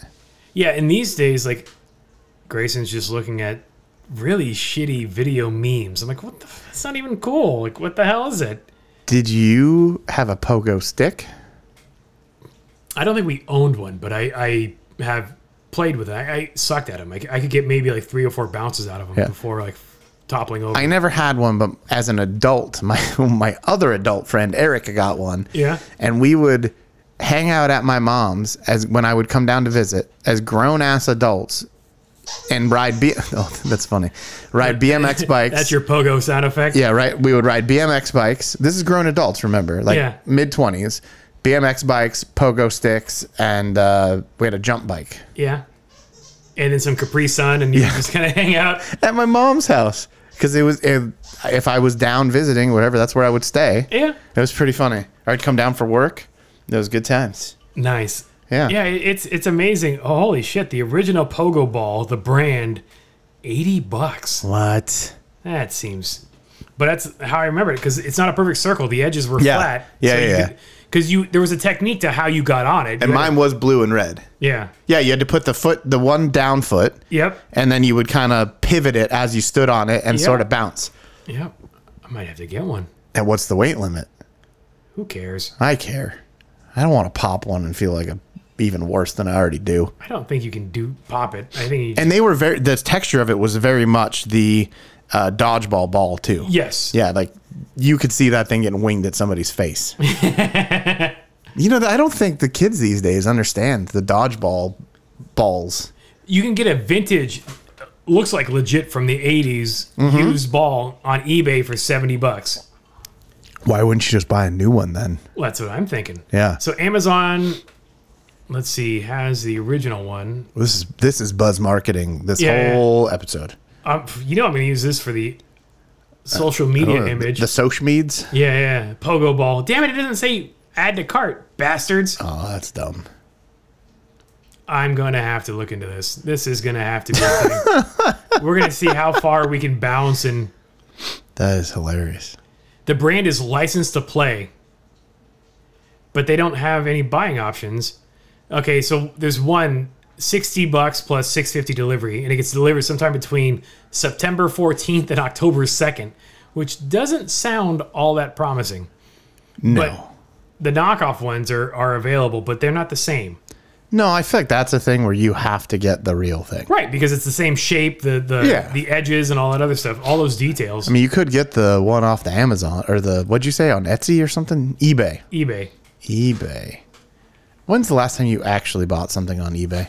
Yeah, and these days, like Grayson's just looking at really shitty video memes. I'm like, what the? F- that's not even cool. Like, what the hell is it?
Did you have a pogo stick?
I don't think we owned one, but I, I have played with it. I, I sucked at them. I, c- I could get maybe like three or four bounces out of them
Yeah.
before like toppling over.
I never had one, but as an adult, my my other adult friend Eric got one.
Yeah.
and we would hang out at my mom's as when I would come down to visit as grown ass adults and ride B. Oh, that's funny. Ride BMX bikes.
That's your pogo sound effect.
yeah, right. We would ride BMX bikes. This is grown adults, remember, like
Yeah.
mid twenties. BMX bikes, pogo sticks, and uh, we had a jump bike
Yeah. And then some Capri Sun, and you just kind of hang out.
at my mom's house because it was if, if I was down visiting, whatever, that's where I would stay.
Yeah.
It was pretty funny. I'd come down for work. It was good times.
Nice.
Yeah.
Yeah, it- it's it's amazing. Oh, holy shit! The original pogo ball, the brand, eighty bucks.
What?
That seems. But that's how I remember it because it's not a perfect circle. The edges were
Yeah.
flat.
Yeah, yeah, yeah.
Because you there was a technique to how you got on it.
And
You had-
mine was blue and red.
Yeah.
Yeah, you had to put the foot, the one down foot,
Yep.
and then you would kind of pivot it as you stood on it and
Yeah.
sort of bounce.
Yep. I might have to get one.
And what's the weight limit?
Who cares?
I care. I don't want to pop one and feel like a even worse than I already do.
I don't think you can do pop it. I think you
And they were very the texture of it was very much the uh, dodgeball ball too.
yes.
Yeah, like you could see that thing getting winged at somebody's face. you know, I don't think the kids these days understand the dodgeball balls.
you can get a vintage looks like legit from the 80s
Mm-hmm.
used ball on ebay for 70 bucks
Why wouldn't you just buy a new one then?
well, that's what i'm thinking
Yeah.
so amazon let's see has the original one
This is this is buzz marketing. This
Yeah, yeah.
whole episode.
um, you know i'm gonna use this for the social media
Uh,
image
The social meds.
yeah yeah pogo ball damn it it doesn't say add to cart bastards
Oh, that's dumb.
i'm gonna have to look into this this is gonna have to be a thing we're gonna see how far we can bounce and
That is hilarious.
The brand is licensed to play, but they don't have any buying options. Okay, so there's one 60 bucks plus 650 delivery, and it gets delivered sometime between September 14th and October 2nd, which doesn't sound all that promising.
No.
But the knockoff ones are, are available, but they're not the same.
no, I feel like that's a thing where you have to get the real thing.
Right, because it's the same shape, the the,
Yeah.
the edges and all that other stuff, all those details.
I mean, you could get the one off the Amazon or the what'd you say on Etsy or something? eBay.
eBay.
eBay. When's the last time you actually bought something on eBay?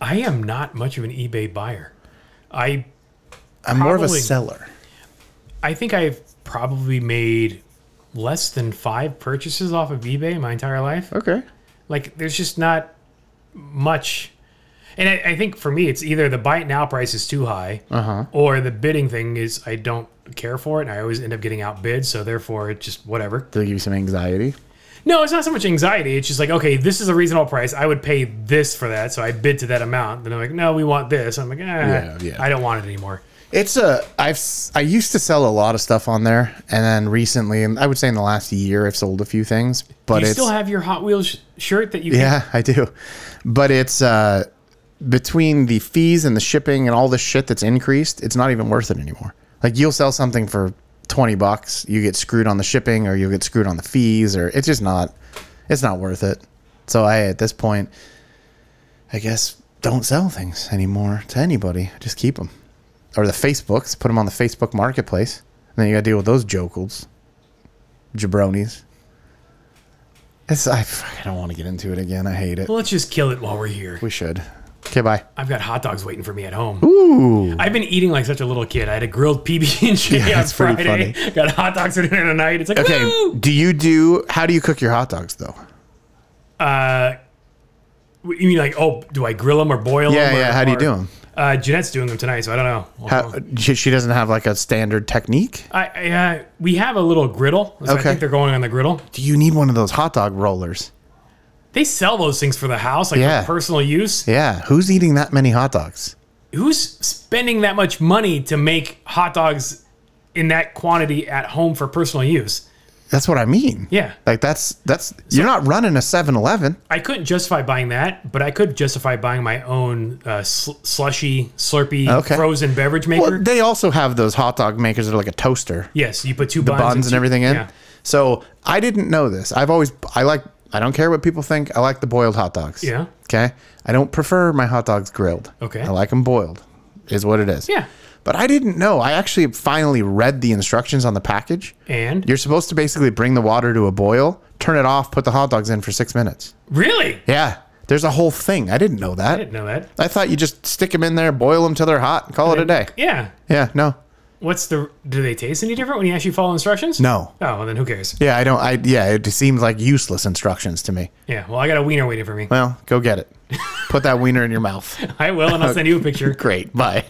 I am not much of an eBay buyer. I
I'm more of a
Probably.
seller.
I think I've probably made less than five purchases off of eBay my entire life.
Okay.
Like, there's just not much. And I, I think for me, it's either the buy it now price is too high,
Uh-huh.
or the bidding thing is I don't care for it, and I always end up getting outbid. So therefore, it just whatever.
Did it give you some anxiety?
No, it's not so much anxiety. It's just like, okay, this is a reasonable price. I would pay this for that, so I bid to that amount. Then I'm like, no, we want this. I'm like, eh,
yeah.
I don't want it anymore.
It's a I've s- I used to sell a lot of stuff on there, and then recently, and I would say in the last year, I've sold a few things. But
You
it's
still have your Hot Wheels sh- shirt that you
yeah, I do. But it's uh, between the fees and the shipping and all the shit that's increased, it's not even worth it anymore. Like you'll sell something for twenty bucks, you get screwed on the shipping, or you'll get screwed on the fees, or it's just not, it's not worth it. So I, at this point, I guess don't sell things anymore to anybody. Just keep them, or the Facebooks, put them on the Facebook Marketplace. And then you got to deal with those jokels, jabronis. It's I, fuck, I don't want to get into it again. I hate it.
Well, let's just kill it while we're here.
We should. Okay, bye.
I've got hot dogs waiting for me at home.
Ooh.
I've been eating like such a little kid. I had a grilled PB and J
Yeah,
on
it's pretty
Friday. Got hot dogs for dinner tonight. It's like
Okay.
woo!
Do you do? How do you cook your hot dogs though?
You mean like oh, do I grill them or boil
Yeah,
them?
yeah. How do you do them?
Uh, Jeanette's doing them tonight, so I don't know. We'll
How,
go.
she, she doesn't have like a standard technique.
I, I uh, we have a little griddle. So I
Okay.
think they're going on the griddle.
Do you need one of those hot dog rollers?
They sell those things for the house, like
Yeah.
for personal use.
Yeah. Who's eating that many hot dogs?
Who's spending that much money to make hot dogs in that quantity at home for personal use?
That's what I mean.
Yeah.
Like that's that's you're not running a 7-Eleven.
I couldn't justify buying that, but I could justify buying my own uh, sl- slushy, slurpy,
Okay.
frozen beverage maker.
Well, they also have those hot dog makers that are like a toaster.
yes, you put two
buns and
two-
everything in.
Yeah.
So I didn't know this. I've always I like I don't care what people think. I like the boiled hot dogs.
Yeah.
Okay. I don't prefer my hot dogs grilled.
Okay.
I like them boiled. Is what it is.
Yeah.
But I didn't know. I actually finally read the instructions on the package.
And
You're supposed to basically bring the water to a boil, turn it off, put the hot dogs in for six minutes.
really,
Yeah, there's a whole thing. I didn't know
I
that.
didn't know that.
I thought you just stick them in there, boil them till they're hot, and call it a day.
Yeah.
Yeah, no,
What's the? Do they taste any different when you actually follow instructions?
no.
Oh, well, then who cares?
Yeah, I don't. I yeah, it seems like useless instructions to me.
Yeah. Well, I got a wiener waiting for me.
Well, go get it. Put that wiener in your mouth.
I will, and I'll send you a picture.
Great. Bye.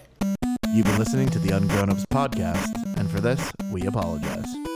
You've been listening to the Ungrown Ups podcast, and for this, we apologize.